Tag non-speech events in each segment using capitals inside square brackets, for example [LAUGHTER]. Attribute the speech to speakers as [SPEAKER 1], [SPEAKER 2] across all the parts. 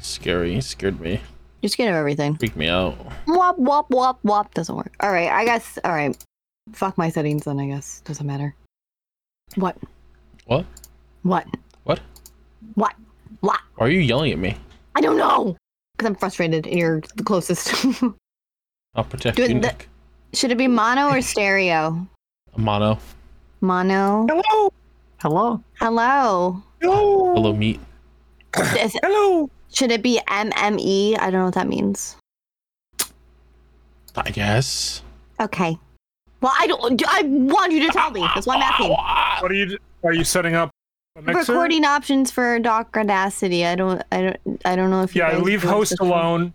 [SPEAKER 1] Scary, scared me,
[SPEAKER 2] You're scared of everything.
[SPEAKER 1] freaked me out.
[SPEAKER 2] Wop wop wop wop doesn't work. All right, I guess. All right, fuck my settings then. I guess doesn't matter. What?
[SPEAKER 1] What?
[SPEAKER 2] What?
[SPEAKER 1] What?
[SPEAKER 2] What? What?
[SPEAKER 1] Why are you yelling at me?
[SPEAKER 2] I don't know. Because I'm frustrated, and you're the closest. [LAUGHS]
[SPEAKER 1] I'll protect
[SPEAKER 2] Dude,
[SPEAKER 1] you,
[SPEAKER 2] the-
[SPEAKER 1] Nick.
[SPEAKER 2] Should it be mono or stereo?
[SPEAKER 1] Mono,
[SPEAKER 2] Mono.
[SPEAKER 3] Hello.
[SPEAKER 4] Hello.
[SPEAKER 3] [COUGHS]
[SPEAKER 2] Hello.
[SPEAKER 3] Hello.
[SPEAKER 1] hello, meat.
[SPEAKER 2] Is-
[SPEAKER 3] Hello.
[SPEAKER 2] Should it be MME? I don't know what that means.
[SPEAKER 1] I guess.
[SPEAKER 2] Okay. Well, I don't. I want you to tell me. That's why I'm asking.
[SPEAKER 3] What are you? Are you setting up? A mixer?
[SPEAKER 2] Recording options for Doc Audacity. I don't. I don't. I don't know if. You
[SPEAKER 3] Yeah,
[SPEAKER 2] guys
[SPEAKER 3] leave
[SPEAKER 2] do it
[SPEAKER 3] host
[SPEAKER 2] this way.
[SPEAKER 3] alone.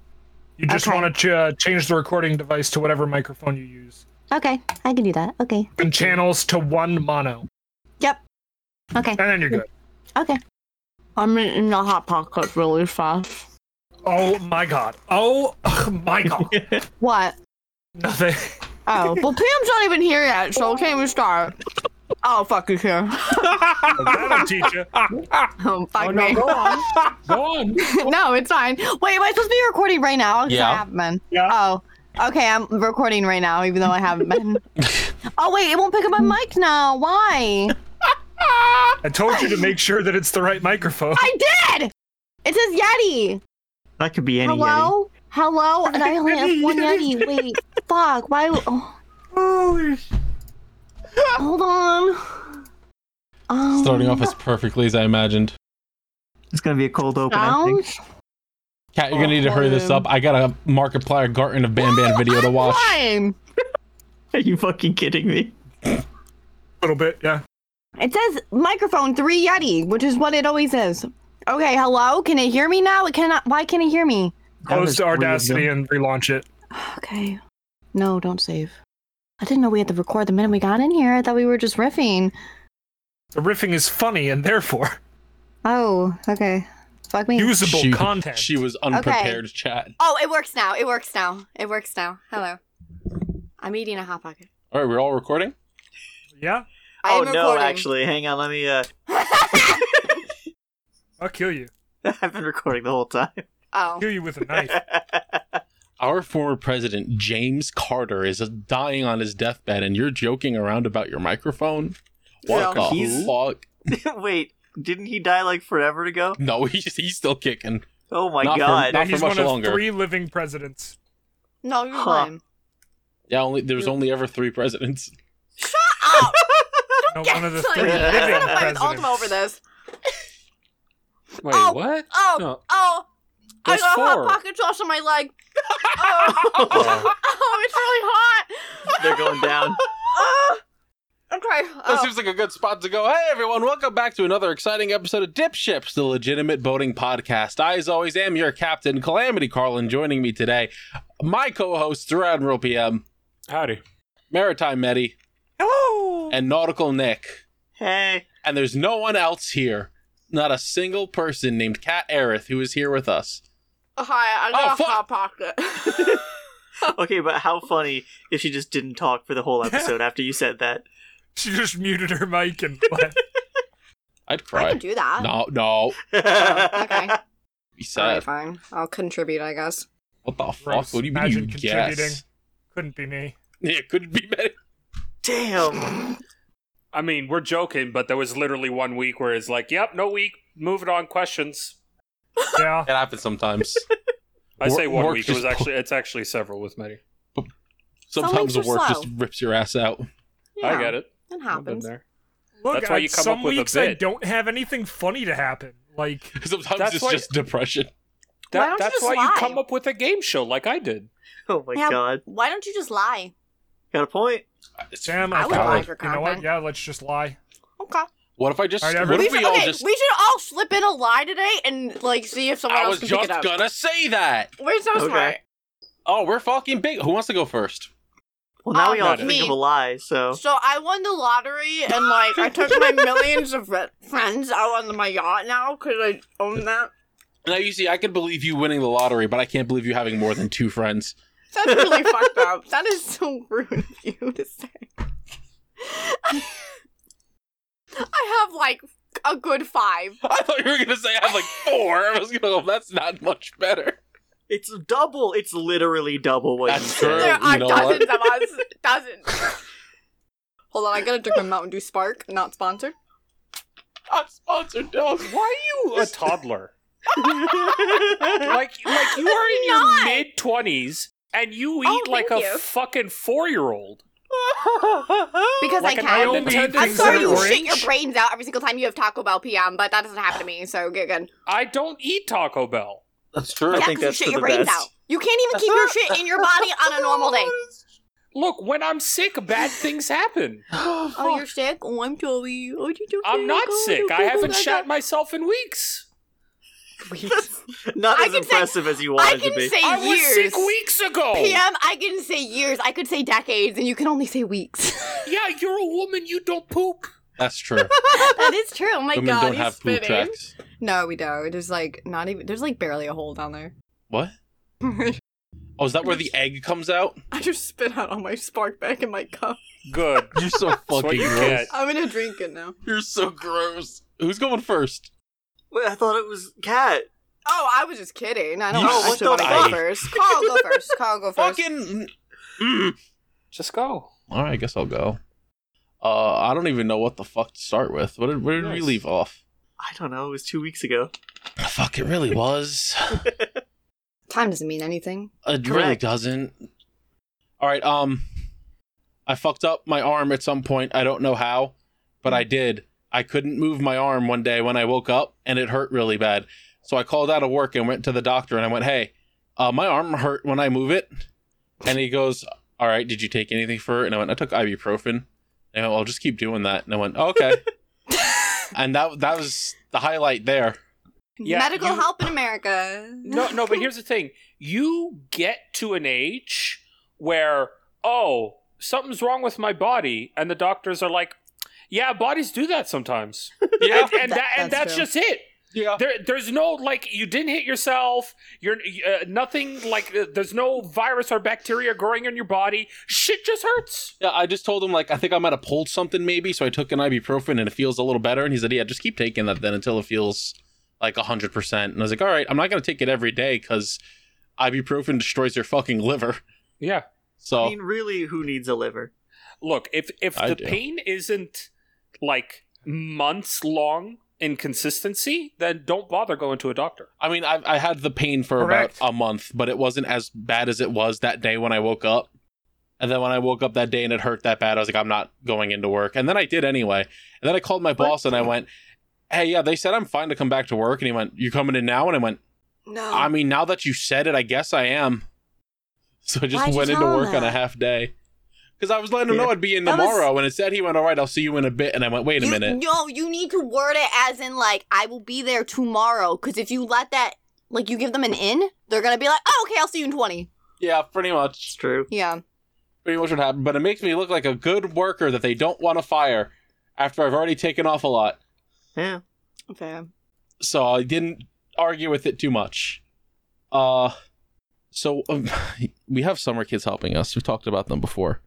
[SPEAKER 3] You just
[SPEAKER 2] Okay.
[SPEAKER 3] want to ch- uh, change the recording device to whatever microphone you use.
[SPEAKER 2] Okay, I can do that. Okay.
[SPEAKER 3] And channels to one mono,
[SPEAKER 2] Yep. Okay.
[SPEAKER 3] and then you're good.
[SPEAKER 2] Okay. I'm in the hot pocket really fast.
[SPEAKER 3] Oh my god. Oh [LAUGHS] my god.
[SPEAKER 2] What?
[SPEAKER 3] Nothing.
[SPEAKER 1] [LAUGHS]
[SPEAKER 2] Oh, [LAUGHS] well, Pam's not even here yet, so we can't even start. Oh, fuck you here.
[SPEAKER 3] That'll teach you.
[SPEAKER 2] [LAUGHS] Oh, fuck
[SPEAKER 3] Oh,
[SPEAKER 2] me.
[SPEAKER 3] no, go
[SPEAKER 2] [LAUGHS]
[SPEAKER 3] on. Go on.
[SPEAKER 2] no, it's fine. Wait, am I supposed to be recording right now? It's
[SPEAKER 1] Yeah.
[SPEAKER 2] not happening.
[SPEAKER 3] Yeah.
[SPEAKER 2] Oh, okay. I'm recording right now, even though I haven't been. oh wait, it won't pick up my mic now. Why?
[SPEAKER 3] I told you to make sure that it's the right microphone.
[SPEAKER 2] I did. It says Yeti.
[SPEAKER 4] That could be any Yeti.
[SPEAKER 2] Hello. Hello. And I only have one Yeti. Wait. Fuck. Why? Oh,
[SPEAKER 3] Holy
[SPEAKER 2] hold on. Um,
[SPEAKER 1] Starting off as perfectly as I imagined.
[SPEAKER 4] It's gonna be a cold open. I think.
[SPEAKER 2] sounds.
[SPEAKER 1] Cat, you're gonna need to hurry this up. I got a Markiplier Garten of Ban Ban video to watch.
[SPEAKER 2] Oh, Fine.
[SPEAKER 4] Are you fucking kidding me?
[SPEAKER 3] little bit, yeah.
[SPEAKER 2] It says microphone three Yeti, which is what it always is. Okay, hello. Can it hear me now? It cannot. Why can't it hear me?
[SPEAKER 4] That
[SPEAKER 3] Close
[SPEAKER 4] was
[SPEAKER 3] to
[SPEAKER 4] weird,
[SPEAKER 3] Audacity
[SPEAKER 4] though.
[SPEAKER 3] and relaunch it.
[SPEAKER 2] Okay. No, don't save. I didn't know we had to record the minute we got in here. I thought we were just riffing.
[SPEAKER 3] The riffing is funny and therefore
[SPEAKER 2] Oh, okay. Fuck me.
[SPEAKER 3] usable
[SPEAKER 1] She-
[SPEAKER 3] content.
[SPEAKER 1] She was unprepared, chat.
[SPEAKER 2] oh, it works now. It works now. It works now. Hello. I'm eating a hot pocket.
[SPEAKER 1] All right, we're all recording.
[SPEAKER 3] yeah?
[SPEAKER 2] I
[SPEAKER 4] oh
[SPEAKER 2] am
[SPEAKER 4] no,
[SPEAKER 2] recording.
[SPEAKER 4] actually, hang on. Let me. uh [LAUGHS]
[SPEAKER 3] I'll kill you.
[SPEAKER 4] I've been recording the whole time. [LAUGHS]
[SPEAKER 2] oh.
[SPEAKER 3] Kill you with a knife.
[SPEAKER 1] Our former president James Carter is dying on his deathbed, and you're joking around about your microphone. What
[SPEAKER 2] Yeah.
[SPEAKER 1] the
[SPEAKER 4] He's-
[SPEAKER 1] fuck?
[SPEAKER 4] Wait, didn't he die like forever ago?
[SPEAKER 1] No, [LAUGHS] he's he's still kicking.
[SPEAKER 4] Oh my
[SPEAKER 1] Not for- not-
[SPEAKER 4] god.
[SPEAKER 3] Yeah, he's
[SPEAKER 1] for much
[SPEAKER 3] one of
[SPEAKER 1] longer.
[SPEAKER 3] three living presidents.
[SPEAKER 2] No, you're
[SPEAKER 4] Huh.
[SPEAKER 2] fine.
[SPEAKER 1] Yeah, only there was only ever three presidents.
[SPEAKER 2] Oh,
[SPEAKER 3] [LAUGHS] No,
[SPEAKER 2] yes,
[SPEAKER 3] one of the
[SPEAKER 2] so-
[SPEAKER 3] three living
[SPEAKER 2] I'm gonna fight with
[SPEAKER 3] presidents.
[SPEAKER 2] Ultima over this.
[SPEAKER 1] Wait,
[SPEAKER 2] Oh,
[SPEAKER 1] what?
[SPEAKER 2] Oh,
[SPEAKER 1] No.
[SPEAKER 2] oh.
[SPEAKER 1] There's
[SPEAKER 2] I got
[SPEAKER 1] four.
[SPEAKER 2] a hot pocket sauce on my leg. Oh. oh, it's really hot.
[SPEAKER 4] [LAUGHS] They're
[SPEAKER 1] [LAUGHS]
[SPEAKER 4] going down.
[SPEAKER 2] Oh. Okay.
[SPEAKER 1] That
[SPEAKER 2] Oh.
[SPEAKER 1] seems like a good spot to go. Hey, everyone, welcome back to another exciting episode of Dip Ships, the legitimate boating podcast. I, as always, am your captain, Calamity Carlin, joining me today. My co hosts, Rear Admiral PM,
[SPEAKER 5] Howdy.
[SPEAKER 1] Maritime Medi,
[SPEAKER 3] Hello.
[SPEAKER 1] and Nautical Nick.
[SPEAKER 4] hey.
[SPEAKER 1] And there's no one else here. Not a single person named Kat Aerith who is here with us.
[SPEAKER 2] Hi, I
[SPEAKER 1] Oh,
[SPEAKER 2] got a
[SPEAKER 1] fuck.
[SPEAKER 2] hot pocket.
[SPEAKER 4] Okay, but how funny if she just didn't talk for the
[SPEAKER 1] [LAUGHS]
[SPEAKER 4] whole episode after you said that.
[SPEAKER 3] She just muted her mic and [LAUGHS] left.
[SPEAKER 1] I'd
[SPEAKER 2] I
[SPEAKER 1] cry.
[SPEAKER 2] can do that.
[SPEAKER 1] No, no.
[SPEAKER 2] Oh, okay.
[SPEAKER 1] Be
[SPEAKER 2] All right,
[SPEAKER 1] sad.
[SPEAKER 2] fine. I'll contribute, I guess.
[SPEAKER 1] What the fuck?
[SPEAKER 3] Gross.
[SPEAKER 1] What do you mean
[SPEAKER 3] Imagine
[SPEAKER 1] you
[SPEAKER 3] contributing.
[SPEAKER 1] guess? [LAUGHS]
[SPEAKER 3] Couldn't be me.
[SPEAKER 1] Yeah, could it be better?
[SPEAKER 4] [LAUGHS] Damn.
[SPEAKER 5] I mean, we're joking, but there was literally one week where it's like, yep, no week, moving on questions.
[SPEAKER 3] Yeah.
[SPEAKER 1] That happens
[SPEAKER 2] [LAUGHS]
[SPEAKER 1] sometimes.
[SPEAKER 5] I say
[SPEAKER 1] Wor-
[SPEAKER 5] one
[SPEAKER 1] work
[SPEAKER 5] week. It
[SPEAKER 1] just
[SPEAKER 5] was actually it's actually several with many.
[SPEAKER 1] Sometimes the
[SPEAKER 2] weeks are
[SPEAKER 1] work
[SPEAKER 2] slow.
[SPEAKER 1] just rips your ass out.
[SPEAKER 5] I get it.
[SPEAKER 2] It
[SPEAKER 5] I've been
[SPEAKER 2] happens.
[SPEAKER 5] there.
[SPEAKER 3] Look,
[SPEAKER 5] That's why you
[SPEAKER 3] I-
[SPEAKER 5] come up
[SPEAKER 3] some
[SPEAKER 5] with a
[SPEAKER 3] weeks I
[SPEAKER 5] bit.
[SPEAKER 3] don't have anything funny to happen. Like
[SPEAKER 1] Sometimes
[SPEAKER 5] That's
[SPEAKER 1] it's
[SPEAKER 5] why-
[SPEAKER 1] just depression.
[SPEAKER 2] Why
[SPEAKER 5] That-
[SPEAKER 2] don't you
[SPEAKER 5] that's
[SPEAKER 2] just
[SPEAKER 5] why
[SPEAKER 2] lie? [LAUGHS]
[SPEAKER 5] you come up with a game show like I did.
[SPEAKER 4] Oh my
[SPEAKER 2] Yeah.
[SPEAKER 4] god.
[SPEAKER 2] Why don't you just lie?
[SPEAKER 4] Got a point?
[SPEAKER 3] Sam,
[SPEAKER 2] I
[SPEAKER 3] I,
[SPEAKER 2] would
[SPEAKER 3] thought-
[SPEAKER 2] like your
[SPEAKER 3] you know what?
[SPEAKER 2] comment.
[SPEAKER 3] Yeah, let's just lie.
[SPEAKER 2] Okay.
[SPEAKER 1] What if I just?
[SPEAKER 3] All right,
[SPEAKER 1] what
[SPEAKER 3] everyone-
[SPEAKER 1] if we
[SPEAKER 2] We should,
[SPEAKER 1] all
[SPEAKER 2] okay,
[SPEAKER 1] just?
[SPEAKER 2] we should all slip in a lie today and like see if someone
[SPEAKER 1] I
[SPEAKER 2] else
[SPEAKER 1] was
[SPEAKER 2] can pick
[SPEAKER 1] just
[SPEAKER 2] it up.
[SPEAKER 1] gonna say that.
[SPEAKER 2] We're so
[SPEAKER 4] Okay.
[SPEAKER 2] smart.
[SPEAKER 1] Oh, we're fucking big. Who wants to go first?
[SPEAKER 4] Well, now we
[SPEAKER 2] Um,
[SPEAKER 4] all have to
[SPEAKER 2] me.
[SPEAKER 4] think of a lie, so.
[SPEAKER 2] So I won the lottery and like I took my millions of re- friends out on my yacht now because I own that.
[SPEAKER 1] Now you see, I could believe you winning the lottery, but I can't believe you having more than two friends. [LAUGHS]
[SPEAKER 2] That's really fucked up. That is so rude of you to say. I have like a good five.
[SPEAKER 1] [GASPS] I thought you were gonna say I have like four. I was gonna go. That's not much better.
[SPEAKER 4] It's double. It's literally double what you
[SPEAKER 1] That's
[SPEAKER 4] said.
[SPEAKER 1] true.
[SPEAKER 2] There are
[SPEAKER 1] you know
[SPEAKER 2] dozens
[SPEAKER 1] what? [LAUGHS]
[SPEAKER 2] of us. Dozens. Hold on, I gotta drink my Mountain Dew Spark, not sponsored.
[SPEAKER 1] Not sponsored dogs. Why are you?
[SPEAKER 5] a toddler.
[SPEAKER 2] [LAUGHS]
[SPEAKER 5] like like you
[SPEAKER 2] It's
[SPEAKER 5] are in
[SPEAKER 2] not.
[SPEAKER 5] your mid twenties and you eat
[SPEAKER 2] Oh,
[SPEAKER 5] like a
[SPEAKER 2] thank you.
[SPEAKER 5] fucking four year old.
[SPEAKER 2] Because
[SPEAKER 5] Like
[SPEAKER 2] I can.
[SPEAKER 5] an item
[SPEAKER 3] Naomi
[SPEAKER 5] I'm
[SPEAKER 2] I'm
[SPEAKER 3] thinks
[SPEAKER 2] sorry
[SPEAKER 3] that
[SPEAKER 2] you
[SPEAKER 3] orange-
[SPEAKER 2] shit your brains out every single time you have Taco Bell PM, but that doesn't happen to me, so get good.
[SPEAKER 5] I don't eat Taco Bell.
[SPEAKER 1] That's true.
[SPEAKER 4] I
[SPEAKER 2] yeah,
[SPEAKER 4] think
[SPEAKER 2] you
[SPEAKER 4] that's
[SPEAKER 2] shit
[SPEAKER 4] for
[SPEAKER 2] your
[SPEAKER 4] the
[SPEAKER 2] brains
[SPEAKER 4] best.
[SPEAKER 2] out. You can't even keep your shit in your body on a normal day.
[SPEAKER 5] Look, when I'm sick, bad things happen.
[SPEAKER 2] Oh, you're sick? Oh, I'm Joey. Oh, you do
[SPEAKER 5] I'm not sick. I haven't shat myself in weeks.
[SPEAKER 2] [LAUGHS]
[SPEAKER 4] Not
[SPEAKER 2] I
[SPEAKER 4] as
[SPEAKER 2] can say-
[SPEAKER 4] impressive as you
[SPEAKER 2] I
[SPEAKER 4] wanted to
[SPEAKER 2] can
[SPEAKER 4] be.
[SPEAKER 2] say
[SPEAKER 5] I was
[SPEAKER 2] years.
[SPEAKER 5] sick weeks ago.
[SPEAKER 2] PM, I can say years. I could say decades, and you can only say weeks. [LAUGHS]
[SPEAKER 5] Yeah, you're a woman. You don't poop.
[SPEAKER 1] [LAUGHS] That's true.
[SPEAKER 2] that is true. Oh [LAUGHS] my
[SPEAKER 1] Women
[SPEAKER 2] god,
[SPEAKER 1] don't
[SPEAKER 2] he's
[SPEAKER 1] have poop
[SPEAKER 2] spitting.
[SPEAKER 1] tracks.
[SPEAKER 2] No, we don't. There's like not even. There's like barely a hole down there. [LAUGHS]
[SPEAKER 1] What? Oh, is that where the egg comes out?
[SPEAKER 2] I just spit out all my spark back in my cup.
[SPEAKER 5] Good.
[SPEAKER 1] You're so
[SPEAKER 5] what
[SPEAKER 1] fucking
[SPEAKER 5] you
[SPEAKER 1] gross.
[SPEAKER 5] get.
[SPEAKER 2] I'm gonna drink it now.
[SPEAKER 1] You're so gross. Who's going first?
[SPEAKER 4] Wait, I thought it was Cat.
[SPEAKER 2] Oh, I was just kidding. I don't
[SPEAKER 1] You
[SPEAKER 2] know.
[SPEAKER 1] s-
[SPEAKER 2] I should want to
[SPEAKER 1] I-
[SPEAKER 2] go first. Carl,
[SPEAKER 5] [LAUGHS]
[SPEAKER 2] go first. Carl, go first.
[SPEAKER 1] Fucking. Mm.
[SPEAKER 5] Just go.
[SPEAKER 1] All right, I guess I'll go. Uh, I don't even know what the fuck to start with. What did, where did we
[SPEAKER 5] Nice.
[SPEAKER 1] leave off?
[SPEAKER 4] I don't know. It was two weeks ago.
[SPEAKER 1] Fuck, it [LAUGHS] really was.
[SPEAKER 2] Time doesn't mean anything.
[SPEAKER 1] It really
[SPEAKER 4] Correct.
[SPEAKER 1] doesn't. All right, um, I fucked up my arm at some point. I don't know how, but I did. I couldn't move my arm one day when I woke up, and it hurt really bad. So I called out of work and went to the doctor, and I went, "Hey, uh, my arm hurt when I move it," and he goes, "All right, did you take anything for it?" And I went, "I took ibuprofen." And I went, "I'll just keep doing that." And I went, "Okay," and that that was the highlight there.
[SPEAKER 5] Yeah,
[SPEAKER 2] Medical
[SPEAKER 5] you-
[SPEAKER 2] help in America.
[SPEAKER 5] No, no, but here's the thing. You get to an age where, oh, something's wrong with my body, and the doctors are like, yeah, bodies do that sometimes.
[SPEAKER 1] [LAUGHS] Yeah,
[SPEAKER 5] And, and, that, and
[SPEAKER 2] That's
[SPEAKER 5] that's,
[SPEAKER 2] true.
[SPEAKER 5] just it.
[SPEAKER 1] yeah.
[SPEAKER 5] There, there's no, like, you didn't hit yourself. You're uh, nothing, like, uh, there's no virus or bacteria growing in your body. Shit just hurts.
[SPEAKER 1] Yeah, I just told him like I think I might have pulled something maybe, so I took an ibuprofen and it feels a little better. And he said, "Yeah, just keep taking that then until it feels like hundred percent." And I was like, "All right, I'm not gonna take it every day because ibuprofen destroys your fucking liver."
[SPEAKER 5] Yeah.
[SPEAKER 1] So
[SPEAKER 4] I mean, really, who needs a liver?
[SPEAKER 5] Look, if, if
[SPEAKER 1] I
[SPEAKER 5] the
[SPEAKER 1] do.
[SPEAKER 5] pain isn't, like, months long in consistency, then don't bother going to a doctor.
[SPEAKER 1] I mean, I, I had the pain for
[SPEAKER 3] Correct.
[SPEAKER 1] about a month, but it wasn't as bad as it was that day when I woke up. And then when I woke up that day and it hurt that bad, I was like, I'm not going into work. And then I did anyway. And then I called my boss and I went, Hey, yeah, they said I'm fine to come back to work. And he went, You coming in now? And I went.
[SPEAKER 2] No.
[SPEAKER 1] I mean, now that you said it, I guess I am. [LAUGHS] So I just
[SPEAKER 2] Why'd you
[SPEAKER 1] went into
[SPEAKER 2] tell him
[SPEAKER 1] work on a
[SPEAKER 2] that?
[SPEAKER 1] half day. Because I was letting him know I'd be in
[SPEAKER 2] That was-
[SPEAKER 1] tomorrow, and instead he went, "All right, I'll see you in a bit." And I went, "Wait a
[SPEAKER 2] You-
[SPEAKER 1] minute."
[SPEAKER 2] No, you need to word it as in like I will be there tomorrow. Because if you let that, like, you give them an in, they're gonna be like, oh, okay, I'll see you in twenty.
[SPEAKER 1] Yeah, pretty
[SPEAKER 4] It's
[SPEAKER 1] much,
[SPEAKER 4] true.
[SPEAKER 2] Yeah.
[SPEAKER 1] pretty much what happened. But it makes me look like a good worker that they don't want to fire after I've already taken off a lot.
[SPEAKER 4] Yeah.
[SPEAKER 2] Okay.
[SPEAKER 1] So I didn't argue with it too much. Uh, so um, [LAUGHS] we have summer kids helping us. We've talked about them before.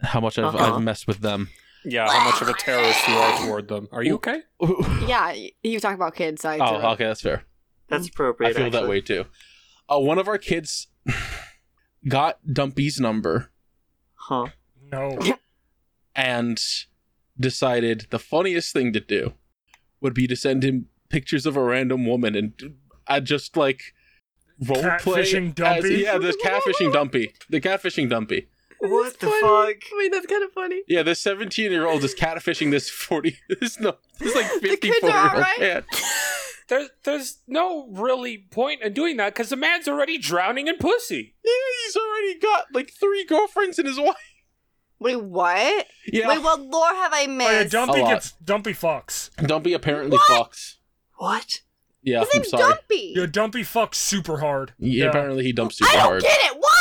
[SPEAKER 1] How much I've,
[SPEAKER 4] Uh-huh.
[SPEAKER 1] I've messed with them. [LAUGHS]
[SPEAKER 5] Yeah, how much of a terrorist you are toward them. Are you
[SPEAKER 3] [LAUGHS]
[SPEAKER 5] okay?
[SPEAKER 1] oh,
[SPEAKER 2] Yeah, y- you talk about kids. So I threw up.
[SPEAKER 1] okay, that's fair.
[SPEAKER 4] That's appropriate.
[SPEAKER 1] Mm. I feel that
[SPEAKER 4] actually.
[SPEAKER 1] way too. Uh, one of our kids [SIGHS] got Dumpy's number
[SPEAKER 4] Huh.
[SPEAKER 3] No.
[SPEAKER 1] and decided the funniest thing to do would be to send him pictures of a random woman and I just like role play
[SPEAKER 3] Catfishing
[SPEAKER 1] as-
[SPEAKER 3] Dumpy?
[SPEAKER 1] yeah, the catfishing Dumpy, the catfishing Dumpy.
[SPEAKER 4] What the fuck?
[SPEAKER 2] Wait, that's kind of funny.
[SPEAKER 1] Yeah, this seventeen-year-old is catfishing this forty, [LAUGHS] this no, this like
[SPEAKER 2] kids are
[SPEAKER 1] fifty-four-year-old
[SPEAKER 2] alright.
[SPEAKER 1] man.
[SPEAKER 5] There, there's no really point in doing that because the
[SPEAKER 3] [LAUGHS]
[SPEAKER 5] man's already drowning in pussy.
[SPEAKER 1] Yeah, he's already got like three girlfriends and his wife.
[SPEAKER 2] Wait, what?
[SPEAKER 1] Yeah.
[SPEAKER 2] Wait, what lore have I
[SPEAKER 3] Oh, yeah,
[SPEAKER 2] missed?
[SPEAKER 3] Dumpy
[SPEAKER 1] A lot.
[SPEAKER 3] gets Dumpy fucks.
[SPEAKER 1] Dumpy apparently fucks.
[SPEAKER 4] What?
[SPEAKER 1] Yeah,
[SPEAKER 2] His
[SPEAKER 1] I'm
[SPEAKER 2] name's
[SPEAKER 1] sorry.
[SPEAKER 2] Dumpy.
[SPEAKER 3] Yo, Dumpy fucks super hard.
[SPEAKER 1] Yeah, Apparently he dumps super
[SPEAKER 2] I don't
[SPEAKER 1] hard.
[SPEAKER 2] get it. What?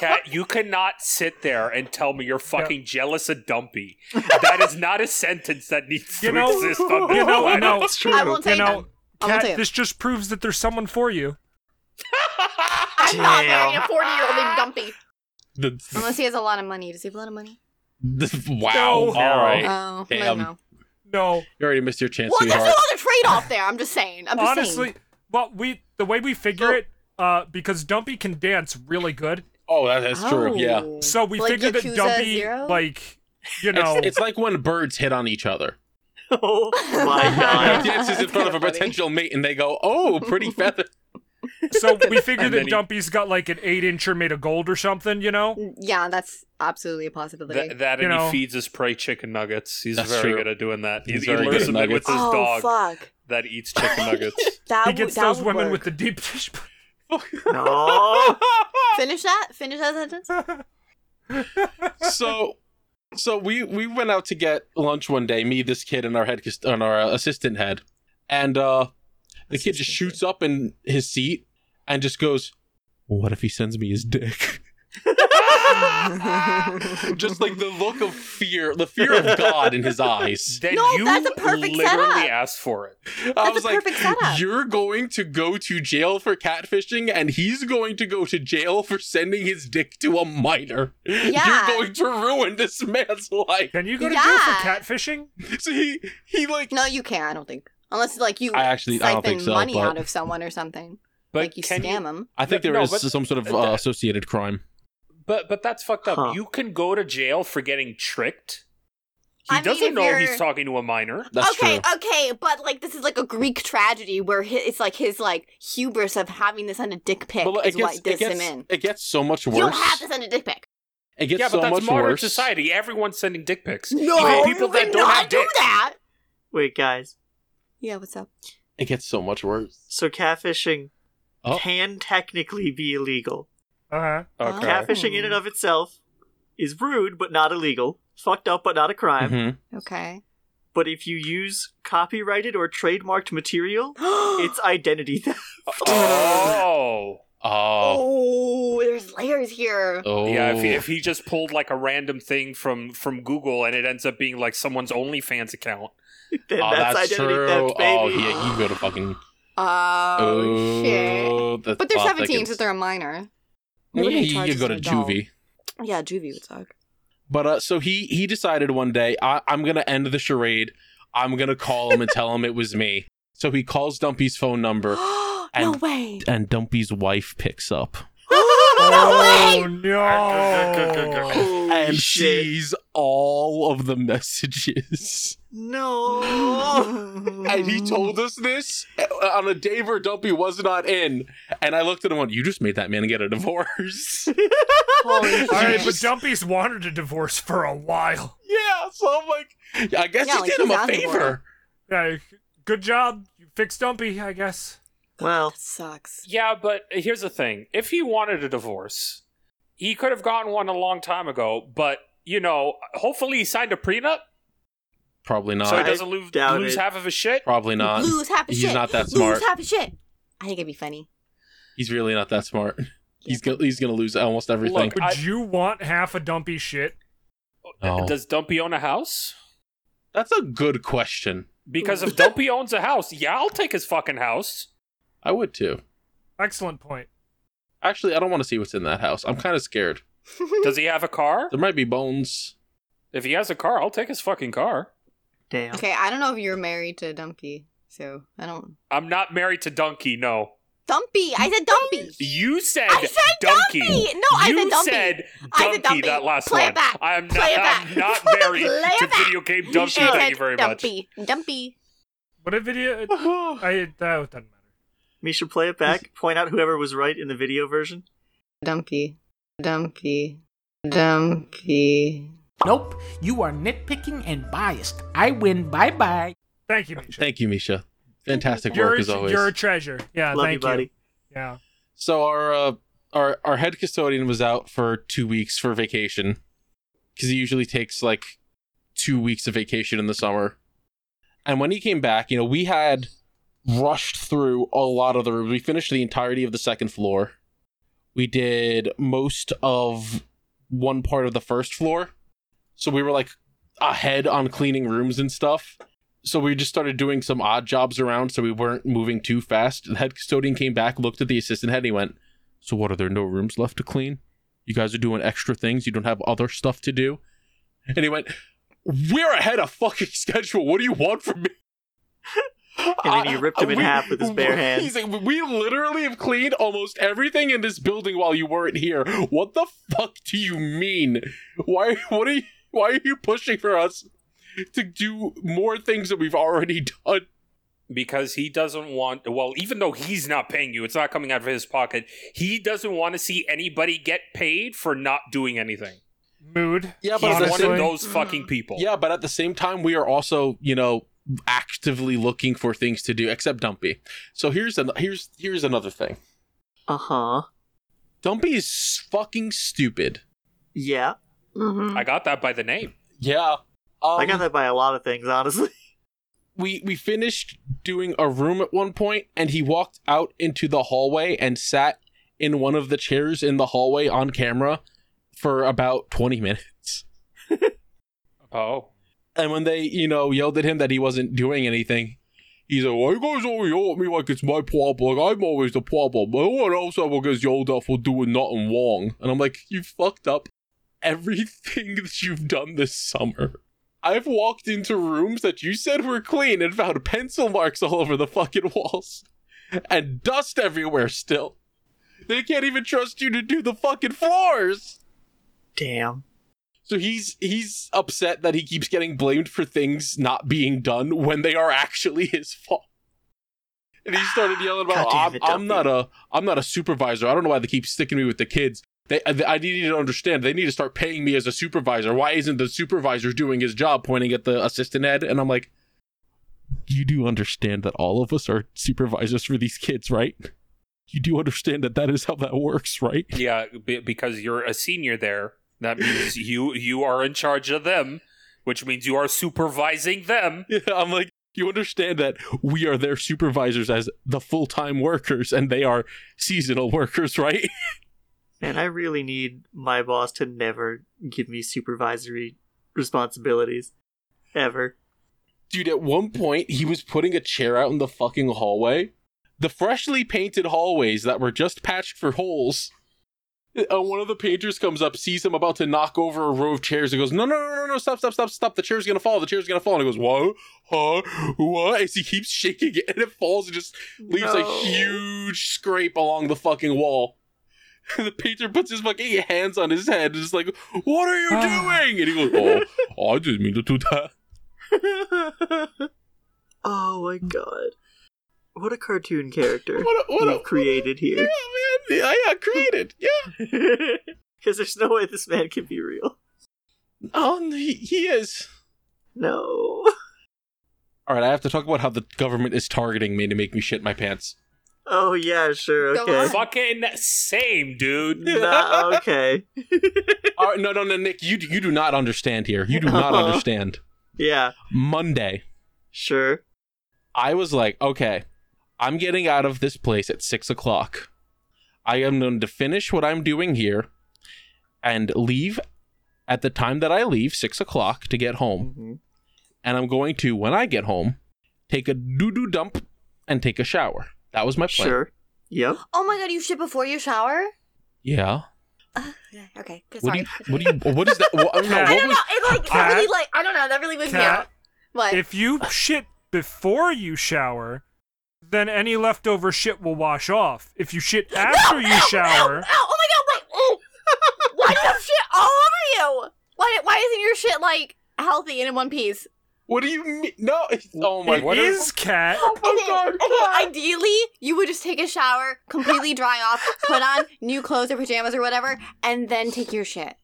[SPEAKER 5] Kat, you cannot sit there and tell me you're fucking jealous of Dumpy. That is not a sentence that needs
[SPEAKER 3] You
[SPEAKER 5] to [LAUGHS]
[SPEAKER 3] know-
[SPEAKER 5] exist on
[SPEAKER 3] [LAUGHS]
[SPEAKER 5] this
[SPEAKER 3] You know,
[SPEAKER 5] planet.
[SPEAKER 3] no, it's true.
[SPEAKER 2] I won't
[SPEAKER 3] you
[SPEAKER 2] take
[SPEAKER 3] know,
[SPEAKER 2] I won't
[SPEAKER 3] Kat,
[SPEAKER 2] take it.
[SPEAKER 3] this just proves that there's someone for you.
[SPEAKER 2] I'm not marrying a
[SPEAKER 4] Damn.
[SPEAKER 2] 40 year old named Dumpy.
[SPEAKER 1] The-
[SPEAKER 2] Unless he has a lot of money. Does he have a lot of money?
[SPEAKER 1] [LAUGHS] the- [LAUGHS] wow.
[SPEAKER 3] No.
[SPEAKER 1] All right.
[SPEAKER 2] Oh, I
[SPEAKER 1] Damn.
[SPEAKER 2] don't know.
[SPEAKER 3] No,
[SPEAKER 2] Uh,
[SPEAKER 1] you already missed your chance,
[SPEAKER 2] Well, there's no
[SPEAKER 1] sweetheart.
[SPEAKER 2] other trade off there. I'm just saying. I'm just
[SPEAKER 3] honestly,
[SPEAKER 2] saying.
[SPEAKER 3] well, we the way we figure it, uh, because Dumpy can dance really good,
[SPEAKER 1] Oh, that, that's true. Yeah.
[SPEAKER 2] Oh.
[SPEAKER 3] so we
[SPEAKER 2] Like
[SPEAKER 3] figured
[SPEAKER 2] Yakuza
[SPEAKER 3] that Dumpy,
[SPEAKER 2] Zero?
[SPEAKER 3] like, you know,
[SPEAKER 1] It's, it's like when birds hit on each
[SPEAKER 2] [LAUGHS]
[SPEAKER 1] other.
[SPEAKER 4] [LAUGHS] Oh
[SPEAKER 1] [LAUGHS]
[SPEAKER 4] my
[SPEAKER 1] He
[SPEAKER 4] god.
[SPEAKER 1] dances in front of a
[SPEAKER 2] That's kinda funny.
[SPEAKER 1] potential mate, and they go, "Oh,
[SPEAKER 2] [LAUGHS]
[SPEAKER 1] pretty feather."
[SPEAKER 3] [LAUGHS] so
[SPEAKER 5] [LAUGHS]
[SPEAKER 3] we figured that
[SPEAKER 5] And then he-
[SPEAKER 3] Dumpy's got like an eight incher made of gold or something, you know.
[SPEAKER 2] Yeah, that's absolutely a possibility.
[SPEAKER 5] That, that
[SPEAKER 3] You
[SPEAKER 5] and
[SPEAKER 3] know.
[SPEAKER 5] he feeds his prey chicken nuggets. He's
[SPEAKER 1] That's
[SPEAKER 5] very
[SPEAKER 1] true.
[SPEAKER 5] good at doing that.
[SPEAKER 1] He's
[SPEAKER 5] He's he
[SPEAKER 1] very good
[SPEAKER 5] learned
[SPEAKER 1] at
[SPEAKER 5] something
[SPEAKER 1] nuggets.
[SPEAKER 5] with his
[SPEAKER 2] oh
[SPEAKER 5] dog
[SPEAKER 2] fuck!
[SPEAKER 5] that eats
[SPEAKER 2] [LAUGHS]
[SPEAKER 5] chicken nuggets.
[SPEAKER 2] That
[SPEAKER 3] He
[SPEAKER 2] would-
[SPEAKER 3] gets
[SPEAKER 2] that
[SPEAKER 3] those
[SPEAKER 2] would
[SPEAKER 3] women
[SPEAKER 2] work.
[SPEAKER 3] with the deep dish.
[SPEAKER 2] [LAUGHS]
[SPEAKER 4] No.
[SPEAKER 2] Finish that. Finish that sentence.
[SPEAKER 1] so, so we we went out to get lunch one day. Me, this kid, and our head and our uh, assistant head, and uh, the kid just shoots up in his seat and just goes, "What if he sends me his dick?" [LAUGHS] just like the look of fear, the fear of God in his eyes.
[SPEAKER 5] Then
[SPEAKER 2] No,
[SPEAKER 5] you
[SPEAKER 2] that's a perfect
[SPEAKER 5] literally
[SPEAKER 2] setup.
[SPEAKER 5] asked for it.
[SPEAKER 1] I
[SPEAKER 2] That's
[SPEAKER 1] was
[SPEAKER 2] a
[SPEAKER 1] like,
[SPEAKER 2] perfect setup.
[SPEAKER 1] "You're going to go to jail for catfishing, and he's going to go to jail for sending his dick to a minor.
[SPEAKER 2] Yeah.
[SPEAKER 1] You're going to ruin this man's life."
[SPEAKER 3] [LAUGHS] Can you go to jail for
[SPEAKER 2] Yeah.
[SPEAKER 3] catfishing?
[SPEAKER 1] So he he like
[SPEAKER 2] no, you can't. I don't think. Unless like you
[SPEAKER 1] I actually- I
[SPEAKER 2] siphon
[SPEAKER 1] don't think so,
[SPEAKER 2] money
[SPEAKER 1] but-
[SPEAKER 2] out of someone or something.
[SPEAKER 5] But
[SPEAKER 2] like you
[SPEAKER 5] can
[SPEAKER 2] scam them.
[SPEAKER 1] I think there
[SPEAKER 5] No,
[SPEAKER 1] is
[SPEAKER 5] but-
[SPEAKER 1] some sort of uh, associated crime.
[SPEAKER 5] But but that's fucked up.
[SPEAKER 4] Huh.
[SPEAKER 5] You can go to jail for getting tricked. He
[SPEAKER 2] I mean,
[SPEAKER 5] doesn't
[SPEAKER 2] if
[SPEAKER 5] know
[SPEAKER 2] you're-
[SPEAKER 5] he's talking to a minor.
[SPEAKER 1] That's
[SPEAKER 2] okay,
[SPEAKER 1] true.
[SPEAKER 2] okay, but like this is like a Greek tragedy where hi it's like his like hubris of having to send a dick pic
[SPEAKER 1] But like,
[SPEAKER 2] is
[SPEAKER 1] it gets
[SPEAKER 2] what did
[SPEAKER 1] it
[SPEAKER 2] him
[SPEAKER 1] gets,
[SPEAKER 2] in.
[SPEAKER 1] it gets so much
[SPEAKER 2] You don't
[SPEAKER 1] worse.
[SPEAKER 2] have to send a dick pic.
[SPEAKER 1] It gets
[SPEAKER 5] yeah,
[SPEAKER 1] so
[SPEAKER 5] but that's
[SPEAKER 1] much
[SPEAKER 5] modern
[SPEAKER 1] worse.
[SPEAKER 5] society. Everyone's sending dick pics.
[SPEAKER 2] No,
[SPEAKER 5] Even people
[SPEAKER 2] you
[SPEAKER 5] that don't
[SPEAKER 2] cannot
[SPEAKER 5] have
[SPEAKER 2] do
[SPEAKER 5] dicks.
[SPEAKER 2] that.
[SPEAKER 4] Wait, guys.
[SPEAKER 2] Yeah, what's up?
[SPEAKER 1] It gets so much worse.
[SPEAKER 4] So catfishing
[SPEAKER 1] Oh.
[SPEAKER 4] can technically be illegal.
[SPEAKER 3] Uh huh.
[SPEAKER 5] Okay.
[SPEAKER 2] Yeah.
[SPEAKER 4] Catfishing in and of itself is rude but not illegal, fucked up but not a
[SPEAKER 1] [LAUGHS]
[SPEAKER 4] crime.
[SPEAKER 1] Mhm.
[SPEAKER 2] Okay.
[SPEAKER 4] But if you use copyrighted or
[SPEAKER 2] [GASPS]
[SPEAKER 4] trademarked material, it's identity theft.
[SPEAKER 5] Oh.
[SPEAKER 1] Oh.
[SPEAKER 2] oh, there's layers here.
[SPEAKER 1] Oh.
[SPEAKER 5] Yeah, if he, if he just pulled like a random thing from from Google and it ends up being like someone's OnlyFans account.
[SPEAKER 4] Then
[SPEAKER 1] Oh,
[SPEAKER 4] that's,
[SPEAKER 1] that's,
[SPEAKER 4] identity
[SPEAKER 1] true.
[SPEAKER 4] theft,
[SPEAKER 1] oh,
[SPEAKER 4] baby.
[SPEAKER 1] yeah, you go to fucking.
[SPEAKER 2] Oh, shit.
[SPEAKER 1] Oh, that's
[SPEAKER 2] But they're
[SPEAKER 1] fuck, that
[SPEAKER 2] 17, so
[SPEAKER 1] gets-
[SPEAKER 2] they're a minor.
[SPEAKER 1] Yeah,
[SPEAKER 2] Nobody
[SPEAKER 1] you
[SPEAKER 2] charges
[SPEAKER 1] could go to
[SPEAKER 2] an adult.
[SPEAKER 1] juvie.
[SPEAKER 2] Yeah, juvie
[SPEAKER 1] [GASPS]
[SPEAKER 2] would suck.
[SPEAKER 1] But uh, so he he decided one day I, I'm gonna end the charade. I'm gonna call
[SPEAKER 2] [LAUGHS]
[SPEAKER 1] him and tell him it was me. So he calls Dumpy's phone number,
[SPEAKER 2] [GASPS] no
[SPEAKER 1] And-
[SPEAKER 2] way.
[SPEAKER 1] and Dumpy's wife picks up,
[SPEAKER 2] [LAUGHS] [LAUGHS] no way.
[SPEAKER 3] Oh no!
[SPEAKER 1] and
[SPEAKER 4] Oh, shit.
[SPEAKER 1] sees all of the messages. [LAUGHS]
[SPEAKER 4] No.
[SPEAKER 1] Oh.
[SPEAKER 2] [LAUGHS]
[SPEAKER 1] And he told us this uh, on a day where Dumpy was not in. And I looked at him and went, "You just made that man get a divorce."
[SPEAKER 2] Holy
[SPEAKER 5] [LAUGHS]
[SPEAKER 3] All right,
[SPEAKER 2] shit.
[SPEAKER 3] but Dumpy's wanted a divorce for a while.
[SPEAKER 1] yeah, so I'm like, I guess
[SPEAKER 2] Yeah,
[SPEAKER 1] you
[SPEAKER 2] like,
[SPEAKER 1] did him
[SPEAKER 2] he's
[SPEAKER 1] a
[SPEAKER 2] on the
[SPEAKER 1] favor.
[SPEAKER 2] board.
[SPEAKER 3] Yeah, good job. You fixed Dumpy, I guess.
[SPEAKER 4] well,
[SPEAKER 2] That sucks.
[SPEAKER 5] Yeah, but here's the thing: if he wanted a divorce, he could have gotten one a long time ago. But you know, hopefully he signed a prenup
[SPEAKER 1] Probably not.
[SPEAKER 5] so he
[SPEAKER 4] I
[SPEAKER 5] doesn't lose,
[SPEAKER 4] doubt
[SPEAKER 5] lose
[SPEAKER 4] it.
[SPEAKER 5] half of his shit.
[SPEAKER 1] Probably not.
[SPEAKER 2] Lose half of
[SPEAKER 1] He's
[SPEAKER 2] shit.
[SPEAKER 1] not that smart.
[SPEAKER 2] Lose half of shit. I think it'd be funny.
[SPEAKER 1] He's really not that smart. He's gonna he's gonna lose almost everything.
[SPEAKER 5] Look,
[SPEAKER 3] Would
[SPEAKER 5] I-
[SPEAKER 3] you want half a Dumpy shit?
[SPEAKER 1] No.
[SPEAKER 5] Does Dumpy own a house?
[SPEAKER 1] That's a good question.
[SPEAKER 2] [LAUGHS]
[SPEAKER 5] Because if Dumpy owns a house, yeah, I'll take his fucking house.
[SPEAKER 1] I would too.
[SPEAKER 3] Excellent point.
[SPEAKER 1] Actually, I don't want to see what's in that house. I'm kind of scared.
[SPEAKER 5] Does he have a car?
[SPEAKER 1] There might be bones.
[SPEAKER 5] If he has a car, I'll take his fucking car.
[SPEAKER 4] damn.
[SPEAKER 2] Okay, I don't know if you're married to Dumpy, so I don't.
[SPEAKER 5] I'm not married to Donkey, no.
[SPEAKER 2] Dumpy, I said [LAUGHS] Dumpy.
[SPEAKER 5] You said,
[SPEAKER 2] I said
[SPEAKER 5] Donkey.
[SPEAKER 2] Dumpy! No, I
[SPEAKER 5] you
[SPEAKER 2] said Dumpy.
[SPEAKER 5] said
[SPEAKER 2] I
[SPEAKER 5] Donkey,
[SPEAKER 2] said Dumpy.
[SPEAKER 5] that last
[SPEAKER 2] Play it
[SPEAKER 5] one.
[SPEAKER 2] back.
[SPEAKER 5] I'm not,
[SPEAKER 2] Play it back.
[SPEAKER 5] I'm not
[SPEAKER 2] [LAUGHS]
[SPEAKER 5] married
[SPEAKER 2] Play
[SPEAKER 5] to
[SPEAKER 2] it back.
[SPEAKER 5] video game Donkey,
[SPEAKER 2] I
[SPEAKER 5] thank
[SPEAKER 2] said
[SPEAKER 5] you very much.
[SPEAKER 2] Dumpy, Dumpy.
[SPEAKER 3] What a
[SPEAKER 5] [LAUGHS]
[SPEAKER 3] video!
[SPEAKER 1] oh,
[SPEAKER 3] I that doesn't matter.
[SPEAKER 4] Misha, play it back. Point out whoever was right in the video version.
[SPEAKER 2] Dumpy, Dumpy, Dumpy.
[SPEAKER 6] Nope, you are nitpicking and biased. I win. Bye bye.
[SPEAKER 3] Thank you, Misha.
[SPEAKER 1] Thank you, Misha. Fantastic
[SPEAKER 3] you're,
[SPEAKER 1] work
[SPEAKER 3] a-
[SPEAKER 1] as always. Uh,
[SPEAKER 3] you're a treasure. Yeah,
[SPEAKER 4] Love
[SPEAKER 3] thank
[SPEAKER 4] you, buddy.
[SPEAKER 3] Yeah.
[SPEAKER 1] So our uh, our our head custodian was out for two weeks for vacation because he usually takes like two weeks of vacation in the summer. And when he came back, you know, we had rushed through a lot of the rooms. We finished the entirety of the second floor. We did most of one part of the first floor. So we were like ahead on cleaning rooms and stuff. So we just started doing some odd jobs around so we weren't moving too fast. And the head custodian came back, looked at the assistant head, and he went, So what are there no rooms left to clean? You guys are doing extra things, you don't have other stuff to do. And he went, We're ahead of fucking [LAUGHS] schedule. What do you want from me?
[SPEAKER 4] [LAUGHS] And then he ripped him in half with
[SPEAKER 1] [LAUGHS]
[SPEAKER 4] his bare hand.
[SPEAKER 1] He's like, we literally have cleaned almost everything in this building while you weren't here. What the fuck do you mean? Why? What are you? Why are you pushing for us to do more things that we've already done?
[SPEAKER 5] because he doesn't want well even though he's not paying you it's not coming out of his pocket he doesn't want to see anybody get paid for not doing anything
[SPEAKER 3] Mood.
[SPEAKER 1] Yeah,
[SPEAKER 5] he's
[SPEAKER 1] at the
[SPEAKER 5] one of
[SPEAKER 1] same-
[SPEAKER 5] those
[SPEAKER 2] Mm-hmm.
[SPEAKER 5] fucking people
[SPEAKER 1] Yeah, but at the same time, we are also, you know, actively looking for things to do, except Dumpy. So here's an here's here's another thing.
[SPEAKER 4] Uh huh.
[SPEAKER 1] Dumpy is fucking stupid.
[SPEAKER 4] Yeah.
[SPEAKER 7] Mm-hmm.
[SPEAKER 5] i got that by the name
[SPEAKER 1] Yeah.
[SPEAKER 4] I
[SPEAKER 1] Um,
[SPEAKER 4] got that by a lot of things, honestly. [LAUGHS]
[SPEAKER 1] we we finished doing a room at one point and he walked out into the hallway and sat in one of the chairs in the hallway on camera for about 20 minutes
[SPEAKER 5] oh
[SPEAKER 1] and when they you know yelled at him that he wasn't doing anything he's like why you guys always yell at me like it's my problem like i'm always the problem no one else ever gets yelled at for doing nothing wrong and i'm like you fucked up everything [LAUGHS] that you've done this summer I've walked into rooms that you said were clean and found pencil marks all over the fucking walls and dust everywhere still. They can't even trust you to do the fucking floors.
[SPEAKER 4] Damn.
[SPEAKER 1] So he's he's upset that he keeps getting blamed for things not being done when they are actually his fault. And he started yelling about,
[SPEAKER 4] God damn
[SPEAKER 1] "I'm,
[SPEAKER 4] it,
[SPEAKER 1] I'm
[SPEAKER 4] Duffy."
[SPEAKER 1] not a I'm not a supervisor. I don't know why they keep sticking me with the kids. They I I need to understand. They need to start paying me as a supervisor. Why isn't the supervisor doing his job?" Pointing at the assistant head, and I'm like, "You do understand that all of us are supervisors for these kids, right? You do understand that that is how that works, right?"
[SPEAKER 5] yeah be- because you're a senior there
[SPEAKER 3] [LAUGHS]
[SPEAKER 5] that means you you are in charge of them which means you are supervising them
[SPEAKER 1] Yeah, [LAUGHS] I'm like, you understand that we are their supervisors as the full time workers and they are seasonal workers, right? [LAUGHS]
[SPEAKER 4] Man, I really need my boss to never give me supervisory responsibilities. Ever.
[SPEAKER 1] Dude, at one point, he was putting a chair out in the fucking hallway. The freshly painted hallways that were just patched for holes. Uh, one of the painters comes up, sees him about to knock over a row of chairs, and goes, "No, no, no, no, no! Stop, stop, stop, stop! The chair's gonna fall! The chair's gonna fall!" And he goes, "What? Huh? What?" As he keeps shaking [LAUGHS] it, and it falls and just leaves
[SPEAKER 4] No.
[SPEAKER 1] a huge scrape along the fucking wall. [LAUGHS] the painter puts his fucking hands on his head and is like, "What are [SIGHS] you doing?" And he goes, "Oh, I didn't mean to do that."
[SPEAKER 4] [LAUGHS] oh my god. What a cartoon character
[SPEAKER 1] [LAUGHS] What? A, what? A,
[SPEAKER 4] you've created
[SPEAKER 1] yeah,
[SPEAKER 4] here.
[SPEAKER 1] man. Yeah, yeah, created. Yeah.
[SPEAKER 4] Because [LAUGHS] there's no way this man can be real.
[SPEAKER 1] Um, he, he is.
[SPEAKER 4] No.
[SPEAKER 1] All right, I have to talk about how the government is targeting me to make me shit my pants.
[SPEAKER 4] Oh yeah, sure,
[SPEAKER 2] Go
[SPEAKER 4] okay.
[SPEAKER 5] fucking same dude
[SPEAKER 4] Nah, okay.
[SPEAKER 1] All right, no, no, no, Nick, you you do not understand here. You do
[SPEAKER 4] [LAUGHS]
[SPEAKER 1] not
[SPEAKER 4] Uh-huh.
[SPEAKER 1] understand.
[SPEAKER 4] Yeah,
[SPEAKER 1] Monday,
[SPEAKER 4] sure.
[SPEAKER 1] I was like, okay, I'm getting out of this place at six o'clock. I am going to finish what I'm doing here and leave at the time that I leave, six o'clock, to get home.
[SPEAKER 4] Mhm.
[SPEAKER 1] And I'm going to, when I get home, take a doo doo dump and take a shower. That was my plan.
[SPEAKER 4] Sure. Yep.
[SPEAKER 2] Oh my god, you shit before you shower?
[SPEAKER 1] Yeah.
[SPEAKER 2] Okay, Okay,
[SPEAKER 1] What do,
[SPEAKER 2] sorry.
[SPEAKER 1] you, what do you? What is that? What,
[SPEAKER 3] [LAUGHS]
[SPEAKER 1] I, don't know,
[SPEAKER 3] I
[SPEAKER 2] I
[SPEAKER 1] what
[SPEAKER 2] don't know.
[SPEAKER 1] was,
[SPEAKER 2] It like
[SPEAKER 3] Cat?
[SPEAKER 2] it really like I don't know. That really wigs me
[SPEAKER 3] Cat?
[SPEAKER 2] out. What?
[SPEAKER 3] If you shit before you shower, then any leftover shit will wash off. If you shit after you
[SPEAKER 2] [LAUGHS]
[SPEAKER 3] shower,
[SPEAKER 2] No, oh my god! Wait. Oh. [LAUGHS] Why do you have shit all over you? Why? Why isn't your shit like healthy and in one piece?
[SPEAKER 1] what do you mean? No. it's- Oh my.
[SPEAKER 3] it
[SPEAKER 1] god.
[SPEAKER 3] is cat.
[SPEAKER 1] Oh God, God.
[SPEAKER 2] Ideally, you would just take a shower, completely dry off, put
[SPEAKER 1] [LAUGHS]
[SPEAKER 2] on new clothes or pajamas or whatever, and then take your shit.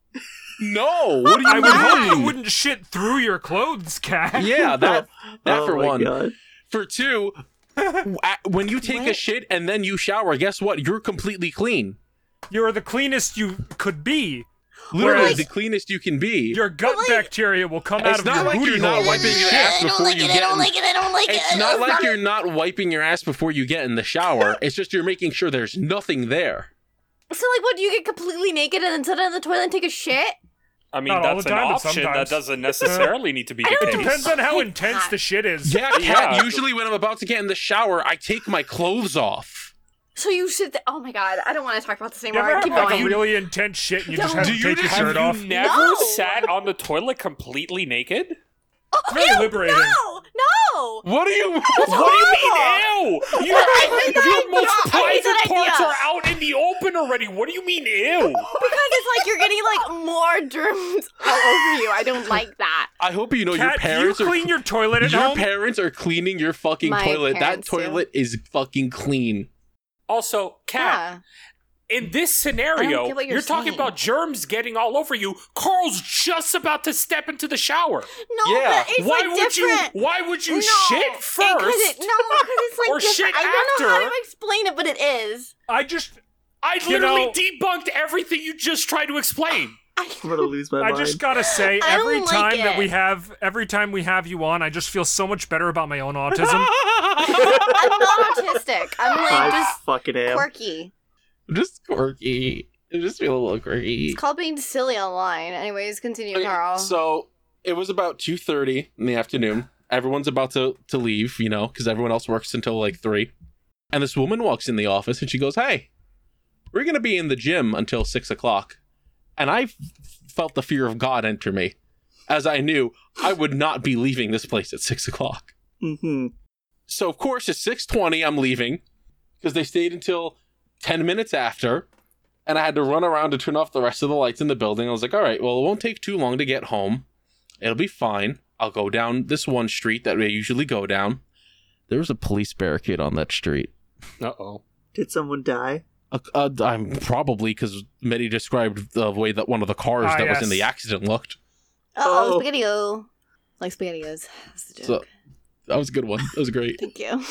[SPEAKER 1] No. What do you
[SPEAKER 3] [LAUGHS] I would hope
[SPEAKER 1] mean?
[SPEAKER 3] you wouldn't shit through your clothes, cat.
[SPEAKER 1] Yeah. That. That
[SPEAKER 4] oh
[SPEAKER 1] for
[SPEAKER 4] my
[SPEAKER 1] one.
[SPEAKER 4] God.
[SPEAKER 1] For [LAUGHS] two, w- at- when you take a
[SPEAKER 2] What?
[SPEAKER 1] shit and then you shower, guess what? You're completely clean.
[SPEAKER 3] You're the cleanest you could be.
[SPEAKER 1] Literally
[SPEAKER 3] Whereas-
[SPEAKER 1] the cleanest you can be.
[SPEAKER 3] Your gut
[SPEAKER 2] like-
[SPEAKER 3] bacteria will come out
[SPEAKER 1] It's
[SPEAKER 3] of
[SPEAKER 1] not
[SPEAKER 3] your
[SPEAKER 1] like
[SPEAKER 3] booty
[SPEAKER 1] you're not
[SPEAKER 3] hole.
[SPEAKER 1] wiping your ass
[SPEAKER 2] I don't
[SPEAKER 1] before
[SPEAKER 2] like
[SPEAKER 1] you
[SPEAKER 2] it. I
[SPEAKER 1] get
[SPEAKER 2] don't
[SPEAKER 1] in.
[SPEAKER 2] like it. I don't like it.
[SPEAKER 1] It's not like you're not wiping your ass before you get in the shower. It's just you're making sure there's nothing there.
[SPEAKER 2] So like, what do you get completely naked and then sit in the toilet and take a shit?
[SPEAKER 5] [LAUGHS] I mean,
[SPEAKER 3] Not all
[SPEAKER 5] that's
[SPEAKER 3] the
[SPEAKER 5] an
[SPEAKER 3] time, but
[SPEAKER 5] option that
[SPEAKER 3] sometimes. [LAUGHS]
[SPEAKER 5] doesn't necessarily need to be
[SPEAKER 2] I
[SPEAKER 5] the
[SPEAKER 2] don't
[SPEAKER 5] case.
[SPEAKER 3] Depends on how
[SPEAKER 2] Oh,
[SPEAKER 3] intense
[SPEAKER 2] God.
[SPEAKER 3] the shit is.
[SPEAKER 1] Yeah, Kat,
[SPEAKER 5] Yeah.
[SPEAKER 1] usually when I'm about to get in the shower, I take my clothes off.
[SPEAKER 2] So you sit. Th- oh my god, I don't want to talk about this
[SPEAKER 3] You
[SPEAKER 2] anymore.
[SPEAKER 3] ever have
[SPEAKER 2] Keep
[SPEAKER 3] like
[SPEAKER 2] going.
[SPEAKER 3] a really intense shit and you just
[SPEAKER 2] Do
[SPEAKER 3] have to
[SPEAKER 1] you
[SPEAKER 3] take your
[SPEAKER 1] just-
[SPEAKER 3] shirt
[SPEAKER 1] have you
[SPEAKER 3] off?
[SPEAKER 5] Never
[SPEAKER 2] No.
[SPEAKER 5] sat on the toilet completely naked?
[SPEAKER 2] oh,
[SPEAKER 3] very
[SPEAKER 2] ew,
[SPEAKER 3] liberating.
[SPEAKER 2] No, no.
[SPEAKER 1] What are you?
[SPEAKER 5] What do you mean, ew? Your,
[SPEAKER 2] I think
[SPEAKER 5] your
[SPEAKER 2] I-
[SPEAKER 5] most
[SPEAKER 2] I think
[SPEAKER 5] private
[SPEAKER 2] it's an
[SPEAKER 5] parts
[SPEAKER 2] idea.
[SPEAKER 5] are out in the open already. What do you mean, ew?
[SPEAKER 2] Because it's like you're getting like more germs all over you. I don't like that.
[SPEAKER 1] I hope you know your
[SPEAKER 3] Kat, do you
[SPEAKER 1] parents are
[SPEAKER 3] clean your toilet at
[SPEAKER 1] your
[SPEAKER 3] home?
[SPEAKER 1] parents are cleaning your fucking
[SPEAKER 2] My
[SPEAKER 1] toilet. That
[SPEAKER 2] parents do.
[SPEAKER 1] toilet is fucking clean.
[SPEAKER 5] Also, Kat, in this scenario,
[SPEAKER 2] get what
[SPEAKER 5] you're,
[SPEAKER 2] you're
[SPEAKER 5] talking
[SPEAKER 2] saying.
[SPEAKER 5] about germs getting all over you. Carl's just about to step into the shower.
[SPEAKER 2] No,
[SPEAKER 1] Yeah.
[SPEAKER 2] but it's
[SPEAKER 5] why
[SPEAKER 2] like
[SPEAKER 5] would
[SPEAKER 2] different.
[SPEAKER 5] you? Why would you
[SPEAKER 2] no,
[SPEAKER 5] shit
[SPEAKER 2] it- 'cause
[SPEAKER 5] first?
[SPEAKER 2] It, no, because it's like
[SPEAKER 5] or
[SPEAKER 2] different.
[SPEAKER 5] shit
[SPEAKER 2] I don't know how
[SPEAKER 5] after.
[SPEAKER 2] to explain it, but it is.
[SPEAKER 3] I just
[SPEAKER 5] I
[SPEAKER 3] You
[SPEAKER 5] literally
[SPEAKER 3] know-
[SPEAKER 5] debunked everything you just tried to explain. [GASPS]
[SPEAKER 4] I'm gonna lose
[SPEAKER 3] [LAUGHS]
[SPEAKER 4] my
[SPEAKER 3] I
[SPEAKER 4] mind.
[SPEAKER 3] just gotta say,
[SPEAKER 2] I
[SPEAKER 3] every
[SPEAKER 2] don't like
[SPEAKER 3] time that
[SPEAKER 2] it.
[SPEAKER 3] we have, every time we have you on, I just feel so much better about my
[SPEAKER 2] [GASPS]
[SPEAKER 3] own autism.
[SPEAKER 5] [LAUGHS]
[SPEAKER 2] I'm not autistic.
[SPEAKER 4] [LAUGHS]
[SPEAKER 2] I'm [LAUGHS]
[SPEAKER 4] I
[SPEAKER 2] like just
[SPEAKER 4] fucking am.
[SPEAKER 2] quirky.
[SPEAKER 1] I'm just quirky. I just feel a little quirky.
[SPEAKER 2] It's called being silly online. Anyways, continue,
[SPEAKER 1] Okay,
[SPEAKER 2] Carl.
[SPEAKER 1] So it was about two thirty in the afternoon. Everyone's about to to leave, you know, because everyone else works until like three. And this woman walks in the office and she goes, "Hey, we're gonna be in the gym until six o'clock." And I f- felt the fear of God enter me, as I knew I would not be leaving this place at six o'clock.
[SPEAKER 4] hmm
[SPEAKER 1] So of course it's six twenty. I'm leaving because they stayed until ten minutes after, and I had to run around to turn off the rest of the lights in the building. I was like, all right, well it won't take too long to get home. It'll be fine. I'll go down this one street that we usually go down. There was a police barricade on that street.
[SPEAKER 5] Uh oh.
[SPEAKER 4] Did someone die?
[SPEAKER 1] Uh, uh, I'm probably because Mitty described the way that one of the cars
[SPEAKER 3] Ah,
[SPEAKER 1] that was
[SPEAKER 3] yes.
[SPEAKER 1] in the accident looked.
[SPEAKER 2] Uh-oh,
[SPEAKER 4] Oh.
[SPEAKER 2] spaghetti-o. Like spaghetti-os. That's the joke.
[SPEAKER 1] So that was a good one. That was great.
[SPEAKER 2] Thank you.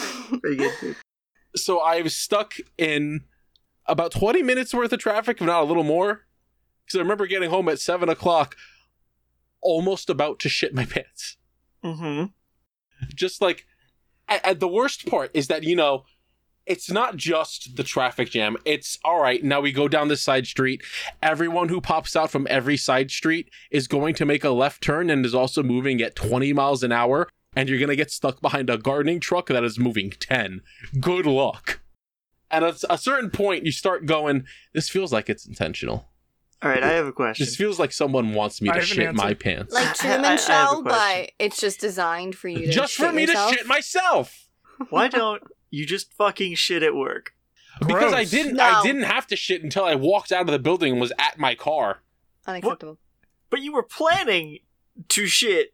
[SPEAKER 4] [LAUGHS] Very good.
[SPEAKER 1] so I was stuck in about 20 minutes worth of traffic, if not a little more. Because I remember getting home at 7 o'clock, almost about to shit my [LAUGHS] pants.
[SPEAKER 4] Mm-hmm.
[SPEAKER 1] Just like, and, and the worst part is that, you know, it's not just the traffic jam. It's all right, now we go down this side street. Everyone who pops out from every side street is going to make a left turn and is also moving at 20 miles an hour. And you're going to get stuck behind a gardening truck that is moving 10. Good luck. And at a certain point, you start going, this feels like it's intentional.
[SPEAKER 4] All right, I have a question.
[SPEAKER 1] This feels like someone wants me
[SPEAKER 3] I
[SPEAKER 1] to
[SPEAKER 3] have an
[SPEAKER 1] shit my
[SPEAKER 3] answer.
[SPEAKER 1] pants.
[SPEAKER 2] Like
[SPEAKER 4] I- I
[SPEAKER 2] Truman
[SPEAKER 4] have a
[SPEAKER 2] Show,
[SPEAKER 4] question.
[SPEAKER 2] but it's just designed for you to
[SPEAKER 1] just for
[SPEAKER 2] shit
[SPEAKER 1] me
[SPEAKER 2] yourself.
[SPEAKER 1] to shit myself.
[SPEAKER 4] Why don't you just fucking shit at work?
[SPEAKER 1] Because I
[SPEAKER 3] Gross.
[SPEAKER 1] didn't I
[SPEAKER 2] No.
[SPEAKER 1] didn't have to shit until I walked out of the building and was at my car.
[SPEAKER 2] Unacceptable.
[SPEAKER 4] But you were planning to shit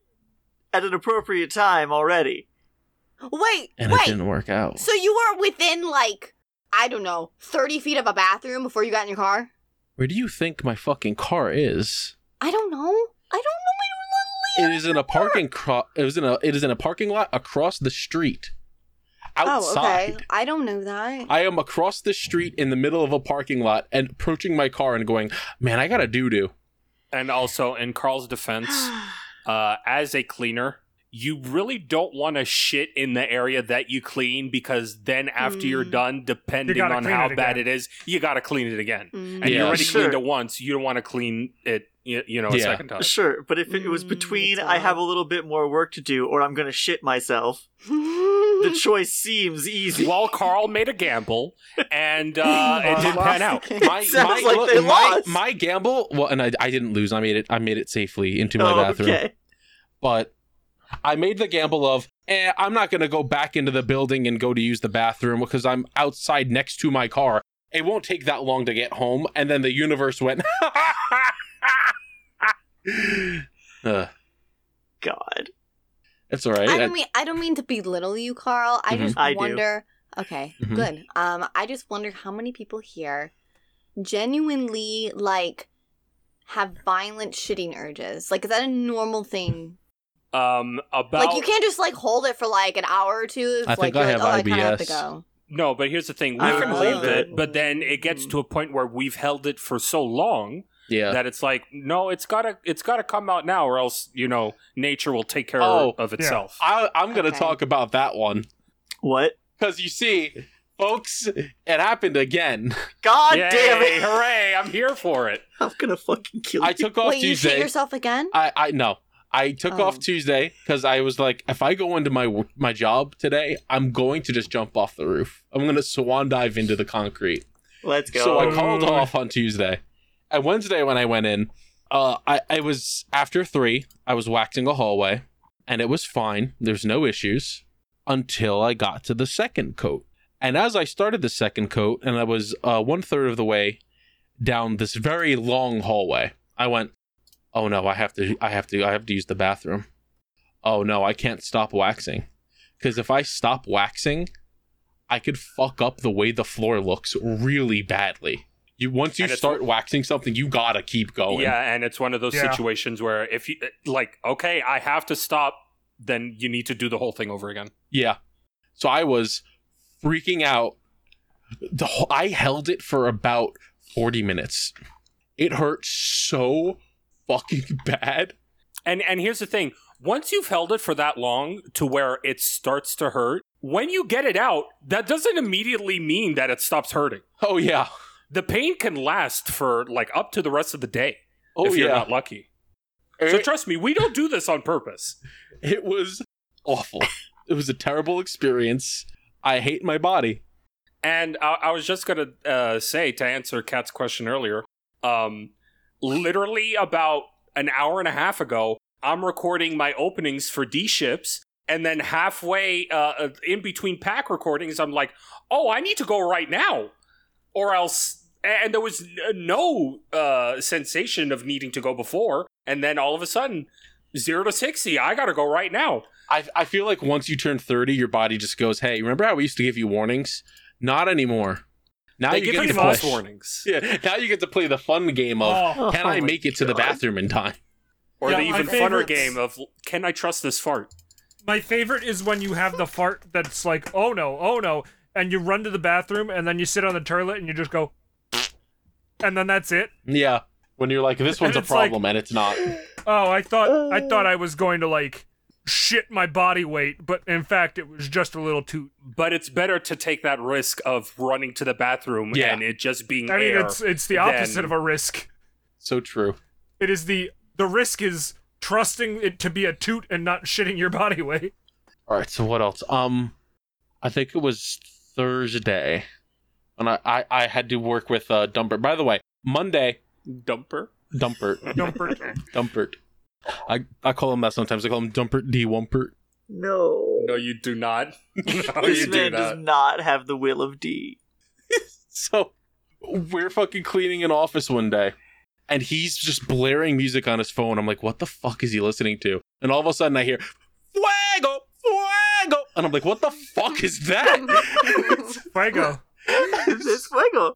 [SPEAKER 4] at an appropriate time already.
[SPEAKER 2] Wait,
[SPEAKER 1] And it
[SPEAKER 2] wait.
[SPEAKER 1] didn't work out.
[SPEAKER 2] So you were within like I don't know, thirty feet of a bathroom before you got in your car.
[SPEAKER 1] Where do you think my fucking car is?
[SPEAKER 2] I don't know. I don't know. I don't know.
[SPEAKER 1] It is in a parking cro- it was in a it is in a parking lot across the street.
[SPEAKER 2] Oh,
[SPEAKER 1] Outside.
[SPEAKER 2] okay. I don't know that.
[SPEAKER 1] I am across the street in the middle of a parking lot and approaching my car and going, "Man, I got to doo-doo."
[SPEAKER 5] And also, in
[SPEAKER 4] [GASPS] [SIGHS]
[SPEAKER 5] Carl's [SIGHS] defense,
[SPEAKER 2] [GASPS]
[SPEAKER 5] uh, as a cleaner, you really don't want to shit in the area that you clean because then after you're
[SPEAKER 2] Mm.
[SPEAKER 5] done, depending
[SPEAKER 3] gotta
[SPEAKER 5] on
[SPEAKER 3] clean
[SPEAKER 5] how
[SPEAKER 3] it
[SPEAKER 5] bad
[SPEAKER 3] again.
[SPEAKER 5] it is, you got to clean it again.
[SPEAKER 2] Mm.
[SPEAKER 5] And you
[SPEAKER 1] Yeah.
[SPEAKER 5] already
[SPEAKER 4] Sure.
[SPEAKER 5] cleaned it once. You don't want to clean it, you, you know, a
[SPEAKER 1] Yeah.
[SPEAKER 5] second time.
[SPEAKER 4] Sure, but if it was
[SPEAKER 2] Mm,
[SPEAKER 4] between
[SPEAKER 2] it's
[SPEAKER 4] I have a
[SPEAKER 2] all-
[SPEAKER 4] little bit more work to do or I'm gonna shit myself,
[SPEAKER 2] Mm.
[SPEAKER 1] [LAUGHS]
[SPEAKER 2] [LAUGHS]
[SPEAKER 5] [LAUGHS]
[SPEAKER 4] the choice seems easy. [LAUGHS]
[SPEAKER 5] Well, Carl made a gamble, and
[SPEAKER 1] [LAUGHS]
[SPEAKER 5] uh, it didn't pan out.
[SPEAKER 1] My,
[SPEAKER 4] Sounds like they
[SPEAKER 1] my,
[SPEAKER 4] lost.
[SPEAKER 1] my gamble, well, and I, I didn't lose. I made it. I made it safely into my
[SPEAKER 4] Oh,
[SPEAKER 1] bathroom.
[SPEAKER 4] okay.
[SPEAKER 1] But I made the gamble of, eh, I'm not gonna go back into the building and go to use the bathroom because I'm outside next to my car. It won't take that long to get home. And then the universe went. [LAUGHS] Ugh,
[SPEAKER 4] God.
[SPEAKER 1] it's all right.
[SPEAKER 2] I
[SPEAKER 1] I-
[SPEAKER 2] don't mean I don't mean to belittle you, Carl. I
[SPEAKER 1] Mm-hmm.
[SPEAKER 2] just
[SPEAKER 4] Mhm. I do.
[SPEAKER 2] wonder. Okay,
[SPEAKER 1] Mhm.
[SPEAKER 2] good. Um, I just wonder how many people here genuinely like have violent shitting urges. Like, is that a normal thing?
[SPEAKER 5] Um, about
[SPEAKER 2] Like, you can't just like hold it for like an hour or two. If,
[SPEAKER 1] I
[SPEAKER 2] like,
[SPEAKER 1] think I
[SPEAKER 2] you're
[SPEAKER 1] have
[SPEAKER 2] like, oh, I kind of have to
[SPEAKER 1] IBS.
[SPEAKER 2] go.
[SPEAKER 5] No, but here's the thing. We
[SPEAKER 4] I
[SPEAKER 2] would
[SPEAKER 5] can
[SPEAKER 2] believe
[SPEAKER 5] hold
[SPEAKER 4] that.
[SPEAKER 5] it, but then it gets
[SPEAKER 4] Mm.
[SPEAKER 5] to a point where we've held it for so long
[SPEAKER 1] Yeah.
[SPEAKER 5] that it's like, no, it's gotta it's gotta come out now or else, you know, nature will take care
[SPEAKER 1] Oh,
[SPEAKER 5] of itself.
[SPEAKER 1] I, I'm going to
[SPEAKER 2] Okay.
[SPEAKER 1] talk about that one
[SPEAKER 4] What?
[SPEAKER 1] because you see, folks, it happened again.
[SPEAKER 4] God
[SPEAKER 5] Yay,
[SPEAKER 4] damn it!
[SPEAKER 5] Hooray, I'm here for it.
[SPEAKER 4] [LAUGHS] I'm gonna fucking kill you.
[SPEAKER 1] I took off
[SPEAKER 2] Wait, you shit
[SPEAKER 1] Tuesday.
[SPEAKER 2] yourself again?
[SPEAKER 1] [LAUGHS] I I no. I took
[SPEAKER 2] Oh.
[SPEAKER 1] off Tuesday because I was like, if I go into my w- my job today, I'm going to just jump off the roof. I'm going to swan dive into the concrete.
[SPEAKER 4] Let's go.
[SPEAKER 1] So I
[SPEAKER 3] Oh.
[SPEAKER 1] called off on Tuesday. And Wednesday, when I went in, uh, I, I was after three, I was waxing a hallway and it was fine. There's no issues until I got to the second coat. And as I started the second coat, and I was uh, one third of the way down this very long hallway, I went, Oh no, I have to, I have to, I have to use the bathroom. Oh no, I can't stop waxing. Because if I stop waxing, I could fuck up the way the floor looks really badly. You once you
[SPEAKER 5] And it's-
[SPEAKER 1] start waxing something, you gotta keep going.
[SPEAKER 5] Yeah, and it's one of those
[SPEAKER 3] Yeah.
[SPEAKER 5] situations where if you like, okay, I have to stop, then you need to do the whole thing over again.
[SPEAKER 1] Yeah. So I was freaking out. The whole, I held it for about 40 minutes. It hurt so fucking [LAUGHS] bad.
[SPEAKER 5] And and here's the thing: once you've held it for that long to where it starts to hurt, when you get it out, that doesn't immediately mean that it stops hurting.
[SPEAKER 1] Oh yeah.
[SPEAKER 5] The pain can last for like up to the rest of the day
[SPEAKER 1] Oh
[SPEAKER 5] if you're
[SPEAKER 1] yeah.
[SPEAKER 5] not lucky. So
[SPEAKER 1] It,
[SPEAKER 5] trust me, we don't do this on purpose.
[SPEAKER 1] it was awful. it was a terrible experience. I hate my body.
[SPEAKER 5] And I, I was just gonna uh, say to answer Kat's question earlier, um, literally about an hour and a half ago, I'm recording my openings for D ships, and then halfway uh, uh, in between pack recordings, I'm like, oh, I need to go right now, or else. And there was n- no uh, sensation of needing to go before, and then all of a sudden, zero to sixty, I gotta go right now.
[SPEAKER 1] I, I feel like once you turn 30, your body just goes, hey, remember how we used to give you warnings? Not anymore. Now
[SPEAKER 5] they
[SPEAKER 1] you
[SPEAKER 5] give
[SPEAKER 1] get
[SPEAKER 5] you
[SPEAKER 1] to
[SPEAKER 5] false
[SPEAKER 1] play-
[SPEAKER 5] warnings,
[SPEAKER 1] [LAUGHS] Yeah, now you get to play the fun game of
[SPEAKER 3] Oh,
[SPEAKER 1] can I make it to the
[SPEAKER 4] God.
[SPEAKER 1] bathroom in time? [LAUGHS]
[SPEAKER 5] or
[SPEAKER 3] Yeah,
[SPEAKER 5] the
[SPEAKER 3] my
[SPEAKER 5] even funner
[SPEAKER 3] favorite-
[SPEAKER 5] game of can I trust this fart?
[SPEAKER 3] my favorite is when you have the fart that's like, oh no, oh no, and you run to the bathroom and then you sit on the toilet and you just go, and then that's it.
[SPEAKER 1] Yeah. When you're like, this one's
[SPEAKER 3] And
[SPEAKER 1] a
[SPEAKER 3] it's like-
[SPEAKER 1] problem and it's not.
[SPEAKER 3] Oh, I thought I thought I was going to like shit my body weight, but in fact it was just a little toot.
[SPEAKER 5] But it's better to take that risk of running to the bathroom
[SPEAKER 1] Yeah.
[SPEAKER 5] and it just being
[SPEAKER 3] I mean,
[SPEAKER 5] air.
[SPEAKER 3] it's it's the
[SPEAKER 5] then-
[SPEAKER 3] opposite of a risk.
[SPEAKER 1] So true.
[SPEAKER 3] It is the the risk is trusting it to be a toot and not shitting your body weight.
[SPEAKER 1] All right. So what else? Um, I think it was Thursday, and I I, I had to work with uh, Dumpert. By the way, Monday,
[SPEAKER 5] dumper.
[SPEAKER 1] Dumpert,
[SPEAKER 3] Dumpert.
[SPEAKER 1] Dumpert. I I call him that sometimes. I call him Dumpert D Wumpert.
[SPEAKER 4] no.
[SPEAKER 5] No, you do not. [LAUGHS] No,
[SPEAKER 4] this
[SPEAKER 5] you do
[SPEAKER 4] man does
[SPEAKER 5] not.
[SPEAKER 4] not have the will of
[SPEAKER 5] [LAUGHS]
[SPEAKER 4] D. [LAUGHS]
[SPEAKER 1] So we're fucking cleaning an office one day, and he's just blaring music on his phone. I'm like, what the fuck is he listening to? And all of a sudden, I hear Fuego, Fuego, and I'm like, what the fuck is that?
[SPEAKER 3] Fuego.
[SPEAKER 4] this fuego.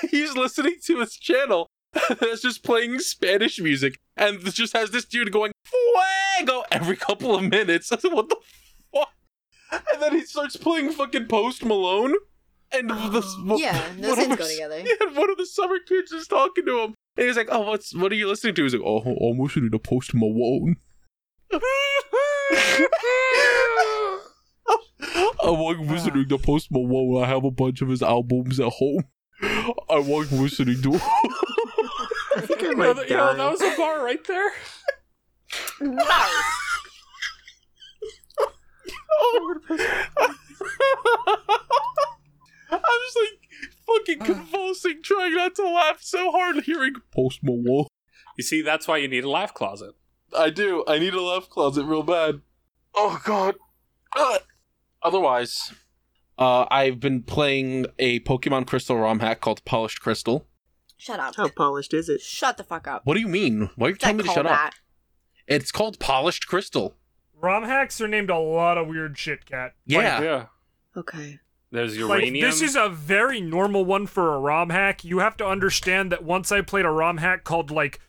[SPEAKER 1] [LAUGHS] he's listening to his channel [LAUGHS] that's just playing Spanish music and this just has this dude going fuego every couple of minutes. [LAUGHS] I said, what the fuck? And then he starts playing fucking Post Malone and this
[SPEAKER 2] Oh,
[SPEAKER 1] [LAUGHS]
[SPEAKER 2] yeah,
[SPEAKER 1] one
[SPEAKER 2] those
[SPEAKER 1] of
[SPEAKER 2] things
[SPEAKER 1] our-
[SPEAKER 2] go together.
[SPEAKER 1] And one of the summer kids is talking to him. And he's like, Oh, what's what are you listening to? He's like, Oh, I'm listening to Post
[SPEAKER 2] [LAUGHS]
[SPEAKER 1] Malone. [LAUGHS] I like listening to Post Malone. I have a bunch of his albums at home. I like listening [LAUGHS] to.
[SPEAKER 4] I [LAUGHS] think I
[SPEAKER 5] You know,
[SPEAKER 4] might
[SPEAKER 5] that- you know,
[SPEAKER 4] die.
[SPEAKER 5] that was a bar right there.
[SPEAKER 1] I'm just like fucking convulsing, trying not to laugh so hard, hearing Post Malone.
[SPEAKER 5] You see, that's why you need a laugh closet.
[SPEAKER 1] I do. I need a left closet real bad. Oh god. Ugh. Otherwise, uh, I've been playing a Pokemon Crystal ROM hack called Polished Crystal.
[SPEAKER 2] Shut up.
[SPEAKER 4] How polished is it?
[SPEAKER 2] Shut the fuck up.
[SPEAKER 1] What do you mean? Why are you
[SPEAKER 2] Did
[SPEAKER 1] Oh.
[SPEAKER 2] I
[SPEAKER 1] telling me to
[SPEAKER 2] call
[SPEAKER 1] shut
[SPEAKER 2] that?
[SPEAKER 1] up? It's called Polished Crystal.
[SPEAKER 3] Rom hacks are named a lot of weird shit, cat.
[SPEAKER 1] Yeah.
[SPEAKER 2] Okay.
[SPEAKER 5] There's
[SPEAKER 3] Like,
[SPEAKER 5] uranium.
[SPEAKER 3] this is a very normal one for a ROM hack. You have to understand that once I played a ROM hack called like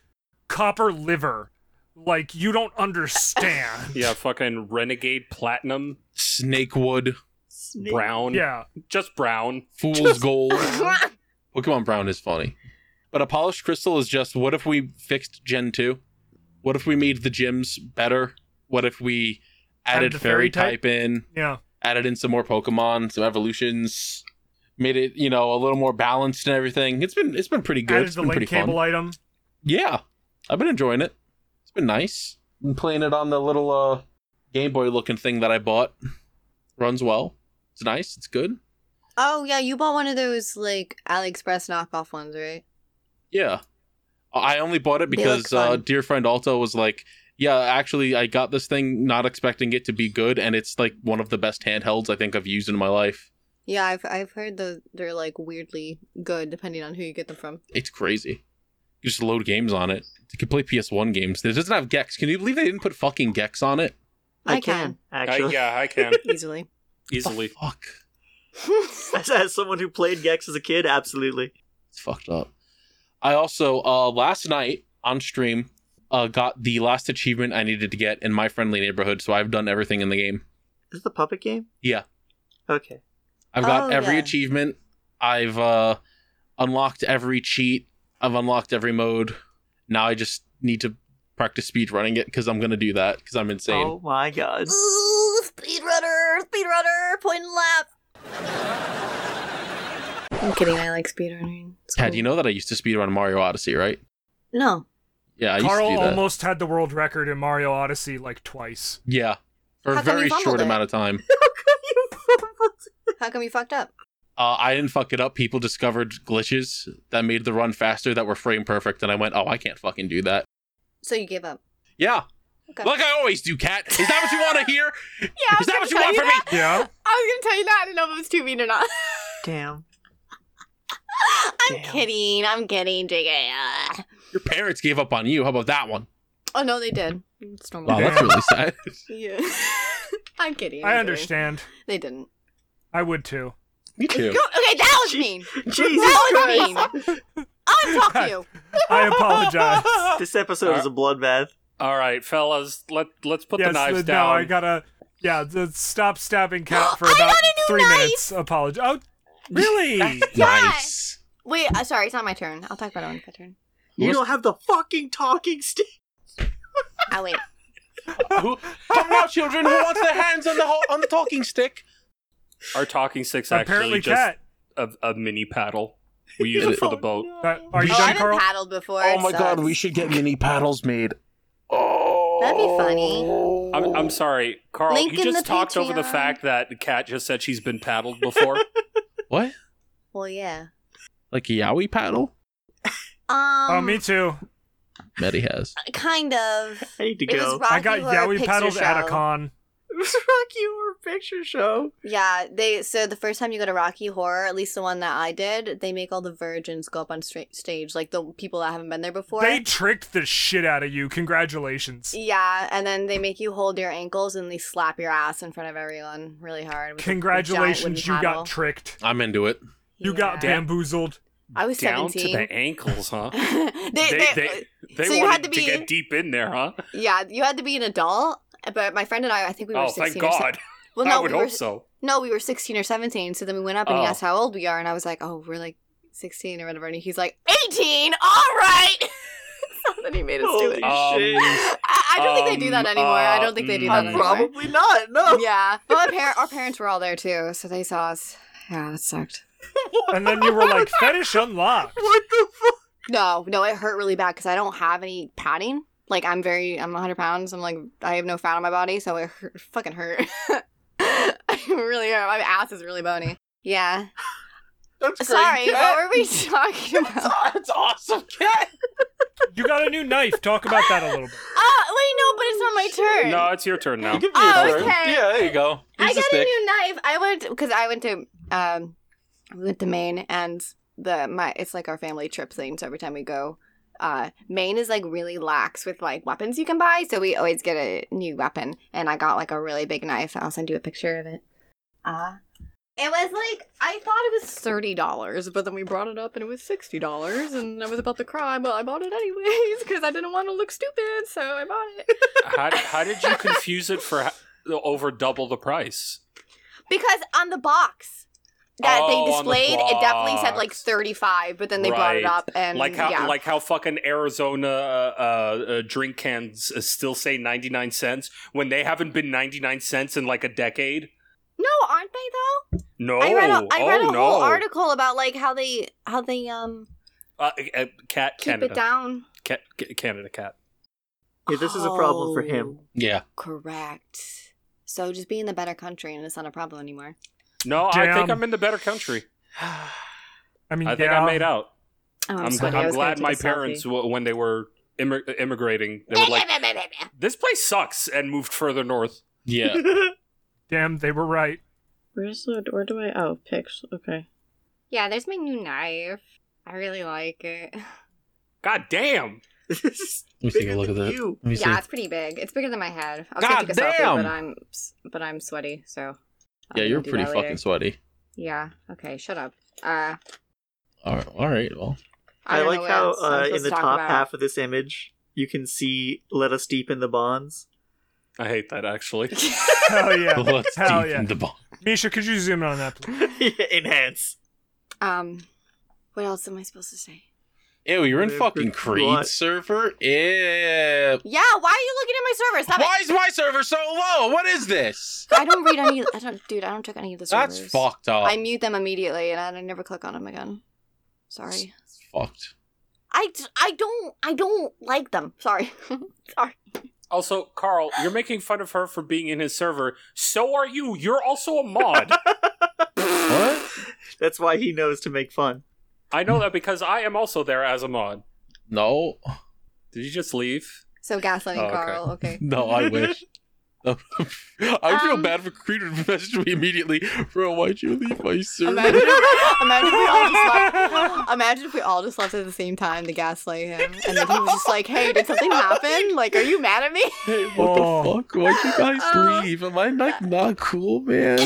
[SPEAKER 3] Copper Liver, like you
[SPEAKER 5] [LAUGHS]
[SPEAKER 3] don't understand.
[SPEAKER 5] yeah, fucking renegade platinum.
[SPEAKER 1] Snakewood.
[SPEAKER 4] Snake.
[SPEAKER 5] Brown.
[SPEAKER 3] Yeah.
[SPEAKER 5] Just brown.
[SPEAKER 1] Fool's [LAUGHS] gold. Pokemon Brown is funny. But a polished crystal is just what if we fixed Gen 2? What if we made the gyms better? What if we added
[SPEAKER 3] the
[SPEAKER 1] fairy
[SPEAKER 3] fairy
[SPEAKER 1] type in,
[SPEAKER 3] Yeah.
[SPEAKER 1] added in some more Pokemon, some evolutions, made it, you know, a little more balanced and everything. It's been it's been pretty good.
[SPEAKER 3] Added
[SPEAKER 1] It's
[SPEAKER 3] the
[SPEAKER 1] been pretty
[SPEAKER 3] link cable
[SPEAKER 1] fun.
[SPEAKER 3] item.
[SPEAKER 1] Yeah. I've been enjoying it. It's been nice. Been playing it on the little uh Game Boy looking thing that I bought. Runs well. It's nice, it's good.
[SPEAKER 2] [LAUGHS] Oh yeah, you bought one of those like AliExpress knockoff ones, right?
[SPEAKER 1] Yeah. I only bought it
[SPEAKER 2] They
[SPEAKER 1] because
[SPEAKER 2] look
[SPEAKER 1] uh,
[SPEAKER 2] fun.
[SPEAKER 1] dear friend Alto was like, "Yeah, actually, I got this thing not expecting it to be good, and it's like one of the best handhelds I think I've used in my life.
[SPEAKER 2] Yeah, I've I've heard the they're like weirdly good depending on who you get them from.
[SPEAKER 1] It's crazy. You just load games on it. You can play PS1 games. It doesn't have Gex. Can you believe they didn't put fucking Gex on it?
[SPEAKER 4] I,
[SPEAKER 2] I
[SPEAKER 4] can,
[SPEAKER 2] can.
[SPEAKER 5] I,
[SPEAKER 4] actually.
[SPEAKER 5] Uh, yeah, I can
[SPEAKER 1] [LAUGHS]
[SPEAKER 2] Easily.
[SPEAKER 5] easily.
[SPEAKER 1] The fuck.
[SPEAKER 4] as, [LAUGHS] as someone who played Gex as a kid, absolutely.
[SPEAKER 1] It's fucked up. I also uh last night on stream uh got the last achievement I needed to get in my friendly neighborhood, so I've done everything in the game.
[SPEAKER 4] Is it the puppet game?
[SPEAKER 1] Yeah.
[SPEAKER 4] Okay.
[SPEAKER 1] I've got
[SPEAKER 2] Oh,
[SPEAKER 1] every
[SPEAKER 2] yeah.
[SPEAKER 1] achievement. I've uh, unlocked every cheat. I've unlocked every mode. Now I just need to practice speed running it because I'm gonna do that because I'm insane.
[SPEAKER 4] Oh my god.
[SPEAKER 2] Ooh, speedrunner, speedrunner, point and lap. I'm kidding. I like speedrunning. It's
[SPEAKER 1] Ted,
[SPEAKER 2] cool.
[SPEAKER 1] you know that I used to speed run Mario Odyssey, right? [LAUGHS]
[SPEAKER 2] No.
[SPEAKER 1] Yeah, I
[SPEAKER 3] Carl
[SPEAKER 1] used to do that.
[SPEAKER 3] almost had the world record in Mario Odyssey like
[SPEAKER 5] [LAUGHS]
[SPEAKER 3] twice.
[SPEAKER 1] Yeah, for a
[SPEAKER 2] How come
[SPEAKER 1] very
[SPEAKER 2] you fumbled
[SPEAKER 1] short
[SPEAKER 2] it?
[SPEAKER 1] amount of time.
[SPEAKER 2] [LAUGHS]
[SPEAKER 1] [LAUGHS]
[SPEAKER 2] How come you fucked up?
[SPEAKER 1] Uh, I didn't fuck it up. People discovered glitches that made the run faster that were frame perfect, and I went, "Oh, I can't fucking do that."
[SPEAKER 2] So you gave up.
[SPEAKER 1] Yeah,
[SPEAKER 2] Okay.
[SPEAKER 1] like I always do, Cat. Is that what you want to
[SPEAKER 2] [LAUGHS]
[SPEAKER 1] hear?
[SPEAKER 7] Yeah, I
[SPEAKER 1] Is
[SPEAKER 7] was
[SPEAKER 1] that
[SPEAKER 7] gonna
[SPEAKER 1] what you
[SPEAKER 7] tell
[SPEAKER 1] want from me?
[SPEAKER 7] that.
[SPEAKER 3] Yeah.
[SPEAKER 7] I was gonna tell you that. I didn't know if it was too mean or not.
[SPEAKER 4] Damn.
[SPEAKER 2] [LAUGHS] I'm
[SPEAKER 4] Damn.
[SPEAKER 2] kidding. I'm kidding, JK.
[SPEAKER 1] Your parents gave up on you. How about that one?
[SPEAKER 2] Oh no, they did. It's normal.
[SPEAKER 1] Wow, that's
[SPEAKER 3] Damn.
[SPEAKER 1] really sad.
[SPEAKER 2] Yeah. [LAUGHS] I'm kidding.
[SPEAKER 3] I
[SPEAKER 2] I'm
[SPEAKER 3] understand.
[SPEAKER 2] kidding. They didn't.
[SPEAKER 3] I would too.
[SPEAKER 1] Me too.
[SPEAKER 2] Go- okay, that was
[SPEAKER 4] Jeez.
[SPEAKER 2] mean.
[SPEAKER 4] Jesus
[SPEAKER 2] That
[SPEAKER 4] Christ.
[SPEAKER 2] was mean. I'm fuck you.
[SPEAKER 3] I apologize.
[SPEAKER 4] [LAUGHS] This episode is a bloodbath.
[SPEAKER 5] All right, fellas, let let's [LAUGHS] put the
[SPEAKER 3] yes,
[SPEAKER 5] knives
[SPEAKER 3] uh,
[SPEAKER 5] down.
[SPEAKER 3] No, I gotta. Yeah, the, stop stabbing
[SPEAKER 5] [GASPS]
[SPEAKER 3] cat for
[SPEAKER 2] I
[SPEAKER 3] about
[SPEAKER 2] got a new
[SPEAKER 3] three
[SPEAKER 2] knife!
[SPEAKER 3] minutes. Apologize. Oh, really?
[SPEAKER 1] Nice.
[SPEAKER 2] Wait, uh, sorry, it's not my turn. I'll talk about it when it's my turn.
[SPEAKER 4] You
[SPEAKER 1] Who's-
[SPEAKER 4] don't have the fucking talking stick.
[SPEAKER 2] I'll Ah, wait.
[SPEAKER 1] Who, come now, children! Who wants their hands on the ho- on the talking stick?
[SPEAKER 5] Our talking six
[SPEAKER 3] Apparently,
[SPEAKER 5] actually just
[SPEAKER 3] cat.
[SPEAKER 5] a, a mini paddle. We use it
[SPEAKER 4] [LAUGHS]
[SPEAKER 5] for the boat.
[SPEAKER 3] Uh, are
[SPEAKER 1] We
[SPEAKER 3] you
[SPEAKER 2] oh,
[SPEAKER 1] should-
[SPEAKER 3] done,
[SPEAKER 2] I've
[SPEAKER 3] Carl?
[SPEAKER 2] paddled before.
[SPEAKER 1] [LAUGHS] Oh
[SPEAKER 2] it
[SPEAKER 1] my god,
[SPEAKER 2] sucks.
[SPEAKER 1] we should get mini paddles made. Oh,
[SPEAKER 2] That'd be funny.
[SPEAKER 5] I'm, I'm sorry, Carl.
[SPEAKER 2] Link
[SPEAKER 5] you
[SPEAKER 2] in the
[SPEAKER 5] just talked over the
[SPEAKER 2] Patreon.
[SPEAKER 5] fact that Kat just said she's been
[SPEAKER 2] [LAUGHS]
[SPEAKER 5] paddled before.
[SPEAKER 1] What?
[SPEAKER 2] Well, yeah.
[SPEAKER 1] Like a yaoi paddle?
[SPEAKER 2] Um,
[SPEAKER 3] Oh, me too.
[SPEAKER 1] Betty has.
[SPEAKER 2] kind of.
[SPEAKER 4] I need to
[SPEAKER 2] It was
[SPEAKER 4] [LAUGHS] go.
[SPEAKER 2] Rocky
[SPEAKER 3] I got
[SPEAKER 2] Horror
[SPEAKER 3] yaoi
[SPEAKER 2] Picture
[SPEAKER 3] paddles at
[SPEAKER 2] Show.
[SPEAKER 3] a con.
[SPEAKER 4] It was Rocky Horror Picture Show.
[SPEAKER 2] Yeah, they. So the first time you go to Rocky Horror, at least the one that I did, they make all the virgins go up on stra- stage, like the people that haven't been there before.
[SPEAKER 3] They tricked the shit out of you. Congratulations.
[SPEAKER 2] Yeah, and then they make you hold your ankles and they slap your ass in front of everyone really hard. with a giant wooden
[SPEAKER 3] Congratulations, you
[SPEAKER 2] paddle.
[SPEAKER 3] got tricked.
[SPEAKER 1] I'm into it.
[SPEAKER 3] You got
[SPEAKER 2] Yeah.
[SPEAKER 3] bamboozled.
[SPEAKER 2] I was
[SPEAKER 5] Down
[SPEAKER 2] seventeen.
[SPEAKER 5] to the ankles, huh?
[SPEAKER 2] [LAUGHS] they,
[SPEAKER 5] They-
[SPEAKER 2] they-
[SPEAKER 5] they- They
[SPEAKER 2] So
[SPEAKER 5] wanted
[SPEAKER 2] you had to be-
[SPEAKER 5] get deep in there, huh?
[SPEAKER 2] yeah, you had to be an adult. But my friend and I, I think we were
[SPEAKER 5] oh,
[SPEAKER 2] sixteen.
[SPEAKER 5] thank
[SPEAKER 2] or se-
[SPEAKER 5] God.
[SPEAKER 2] Well,
[SPEAKER 5] I
[SPEAKER 2] no,
[SPEAKER 5] would
[SPEAKER 2] we were,
[SPEAKER 5] hope so.
[SPEAKER 2] no, we were sixteen or seventeen. So then we went up and
[SPEAKER 5] Oh.
[SPEAKER 2] he asked how old we are, and I was like, "Oh, we're like sixteen or whatever." And he's like, 18? All right." [LAUGHS] so then he made us do
[SPEAKER 4] Holy
[SPEAKER 2] it.
[SPEAKER 4] shit.
[SPEAKER 2] I, I don't think they do that
[SPEAKER 5] um,
[SPEAKER 2] anymore. I don't think they do that
[SPEAKER 5] um,
[SPEAKER 2] anymore.
[SPEAKER 5] [LAUGHS]
[SPEAKER 4] Probably not. No.
[SPEAKER 2] yeah. Well, our, par- our parents were all there too, so they saw us. Yeah, that sucked.
[SPEAKER 4] [LAUGHS]
[SPEAKER 3] And then you were
[SPEAKER 2] [LAUGHS]
[SPEAKER 3] like, fetish unlocked.
[SPEAKER 4] What the fuck?
[SPEAKER 2] No, no, it hurt really bad because I don't have any padding. Like I'm very, I'm 100 pounds. I'm like, I have no fat on my body, so it hurt, fucking hurt. [LAUGHS] I really hurt. My ass is really bony. Yeah.
[SPEAKER 4] That's great.
[SPEAKER 2] Sorry, what
[SPEAKER 4] Cat.
[SPEAKER 2] were we [LAUGHS] talking about?
[SPEAKER 1] That's
[SPEAKER 4] [LAUGHS]
[SPEAKER 1] awesome, cat.
[SPEAKER 3] You got a new knife. Talk about that a little bit.
[SPEAKER 2] Oh wait, Uh, no, but it's not my turn.
[SPEAKER 5] No, it's your
[SPEAKER 2] [LAUGHS]
[SPEAKER 5] turn now.
[SPEAKER 1] Give me
[SPEAKER 2] Oh,
[SPEAKER 1] a turn.
[SPEAKER 2] okay.
[SPEAKER 1] Yeah, there you go.
[SPEAKER 2] I
[SPEAKER 1] Here's a
[SPEAKER 2] got a
[SPEAKER 1] stick.
[SPEAKER 2] new knife. I went because I went to um, we went to Maine and the my it's like our family trip thing. So every time we go, uh, Maine is like really lax with like weapons you can buy. So we always get a new weapon, and I got like a really big knife. I'll send you a picture of it. Uh it was like I thought it was thirty dollars, but then we brought it up and it was sixty dollars, and I was about to cry, but I bought it anyways because I didn't want to look stupid, so I bought it. [LAUGHS]
[SPEAKER 5] how, how did you confuse it for h- over double the price?
[SPEAKER 2] Because on the box that
[SPEAKER 5] Oh, on
[SPEAKER 2] they
[SPEAKER 5] the
[SPEAKER 2] displayed, it definitely said like
[SPEAKER 5] box.
[SPEAKER 2] 35, but then they brought it
[SPEAKER 5] Right.
[SPEAKER 2] up and
[SPEAKER 5] like how
[SPEAKER 2] yeah.
[SPEAKER 5] like how fucking Arizona uh, uh, drink cans uh, still say ninety nine cents when they haven't been ninety nine cents in like a decade.
[SPEAKER 2] no, aren't they though?
[SPEAKER 5] No,
[SPEAKER 2] I read a, I read
[SPEAKER 5] oh
[SPEAKER 2] a
[SPEAKER 5] no,
[SPEAKER 2] whole article about like how they how they um
[SPEAKER 5] Uh, uh, cat
[SPEAKER 2] keep it
[SPEAKER 5] Canada,
[SPEAKER 2] down.
[SPEAKER 5] cat, Canada cat.
[SPEAKER 4] Yeah, this is a problem for [SIGHS] him.
[SPEAKER 2] Oh,
[SPEAKER 1] Yeah.
[SPEAKER 2] Correct. So just be in the better country and it's not a problem anymore.
[SPEAKER 5] No, I think
[SPEAKER 3] Damn.
[SPEAKER 5] I'm in the better country.
[SPEAKER 3] I mean,
[SPEAKER 5] I think
[SPEAKER 3] yeah.
[SPEAKER 5] I made out.
[SPEAKER 2] Oh,
[SPEAKER 5] I'm,
[SPEAKER 2] sorry,
[SPEAKER 5] gl-
[SPEAKER 2] I
[SPEAKER 5] I'm
[SPEAKER 2] was gonna
[SPEAKER 5] glad
[SPEAKER 2] take
[SPEAKER 5] my
[SPEAKER 2] a selfie.
[SPEAKER 5] parents w- when they were immig- immigrating, they were like,
[SPEAKER 2] [LAUGHS]
[SPEAKER 5] "This place sucks," and moved further north.
[SPEAKER 1] Yeah.
[SPEAKER 3] Damn, they were right.
[SPEAKER 8] Where's the where do I oh pics okay
[SPEAKER 2] Yeah, there's my new knife. I really like it.
[SPEAKER 5] God damn.
[SPEAKER 4] [LAUGHS] This is
[SPEAKER 1] Let me take
[SPEAKER 4] bigger
[SPEAKER 1] a look at
[SPEAKER 4] than
[SPEAKER 1] that.
[SPEAKER 4] you.
[SPEAKER 1] Let me see.
[SPEAKER 2] Yeah, it's pretty big. It's bigger than my head. I was gonna take a selfie,
[SPEAKER 1] Goddamn!
[SPEAKER 2] but I'm but I'm sweaty, so. I'll
[SPEAKER 1] Yeah, you're
[SPEAKER 2] do
[SPEAKER 1] pretty
[SPEAKER 2] that
[SPEAKER 1] fucking
[SPEAKER 2] later.
[SPEAKER 1] sweaty.
[SPEAKER 2] Yeah. Okay. Shut up. Uh,
[SPEAKER 1] All right. All right. Well,
[SPEAKER 2] I,
[SPEAKER 4] I,
[SPEAKER 2] don't know
[SPEAKER 4] like
[SPEAKER 2] what
[SPEAKER 4] how
[SPEAKER 2] else I'm
[SPEAKER 4] uh,
[SPEAKER 2] supposed
[SPEAKER 4] in the
[SPEAKER 2] to talk
[SPEAKER 4] top
[SPEAKER 2] about.
[SPEAKER 4] half of this image you can see "Let us deepen
[SPEAKER 2] [LAUGHS]
[SPEAKER 4] the bonds." [LAUGHS]
[SPEAKER 5] I hate that actually.
[SPEAKER 3] Hell
[SPEAKER 5] [LAUGHS]
[SPEAKER 3] yeah.
[SPEAKER 1] let's
[SPEAKER 3] Hell
[SPEAKER 1] deep
[SPEAKER 3] yeah.
[SPEAKER 1] in the ball.
[SPEAKER 3] Misha, could you zoom in on that? Please?
[SPEAKER 4] Enhance.
[SPEAKER 2] Um, what else am I supposed to say?
[SPEAKER 1] Ew, you're in
[SPEAKER 4] They're
[SPEAKER 1] fucking
[SPEAKER 4] pretty
[SPEAKER 1] Creed
[SPEAKER 4] slut.
[SPEAKER 1] server? Ew.
[SPEAKER 2] Yeah. Why are you looking at my server? Stop
[SPEAKER 1] Why is my server so low? What is this?
[SPEAKER 2] it. [LAUGHS] I don't read any. I don't, dude. I don't check any of the servers.
[SPEAKER 1] That's fucked up.
[SPEAKER 2] I mute them immediately, and I never click on them again. Sorry.
[SPEAKER 1] It's fucked.
[SPEAKER 2] I, j- I don't I don't like them. Sorry. [LAUGHS] Sorry.
[SPEAKER 5] Also, Carl, you're making fun of her for being in his server. So are you. You're also
[SPEAKER 2] [LAUGHS]
[SPEAKER 5] a mod.
[SPEAKER 1] What?
[SPEAKER 4] That's why he knows to
[SPEAKER 2] [LAUGHS]
[SPEAKER 4] make fun.
[SPEAKER 5] I know that because I am also there as a mod.
[SPEAKER 1] No.
[SPEAKER 5] Did you just leave?
[SPEAKER 2] So gaslighting
[SPEAKER 5] Oh, okay.
[SPEAKER 1] [LAUGHS]
[SPEAKER 2] Carl. Okay.
[SPEAKER 1] No, I wish. No. I would feel
[SPEAKER 2] Um,
[SPEAKER 1] bad for Creed to message me immediately. Bro, why'd you leave my
[SPEAKER 2] Imagine
[SPEAKER 1] server?
[SPEAKER 2] if, imagine if we all just left. Imagine if we all just left at the same time to gaslight him, and then he was just like, "Hey, did something happen? Like, are you mad at me?"
[SPEAKER 1] Hey, what
[SPEAKER 3] Oh.
[SPEAKER 1] the fuck? Why'd you guys
[SPEAKER 2] Uh.
[SPEAKER 1] leave? Am I like not cool, man?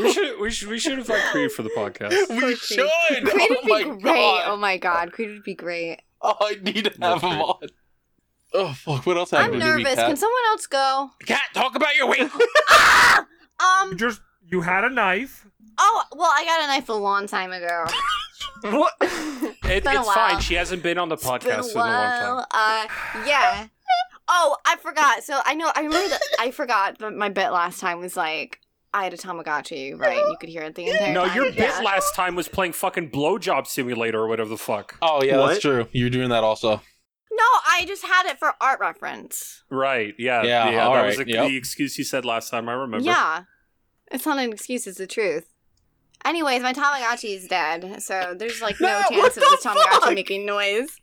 [SPEAKER 5] We should we should we should invite Creed for the
[SPEAKER 2] [LAUGHS]
[SPEAKER 5] podcast.
[SPEAKER 1] we should.
[SPEAKER 2] Creed
[SPEAKER 1] [LAUGHS] Oh
[SPEAKER 2] would
[SPEAKER 1] my
[SPEAKER 2] be great. Oh
[SPEAKER 1] god.
[SPEAKER 2] my god, Creed would be great.
[SPEAKER 1] Oh, I need to have him on. Oh fuck! What else
[SPEAKER 2] I'm
[SPEAKER 1] happened? to me,
[SPEAKER 2] nervous.
[SPEAKER 1] Kat?
[SPEAKER 2] Can someone else go?
[SPEAKER 1] Cat, talk about your week.
[SPEAKER 2] [LAUGHS] Ah!
[SPEAKER 3] You
[SPEAKER 2] Um.
[SPEAKER 3] just you had a knife.
[SPEAKER 2] Oh well, I got a knife a long time ago.
[SPEAKER 5] What?
[SPEAKER 2] It's
[SPEAKER 5] It,
[SPEAKER 2] been a
[SPEAKER 5] it's fine.
[SPEAKER 2] while.
[SPEAKER 5] She hasn't been on the
[SPEAKER 2] It's been a
[SPEAKER 5] podcast in a long time.
[SPEAKER 2] while. Uh, yeah. Oh, I forgot. So I know I remember that I forgot, but my bit last time was like I had a Tamagotchi, right? You could hear it the entire
[SPEAKER 5] No,
[SPEAKER 2] time.
[SPEAKER 5] your bit
[SPEAKER 2] Yeah.
[SPEAKER 5] last time was playing fucking blowjob simulator or whatever the fuck.
[SPEAKER 1] Oh yeah,
[SPEAKER 4] What?
[SPEAKER 1] that's true. You're doing that also.
[SPEAKER 2] No, I just had it for art reference.
[SPEAKER 5] Right? Yeah.
[SPEAKER 1] Yeah, all
[SPEAKER 5] that
[SPEAKER 1] right,
[SPEAKER 5] was the-
[SPEAKER 1] yep.
[SPEAKER 5] the excuse you said last time. I remember.
[SPEAKER 2] Yeah. It's not an excuse, it's the truth. Anyways, my Tamagotchi is dead, so there's like no,
[SPEAKER 4] No,
[SPEAKER 2] chance
[SPEAKER 4] what
[SPEAKER 2] of this
[SPEAKER 4] the
[SPEAKER 2] Tamagotchi
[SPEAKER 4] fuck?
[SPEAKER 2] making noise.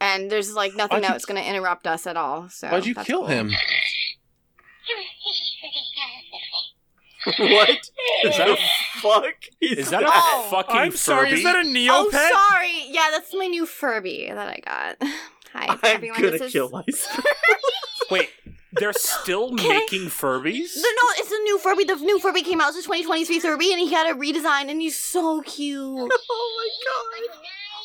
[SPEAKER 2] And there's like nothing
[SPEAKER 1] Why'd you-
[SPEAKER 2] that's going to interrupt us at all. So
[SPEAKER 1] Why'd you
[SPEAKER 2] that's
[SPEAKER 1] kill [LAUGHS]
[SPEAKER 2] cool.
[SPEAKER 1] him?
[SPEAKER 2] [LAUGHS]
[SPEAKER 4] what?
[SPEAKER 1] Is that a-
[SPEAKER 4] fuck?
[SPEAKER 5] Is that a
[SPEAKER 2] No.
[SPEAKER 5] fucking
[SPEAKER 3] I'm sorry. Is
[SPEAKER 5] Furby?
[SPEAKER 3] that a
[SPEAKER 2] Oh,
[SPEAKER 3] Neopet?
[SPEAKER 2] sorry. Yeah, that's my new Furby that I got. [SIGHS] Hi,
[SPEAKER 4] I'm
[SPEAKER 2] everyone.
[SPEAKER 4] gonna
[SPEAKER 2] this is-
[SPEAKER 4] kill myself.
[SPEAKER 2] [LAUGHS]
[SPEAKER 4] [LAUGHS]
[SPEAKER 5] Wait, they're still
[SPEAKER 2] Can I-
[SPEAKER 5] making Furbies?
[SPEAKER 2] The- no, it's a new Furby. The new Furby came out. It's a 2023 Furby, and he had a redesign, and he's so cute.
[SPEAKER 4] [LAUGHS] oh my god!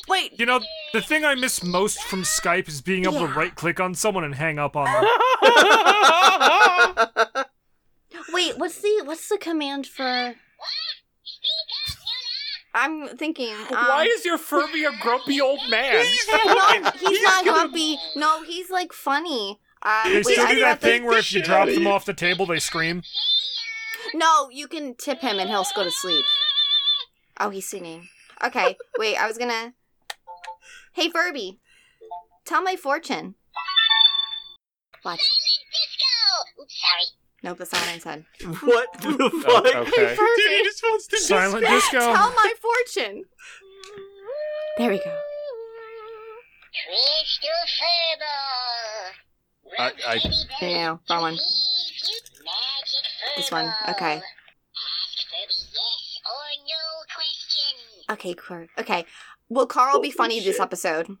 [SPEAKER 2] Wait,
[SPEAKER 3] You know, the thing I miss most from Skype is being able to
[SPEAKER 2] Yeah.
[SPEAKER 3] right click on someone and hang up on them.
[SPEAKER 2] wait. What's the what's the command for? I'm thinking. Um,
[SPEAKER 5] Why is your Furby a grumpy old
[SPEAKER 2] [LAUGHS]
[SPEAKER 5] man?
[SPEAKER 2] no, he's not grumpy. No, he's like funny. Uh,
[SPEAKER 3] They
[SPEAKER 2] wait,
[SPEAKER 3] still
[SPEAKER 2] I
[SPEAKER 3] do that
[SPEAKER 2] forgot the-
[SPEAKER 3] thing where if you drop them off the table, they scream.
[SPEAKER 2] No, you can tip him and he'll go to sleep. Oh, he's singing. Okay, wait, I was gonna. Hey, Furby, tell my fortune. What? Nope, that's not what I said.
[SPEAKER 4] What the
[SPEAKER 5] Oh,
[SPEAKER 4] fuck?
[SPEAKER 5] okay.
[SPEAKER 2] Hey, Furby,
[SPEAKER 1] just wants to
[SPEAKER 5] [LAUGHS]
[SPEAKER 3] Silent
[SPEAKER 2] [LAUGHS]
[SPEAKER 3] disco.
[SPEAKER 2] tell my fortune. There we go.
[SPEAKER 9] Crystal Fable.
[SPEAKER 5] I- I-
[SPEAKER 2] No, wrong one.
[SPEAKER 9] This one. Okay.
[SPEAKER 2] Okay, Quirk. Okay. Will Carl be funny this episode?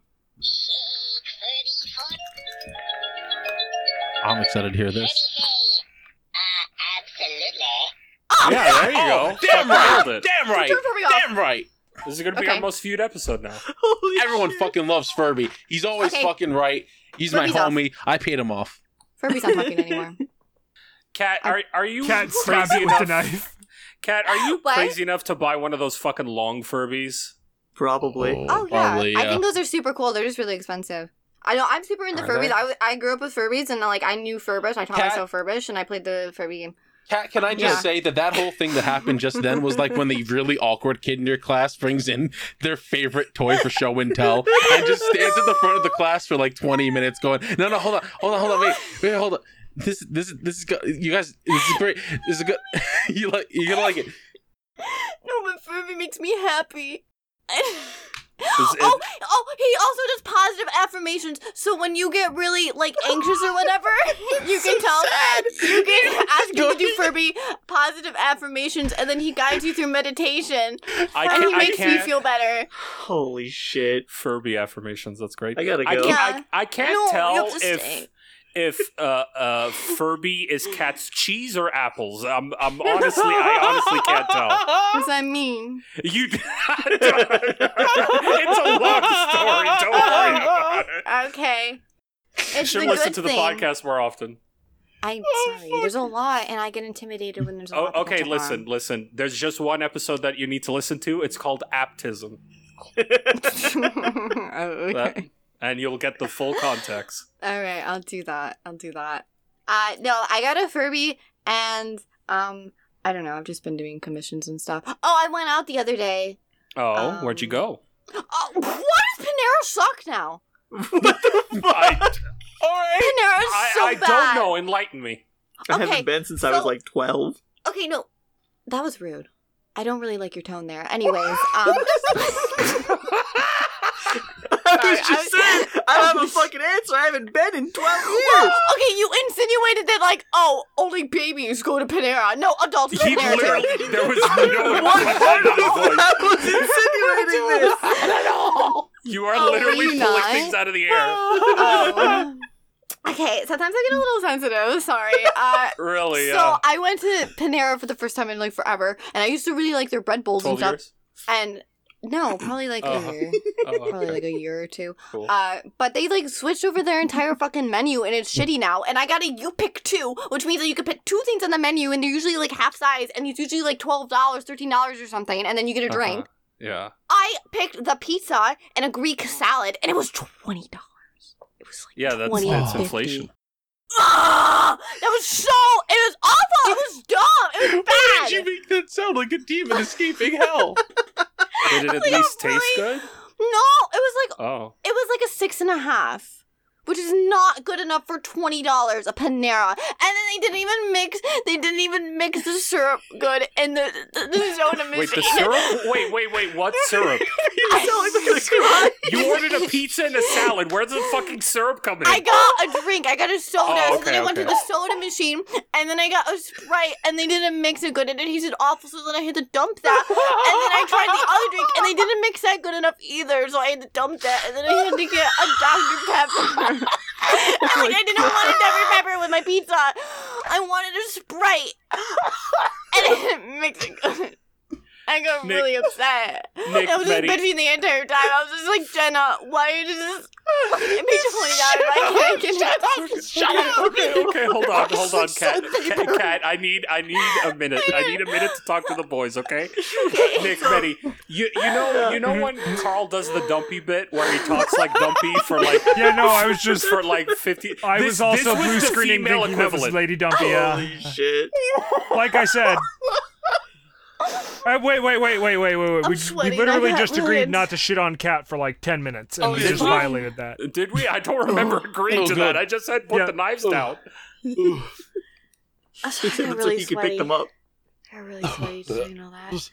[SPEAKER 1] I'm excited to hear this.
[SPEAKER 5] Yeah, there you go.
[SPEAKER 1] Damn right.
[SPEAKER 5] Nailed it.
[SPEAKER 1] Damn right.
[SPEAKER 2] Oh, Turn Furby off.
[SPEAKER 1] Damn right.
[SPEAKER 5] This is gonna be
[SPEAKER 2] Okay.
[SPEAKER 5] our most viewed episode now.
[SPEAKER 4] Holy
[SPEAKER 1] [LAUGHS] Everyone
[SPEAKER 4] shit.
[SPEAKER 1] fucking loves Furby. He's always
[SPEAKER 2] Okay.
[SPEAKER 1] fucking right. He's
[SPEAKER 2] Furby's
[SPEAKER 1] my
[SPEAKER 2] off.
[SPEAKER 1] homie. I paid him off. [LAUGHS]
[SPEAKER 2] Furby's not talking anymore.
[SPEAKER 5] Cat, are are you
[SPEAKER 3] Cat
[SPEAKER 5] crazy
[SPEAKER 3] stabs it with
[SPEAKER 2] [LAUGHS]
[SPEAKER 5] enough?
[SPEAKER 3] the knife.
[SPEAKER 5] Kat, are you
[SPEAKER 2] What?
[SPEAKER 5] crazy enough to buy one of those fucking long Furbies?
[SPEAKER 4] Probably.
[SPEAKER 2] Oh yeah.
[SPEAKER 1] probably,
[SPEAKER 2] I think those are super cool. They're just really expensive. I know I'm super into
[SPEAKER 1] Are
[SPEAKER 2] Furbies.
[SPEAKER 1] they?
[SPEAKER 2] I, w- I grew up with Furbies and like I knew Furbish. I taught
[SPEAKER 1] Cat-
[SPEAKER 2] myself Furbish and I played the Furby game.
[SPEAKER 1] Kat, can I just
[SPEAKER 2] Yeah.
[SPEAKER 1] say that that whole thing that happened just then was like
[SPEAKER 2] [LAUGHS]
[SPEAKER 1] when the really awkward kid in your class brings in their favorite toy for show and tell and just stands at the front of the class for like 20 minutes going, no, no, hold on, hold on, hold on, wait, wait, hold on. This, this, this is good. You guys, this is great. This is good. [LAUGHS] you like, you're gonna like it.
[SPEAKER 2] No, but Furby makes me happy. [LAUGHS]
[SPEAKER 5] Is it-
[SPEAKER 2] oh, oh, he also does positive affirmations. So when you get really like anxious or [LAUGHS] whatever, you can tell you
[SPEAKER 1] [LAUGHS]
[SPEAKER 2] can ask him to do Furby positive affirmations, and then he guides you through meditation,
[SPEAKER 5] I
[SPEAKER 2] and
[SPEAKER 5] can't.
[SPEAKER 2] he
[SPEAKER 5] I
[SPEAKER 2] makes me
[SPEAKER 5] can't.
[SPEAKER 2] feel better.
[SPEAKER 4] Holy
[SPEAKER 5] [LAUGHS]
[SPEAKER 4] shit.
[SPEAKER 5] Furby affirmations. That's great.
[SPEAKER 4] I gotta
[SPEAKER 5] I
[SPEAKER 4] go.
[SPEAKER 5] can't,
[SPEAKER 2] Yeah.
[SPEAKER 5] I, I can't
[SPEAKER 2] No, you
[SPEAKER 5] tell
[SPEAKER 2] have to
[SPEAKER 5] if
[SPEAKER 2] stay.
[SPEAKER 5] if uh, uh, Furby is cat's cheese or apples. I'm,
[SPEAKER 2] [LAUGHS]
[SPEAKER 5] I'm honestly, I honestly can't tell.
[SPEAKER 2] What does that mean?
[SPEAKER 5] You, [LAUGHS] it's a long story. Don't
[SPEAKER 2] [LAUGHS]
[SPEAKER 5] worry about it.
[SPEAKER 2] Okay. It's
[SPEAKER 5] Should
[SPEAKER 2] the
[SPEAKER 5] listen
[SPEAKER 2] good
[SPEAKER 5] to the
[SPEAKER 2] thing. Oh,
[SPEAKER 5] podcast more often.
[SPEAKER 2] I'm sorry. There's a lot, and I get intimidated when there's a lot.
[SPEAKER 5] Oh,
[SPEAKER 2] that
[SPEAKER 5] okay,
[SPEAKER 2] goes
[SPEAKER 5] listen,
[SPEAKER 2] on.
[SPEAKER 5] listen. There's just one episode that you need to listen to. It's called Aptism,
[SPEAKER 2] [LAUGHS] oh,
[SPEAKER 5] That-
[SPEAKER 2] okay.
[SPEAKER 5] and you'll get the full
[SPEAKER 2] [LAUGHS]
[SPEAKER 5] context.
[SPEAKER 2] All right, I'll do that. I'll do that. Uh, no, I got a Furby, and um, I don't know. I've just been doing commissions and stuff. Oh, I went out the other day.
[SPEAKER 5] Oh,
[SPEAKER 2] Um,
[SPEAKER 5] where'd you go?
[SPEAKER 2] Oh, why does Panera suck now?
[SPEAKER 5] I,
[SPEAKER 2] Panera is
[SPEAKER 5] I,
[SPEAKER 2] so
[SPEAKER 5] I
[SPEAKER 2] bad.
[SPEAKER 5] don't know. Enlighten me.
[SPEAKER 4] I
[SPEAKER 2] Okay,
[SPEAKER 4] haven't been since I was
[SPEAKER 2] so-
[SPEAKER 4] like 12.
[SPEAKER 2] Okay, no, that was rude. I don't really like your tone there.
[SPEAKER 5] [LAUGHS]
[SPEAKER 2] Anyways, um,
[SPEAKER 4] I
[SPEAKER 2] Sorry,
[SPEAKER 4] was
[SPEAKER 2] I was-
[SPEAKER 4] just
[SPEAKER 2] [LAUGHS]
[SPEAKER 4] saying, I don't have
[SPEAKER 2] I
[SPEAKER 4] a
[SPEAKER 2] was-
[SPEAKER 4] fucking answer. I haven't been
[SPEAKER 2] [LAUGHS]
[SPEAKER 4] in 12 years.
[SPEAKER 2] Well, okay, you insinuated that like, oh, only babies go to Panera. No, adults go to
[SPEAKER 5] He
[SPEAKER 2] Panera. too. [LAUGHS]
[SPEAKER 5] literally, there
[SPEAKER 1] [LAUGHS]
[SPEAKER 5] was [LAUGHS] no voice.
[SPEAKER 4] [LAUGHS] I was insinuating this.
[SPEAKER 5] You are
[SPEAKER 2] [LAUGHS] Oh, were
[SPEAKER 5] literally
[SPEAKER 2] you
[SPEAKER 5] pulling
[SPEAKER 2] not?
[SPEAKER 5] things out of the
[SPEAKER 2] [LAUGHS]
[SPEAKER 5] air.
[SPEAKER 4] [LAUGHS]
[SPEAKER 2] Oh. Okay, sometimes I get a little sensitive. Sorry. Uh,
[SPEAKER 5] Really?
[SPEAKER 2] so
[SPEAKER 5] uh,
[SPEAKER 2] I went to Panera for the first time in like forever, and I used to really like their bread bowls and
[SPEAKER 5] twelve
[SPEAKER 2] stuff.
[SPEAKER 5] years.
[SPEAKER 2] And no, probably like
[SPEAKER 5] Oh.
[SPEAKER 2] a year,
[SPEAKER 5] Oh,
[SPEAKER 2] probably
[SPEAKER 5] okay.
[SPEAKER 2] like a year or two.
[SPEAKER 5] Cool.
[SPEAKER 2] Uh, but they like switched over their entire fucking menu, and it's shitty now. And I got a you pick two, which means that you can pick two things on the menu, and they're usually like half size, and it's usually like twelve dollars, thirteen dollars, or something, and then you get a drink.
[SPEAKER 5] Uh-huh. Yeah.
[SPEAKER 2] I picked the pizza and a Greek salad, and it was twenty dollars. It was like
[SPEAKER 5] Yeah, that's,
[SPEAKER 2] 20,
[SPEAKER 5] that's
[SPEAKER 2] 50.
[SPEAKER 5] inflation.
[SPEAKER 2] Ugh! That was so. It was awful. It was dumb.
[SPEAKER 5] [LAUGHS]
[SPEAKER 2] It was
[SPEAKER 1] Why
[SPEAKER 2] bad.
[SPEAKER 1] did you make that sound like a demon
[SPEAKER 2] [LAUGHS]
[SPEAKER 1] escaping hell?
[SPEAKER 5] Did it at
[SPEAKER 2] Like, I'm
[SPEAKER 5] least taste
[SPEAKER 2] really-
[SPEAKER 5] good?
[SPEAKER 2] No, it was like
[SPEAKER 5] Oh.
[SPEAKER 2] it was like a six and a half, which is not good enough for twenty dollars a Panera. And then they didn't even mix. They didn't even mix the syrup good in the
[SPEAKER 5] [LAUGHS]
[SPEAKER 2] the, the soda machine.
[SPEAKER 5] Wait, the
[SPEAKER 2] [LAUGHS]
[SPEAKER 5] syrup? Wait, wait, wait. What syrup? [LAUGHS] You ordered a pizza and a salad. Where's the fucking syrup coming
[SPEAKER 2] I
[SPEAKER 5] in?
[SPEAKER 2] got a drink. I got a soda.
[SPEAKER 5] Oh,
[SPEAKER 2] so then
[SPEAKER 5] okay,
[SPEAKER 2] I went to
[SPEAKER 5] okay.
[SPEAKER 2] the soda machine, and then I got a sprite, and they didn't mix it good, and it tasted awful. So then I had to dump that, and then I tried the other drink, and they didn't mix that good enough either. So I had to dump that, and then I had to get a Dr Pepper. [LAUGHS] And, like I didn't want a Dr Pepper with my pizza. I wanted a sprite, and I didn't mix it good. I got
[SPEAKER 5] Nick-
[SPEAKER 2] really upset.
[SPEAKER 5] Nick,
[SPEAKER 2] I was just
[SPEAKER 5] Betty-
[SPEAKER 2] bitching the entire time. I was just like, Jenna, why are you
[SPEAKER 5] [LAUGHS]
[SPEAKER 2] just [LAUGHS] it made you point out if I can't get it.
[SPEAKER 5] Shut up. Okay, [LAUGHS] okay, hold on, hold on, Kat. Kat, Kat, I need, I need a minute. I need a minute to talk to the boys, okay? Nick, Betty, you, you know, you know when Carl does the dumpy bit where he talks like dumpy for like,
[SPEAKER 3] Yeah, no, I was
[SPEAKER 2] [LAUGHS]
[SPEAKER 3] just.
[SPEAKER 5] for like fifty.
[SPEAKER 3] I was also blue
[SPEAKER 5] the
[SPEAKER 3] screening
[SPEAKER 5] female
[SPEAKER 3] thinking that was Lady Dumpy. Yeah,
[SPEAKER 4] Holy
[SPEAKER 2] [LAUGHS]
[SPEAKER 4] shit.
[SPEAKER 3] [LAUGHS] like I said. Uh, wait, wait, wait, wait, wait, wait, wait.
[SPEAKER 2] I'm
[SPEAKER 3] We, we
[SPEAKER 2] sweating. I
[SPEAKER 3] literally
[SPEAKER 2] got
[SPEAKER 3] just
[SPEAKER 2] lids.
[SPEAKER 3] agreed not to shit on Cat for like ten minutes, and
[SPEAKER 5] Oh,
[SPEAKER 3] we
[SPEAKER 5] did
[SPEAKER 3] just
[SPEAKER 5] we?
[SPEAKER 3] violated that.
[SPEAKER 5] Did we? I don't remember agreeing
[SPEAKER 1] Oh,
[SPEAKER 5] to
[SPEAKER 1] God.
[SPEAKER 5] that. I just said put
[SPEAKER 3] Yeah. Oh.
[SPEAKER 5] the knives down.
[SPEAKER 4] She said it's like you could pick them up.
[SPEAKER 2] I'm really sweaty just so you know that.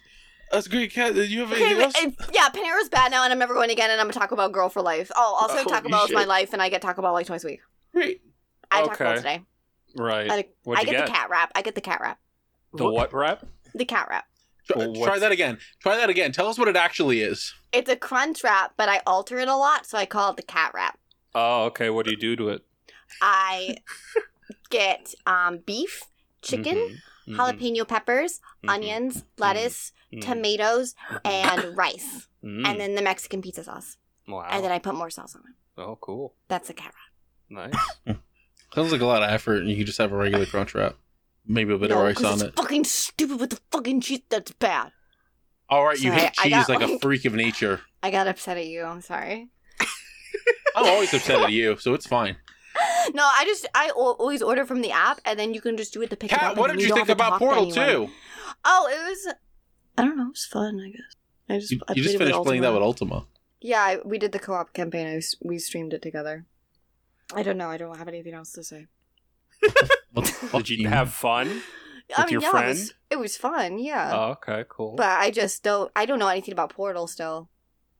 [SPEAKER 1] That's great, Kat. Do you have
[SPEAKER 2] Okay,
[SPEAKER 1] anything
[SPEAKER 2] but,
[SPEAKER 1] else?
[SPEAKER 2] uh, yeah, Panera's bad now, and I'm never going again, and I'm a Taco Bell girl for life. Oh, also
[SPEAKER 4] Holy
[SPEAKER 2] Taco Bell is my
[SPEAKER 4] shit.
[SPEAKER 2] life, and I get Taco Bell like twice a week.
[SPEAKER 1] Great.
[SPEAKER 2] I had Taco Bell
[SPEAKER 5] Okay.
[SPEAKER 2] today.
[SPEAKER 5] Right.
[SPEAKER 2] I,
[SPEAKER 5] What'd
[SPEAKER 2] I
[SPEAKER 5] you
[SPEAKER 2] get,
[SPEAKER 5] get?
[SPEAKER 2] the cat wrap. I get the cat wrap.
[SPEAKER 5] the what wrap?
[SPEAKER 2] The cat wrap.
[SPEAKER 1] Try,
[SPEAKER 5] Well,
[SPEAKER 1] try
[SPEAKER 5] what's-
[SPEAKER 1] that again. Try that again. Tell us what it actually is.
[SPEAKER 2] It's a crunch wrap, but I alter it a lot, so I call it the cat wrap.
[SPEAKER 5] Oh, okay. What do you do to it? [LAUGHS]
[SPEAKER 2] I get um, beef, chicken,
[SPEAKER 5] Mhm.
[SPEAKER 2] jalapeno peppers,
[SPEAKER 5] Mhm.
[SPEAKER 2] onions, lettuce,
[SPEAKER 5] Mhm.
[SPEAKER 2] tomatoes,
[SPEAKER 5] Mm-hmm.
[SPEAKER 1] [COUGHS]
[SPEAKER 2] and rice,
[SPEAKER 5] Mhm.
[SPEAKER 1] Mm.
[SPEAKER 2] and then the Mexican pizza sauce,
[SPEAKER 5] wow.
[SPEAKER 2] and then I put more sauce on it.
[SPEAKER 5] oh, cool.
[SPEAKER 2] That's a cat wrap.
[SPEAKER 5] Nice.
[SPEAKER 1] Sounds like a lot of effort, and you could just have a regular crunch wrap. maybe a bit
[SPEAKER 2] No,
[SPEAKER 1] of rice
[SPEAKER 2] 'cause
[SPEAKER 1] on
[SPEAKER 2] it's
[SPEAKER 1] it.
[SPEAKER 2] fucking stupid with the fucking cheese. That's bad.
[SPEAKER 1] All right, you
[SPEAKER 2] Sorry,
[SPEAKER 1] hate
[SPEAKER 2] I
[SPEAKER 1] cheese
[SPEAKER 2] got-
[SPEAKER 1] like a freak of nature.
[SPEAKER 2] I got upset at you. I'm sorry. [LAUGHS]
[SPEAKER 1] I'm always upset at you, so it's fine.
[SPEAKER 2] No, I just I al- always order from the app, and then you can just do it to pick it up.
[SPEAKER 1] Kat,
[SPEAKER 2] and
[SPEAKER 1] what
[SPEAKER 2] then
[SPEAKER 1] did you
[SPEAKER 2] don't
[SPEAKER 1] think
[SPEAKER 2] have to
[SPEAKER 1] about
[SPEAKER 2] talk to
[SPEAKER 1] Portal
[SPEAKER 2] anyone.
[SPEAKER 1] 2?
[SPEAKER 2] Oh, it was. I don't know. It was fun. I guess.
[SPEAKER 8] I just
[SPEAKER 1] You,
[SPEAKER 8] I
[SPEAKER 1] you just
[SPEAKER 8] played it
[SPEAKER 1] finished playing that
[SPEAKER 8] Ultima.
[SPEAKER 1] with Ultima.
[SPEAKER 2] [LAUGHS] Yeah, I, we did the co-op campaign. I s we streamed it together. I don't know. I don't have anything else to say.
[SPEAKER 1] What the
[SPEAKER 5] Did
[SPEAKER 1] fuck
[SPEAKER 5] you
[SPEAKER 1] you-
[SPEAKER 5] have fun?
[SPEAKER 2] I
[SPEAKER 5] With your
[SPEAKER 2] yeah, It was,
[SPEAKER 5] friend?
[SPEAKER 2] it was fun. Yeah.
[SPEAKER 5] Oh, okay, cool.
[SPEAKER 2] Uh, But I just don't. I don't know anything about Portal still,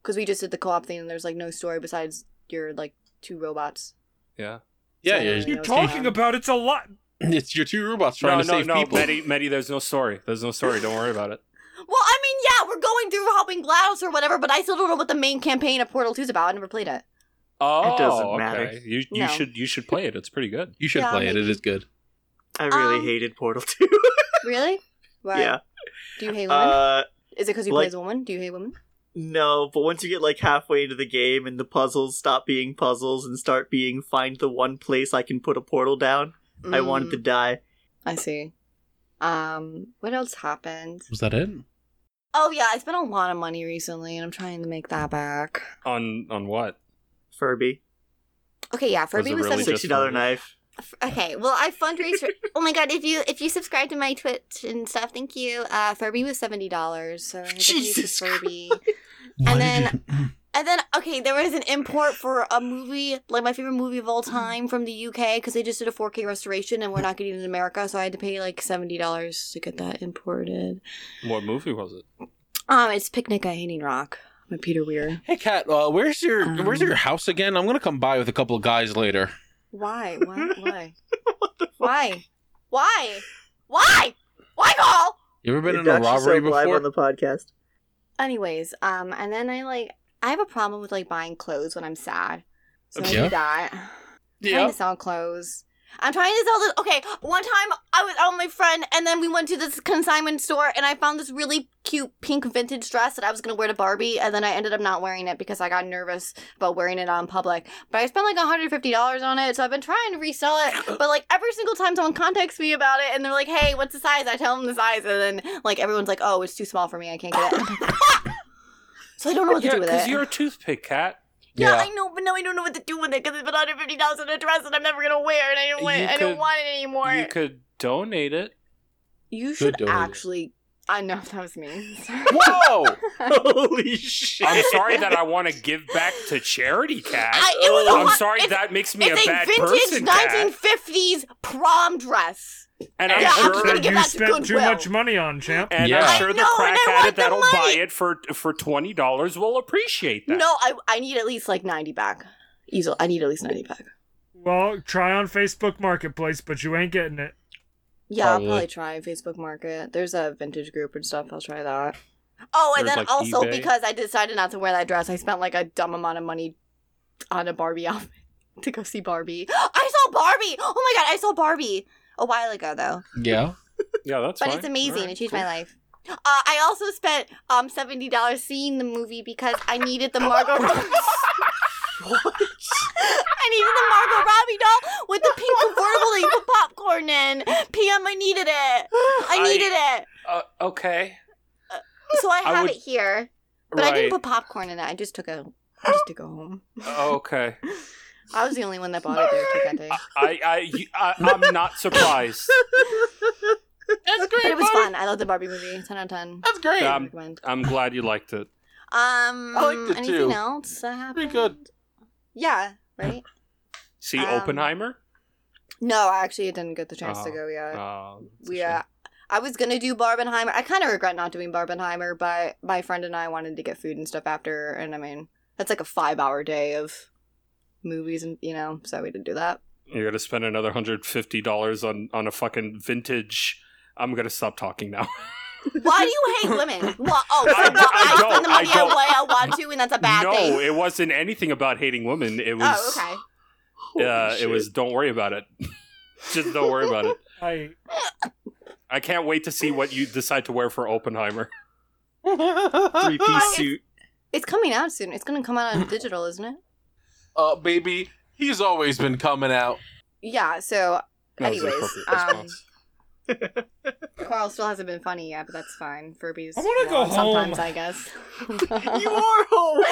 [SPEAKER 2] because we just did the co-op thing and there's like no story besides your like two robots.
[SPEAKER 5] yeah.
[SPEAKER 1] Yeah,
[SPEAKER 2] So,
[SPEAKER 1] yeah,
[SPEAKER 2] you
[SPEAKER 3] You're
[SPEAKER 2] know,
[SPEAKER 3] talking about it's a lot.
[SPEAKER 1] [LAUGHS] it's your two robots trying
[SPEAKER 5] no,
[SPEAKER 1] to
[SPEAKER 5] no,
[SPEAKER 1] save
[SPEAKER 5] no,
[SPEAKER 1] people.
[SPEAKER 5] Medi, Medi, there's no story. There's no story. Don't worry [LAUGHS] about it.
[SPEAKER 2] Well, I mean, yeah, we're going through helping GLaDOS or whatever, but I still don't know what the main campaign of Portal 2 is about. I never played it.
[SPEAKER 5] Oh,
[SPEAKER 4] doesn't
[SPEAKER 5] okay.
[SPEAKER 4] matter.
[SPEAKER 5] You you
[SPEAKER 2] No.
[SPEAKER 5] should you should play it. It's pretty good.
[SPEAKER 1] You should
[SPEAKER 2] Yeah,
[SPEAKER 1] play it.
[SPEAKER 2] maybe.
[SPEAKER 1] It is good.
[SPEAKER 4] I really
[SPEAKER 2] Um,
[SPEAKER 4] hated Portal
[SPEAKER 2] [LAUGHS]
[SPEAKER 4] 2.
[SPEAKER 2] Really? Why?
[SPEAKER 4] yeah.
[SPEAKER 2] Do you hate women?
[SPEAKER 4] Uh,
[SPEAKER 2] is it because you
[SPEAKER 4] like-
[SPEAKER 2] play as a woman? Do you hate women?
[SPEAKER 4] no, but once you get like halfway into the game and the puzzles stop being puzzles and start being find the one place I can put a portal down, I wanted to
[SPEAKER 2] Mm,
[SPEAKER 4] die.
[SPEAKER 2] I see. Um, what else happened?
[SPEAKER 1] Was that it?
[SPEAKER 2] Oh yeah, I spent a lot of money recently, and I'm trying to make that back.
[SPEAKER 5] On on what?
[SPEAKER 4] Furby.
[SPEAKER 2] Okay, yeah, Furby
[SPEAKER 5] it
[SPEAKER 2] was,
[SPEAKER 5] really
[SPEAKER 2] such a
[SPEAKER 5] just
[SPEAKER 4] Sixty dollar
[SPEAKER 5] Furby.
[SPEAKER 4] knife.
[SPEAKER 2] F- Okay, well, I fundraise for. oh my god, if you if you subscribe to my Twitch and stuff, thank you. Uh, Furby was seventy dollars, so I had to pay for
[SPEAKER 4] Jesus
[SPEAKER 2] Furby.
[SPEAKER 1] Why did
[SPEAKER 2] then-
[SPEAKER 1] you-
[SPEAKER 2] And then okay, there was an import for a movie, like my favorite movie of all time from the UK, because they just did a 4K restoration, and we're not getting it in America, so I had to pay like seventy dollars to get that imported.
[SPEAKER 5] What movie was it?
[SPEAKER 2] Um, it's Picnic at Hanging Rock by Peter Weir.
[SPEAKER 1] [LAUGHS] Hey, Kat, uh, where's your where's
[SPEAKER 2] Um.
[SPEAKER 1] your house again? I'm gonna come by with a couple of guys later.
[SPEAKER 2] Why? Why? Why? Why? Why? Why? Why, Carl?
[SPEAKER 1] You ever been in a
[SPEAKER 4] Dox
[SPEAKER 1] robbery
[SPEAKER 4] yourself live
[SPEAKER 1] before?
[SPEAKER 4] on the podcast.
[SPEAKER 2] anyways um and then i like i have a problem with like buying clothes when i'm sad so i
[SPEAKER 1] Yeah.
[SPEAKER 2] do that trying
[SPEAKER 1] yeah.
[SPEAKER 2] to sell clothes i'm trying to sell this okay one time i was out with my friend and then we went to this consignment store and i found this really cute pink vintage dress that i was going to wear to barbie and then i ended up not wearing it because i got nervous about wearing it on public but i spent like $150 on it so i've been trying to resell it but like every single time someone contacts me about it and they're like hey what's the size i tell them the size and then like everyone's like oh it's too small for me i can't get it And I'm like, "Ah!" so i don't know what to do with it
[SPEAKER 5] you're a toothpick cat.
[SPEAKER 2] yeah, I know, but now I don't know what to do with it because it's been hundred fifty dollars on a dress that I'm never gonna wear, and I don't want,
[SPEAKER 5] You
[SPEAKER 2] I
[SPEAKER 5] could-
[SPEAKER 2] don't want it anymore.
[SPEAKER 5] You could donate it.
[SPEAKER 2] You should
[SPEAKER 1] donate it.
[SPEAKER 2] actually. I know that was [LAUGHS] me.
[SPEAKER 1] Whoa!
[SPEAKER 4] Holy shit!
[SPEAKER 2] [LAUGHS]
[SPEAKER 5] I'm sorry that I want to give back to charity, cat.
[SPEAKER 2] I, it was a
[SPEAKER 5] I'm
[SPEAKER 2] hu-
[SPEAKER 5] sorry
[SPEAKER 2] it's,
[SPEAKER 5] that makes me a
[SPEAKER 2] It's a,
[SPEAKER 5] bad person,
[SPEAKER 2] vintage
[SPEAKER 5] cat.
[SPEAKER 2] 1950s prom dress.
[SPEAKER 5] And
[SPEAKER 2] Yeah,
[SPEAKER 5] I'm
[SPEAKER 2] I'm
[SPEAKER 5] sure,
[SPEAKER 2] just gonna
[SPEAKER 3] that
[SPEAKER 2] give
[SPEAKER 3] you
[SPEAKER 2] that to
[SPEAKER 3] spent too
[SPEAKER 2] Goodwill.
[SPEAKER 3] much money on, champ.
[SPEAKER 5] and
[SPEAKER 1] Yeah.
[SPEAKER 5] I'm sure
[SPEAKER 2] I
[SPEAKER 5] the
[SPEAKER 2] know, and I
[SPEAKER 5] crack
[SPEAKER 2] want
[SPEAKER 5] addict
[SPEAKER 2] the
[SPEAKER 5] that'll buy
[SPEAKER 2] money.
[SPEAKER 5] it for for twenty dollars will appreciate that.
[SPEAKER 2] No, I I need at least like ninety back. Easel, I need at least ninety back.
[SPEAKER 3] Well, try on Facebook Marketplace, but you ain't getting it.
[SPEAKER 2] Yeah,
[SPEAKER 1] Probably.
[SPEAKER 2] I'll probably try Facebook Market. There's a vintage group and stuff. I'll try that. Oh, and
[SPEAKER 5] There's,
[SPEAKER 2] then
[SPEAKER 5] like,
[SPEAKER 2] also
[SPEAKER 5] eBay.
[SPEAKER 2] because I decided not to wear that dress, I spent like a dumb amount of money on a Barbie [LAUGHS] outfit to go see Barbie. [GASPS] I saw Barbie. Oh my god, I saw Barbie a while ago though,
[SPEAKER 1] [LAUGHS] yeah.
[SPEAKER 5] Yeah, that's
[SPEAKER 2] but
[SPEAKER 5] fine.
[SPEAKER 2] it's amazing.
[SPEAKER 5] Alright,
[SPEAKER 2] it changed
[SPEAKER 5] cool.
[SPEAKER 2] my life. Uh, I also spent um seventy dollars seeing the movie because I needed the Margot. Robbie. [LAUGHS] I needed the Margot Robbie doll with the pink convertible that you put popcorn in. PM, I needed it. I needed it.
[SPEAKER 5] Uh, okay.
[SPEAKER 2] So I
[SPEAKER 5] I
[SPEAKER 2] have
[SPEAKER 5] would-
[SPEAKER 2] it here. But I didn't put popcorn in it. I just took a I just took it home.
[SPEAKER 5] Oh, okay.
[SPEAKER 2] I was the only one that bought it there too that day.
[SPEAKER 5] I, I, you- I,
[SPEAKER 2] [LAUGHS]
[SPEAKER 5] I'm not surprised.
[SPEAKER 1] That's
[SPEAKER 2] But it was fun. I love the Barbie movie. Ten out of ten.
[SPEAKER 1] That's great.
[SPEAKER 2] I
[SPEAKER 5] Um,
[SPEAKER 2] recommend.
[SPEAKER 5] I'm glad you liked it.
[SPEAKER 2] Um
[SPEAKER 1] I liked it,
[SPEAKER 2] anything
[SPEAKER 1] too.
[SPEAKER 2] else that happened?
[SPEAKER 1] Pretty good.
[SPEAKER 2] Yeah, right?
[SPEAKER 5] See
[SPEAKER 2] Um,
[SPEAKER 5] Oppenheimer.
[SPEAKER 2] No, I actually didn't get the chance to
[SPEAKER 5] Oh,
[SPEAKER 2] go yet.
[SPEAKER 5] Oh, that's a
[SPEAKER 2] uh, we uh,
[SPEAKER 5] shame.
[SPEAKER 2] I was gonna do Barbenheimer. I kind of regret not doing Barbenheimer, but my friend and I wanted to get food and stuff after, and I mean that's like a five-hour day of movies, and you know, so we didn't do that.
[SPEAKER 5] You're gonna spend another hundred fifty dollars on on a fucking vintage. I'm gonna stop talking now.
[SPEAKER 2] [LAUGHS] Why do you hate women? [LAUGHS] Well, oh, so
[SPEAKER 5] I-
[SPEAKER 2] I,
[SPEAKER 5] I
[SPEAKER 2] I,
[SPEAKER 5] don't,
[SPEAKER 2] spend the money
[SPEAKER 5] I don't.
[SPEAKER 2] I way I want to, and that's a [LAUGHS] bad
[SPEAKER 5] no,
[SPEAKER 2] thing.
[SPEAKER 5] it wasn't anything about hating women. It was.
[SPEAKER 2] oh, okay.
[SPEAKER 4] Holy
[SPEAKER 5] uh, it
[SPEAKER 4] shit. [LAUGHS]
[SPEAKER 5] was don't worry
[SPEAKER 2] [LAUGHS]
[SPEAKER 5] about it. Just don't worry about it.
[SPEAKER 3] I
[SPEAKER 5] I can't wait to see what you decide to wear for Oppenheimer.
[SPEAKER 4] three
[SPEAKER 2] I-
[SPEAKER 4] piece suit.
[SPEAKER 2] It's coming out soon. It's going to come
[SPEAKER 5] [LAUGHS]
[SPEAKER 2] out on digital, isn't it?
[SPEAKER 1] Uh, baby, he's always been coming out.
[SPEAKER 2] Yeah. So,
[SPEAKER 5] That was an
[SPEAKER 2] anyways,
[SPEAKER 5] appropriate
[SPEAKER 2] um,
[SPEAKER 5] response.
[SPEAKER 2] Carl still hasn't been funny yet, but that's fine. Furby's.
[SPEAKER 9] I wanna go
[SPEAKER 2] wild Sometimes
[SPEAKER 9] home.
[SPEAKER 2] I
[SPEAKER 5] [LAUGHS]
[SPEAKER 2] guess.
[SPEAKER 4] [LAUGHS]
[SPEAKER 2] [LAUGHS]
[SPEAKER 4] you are home.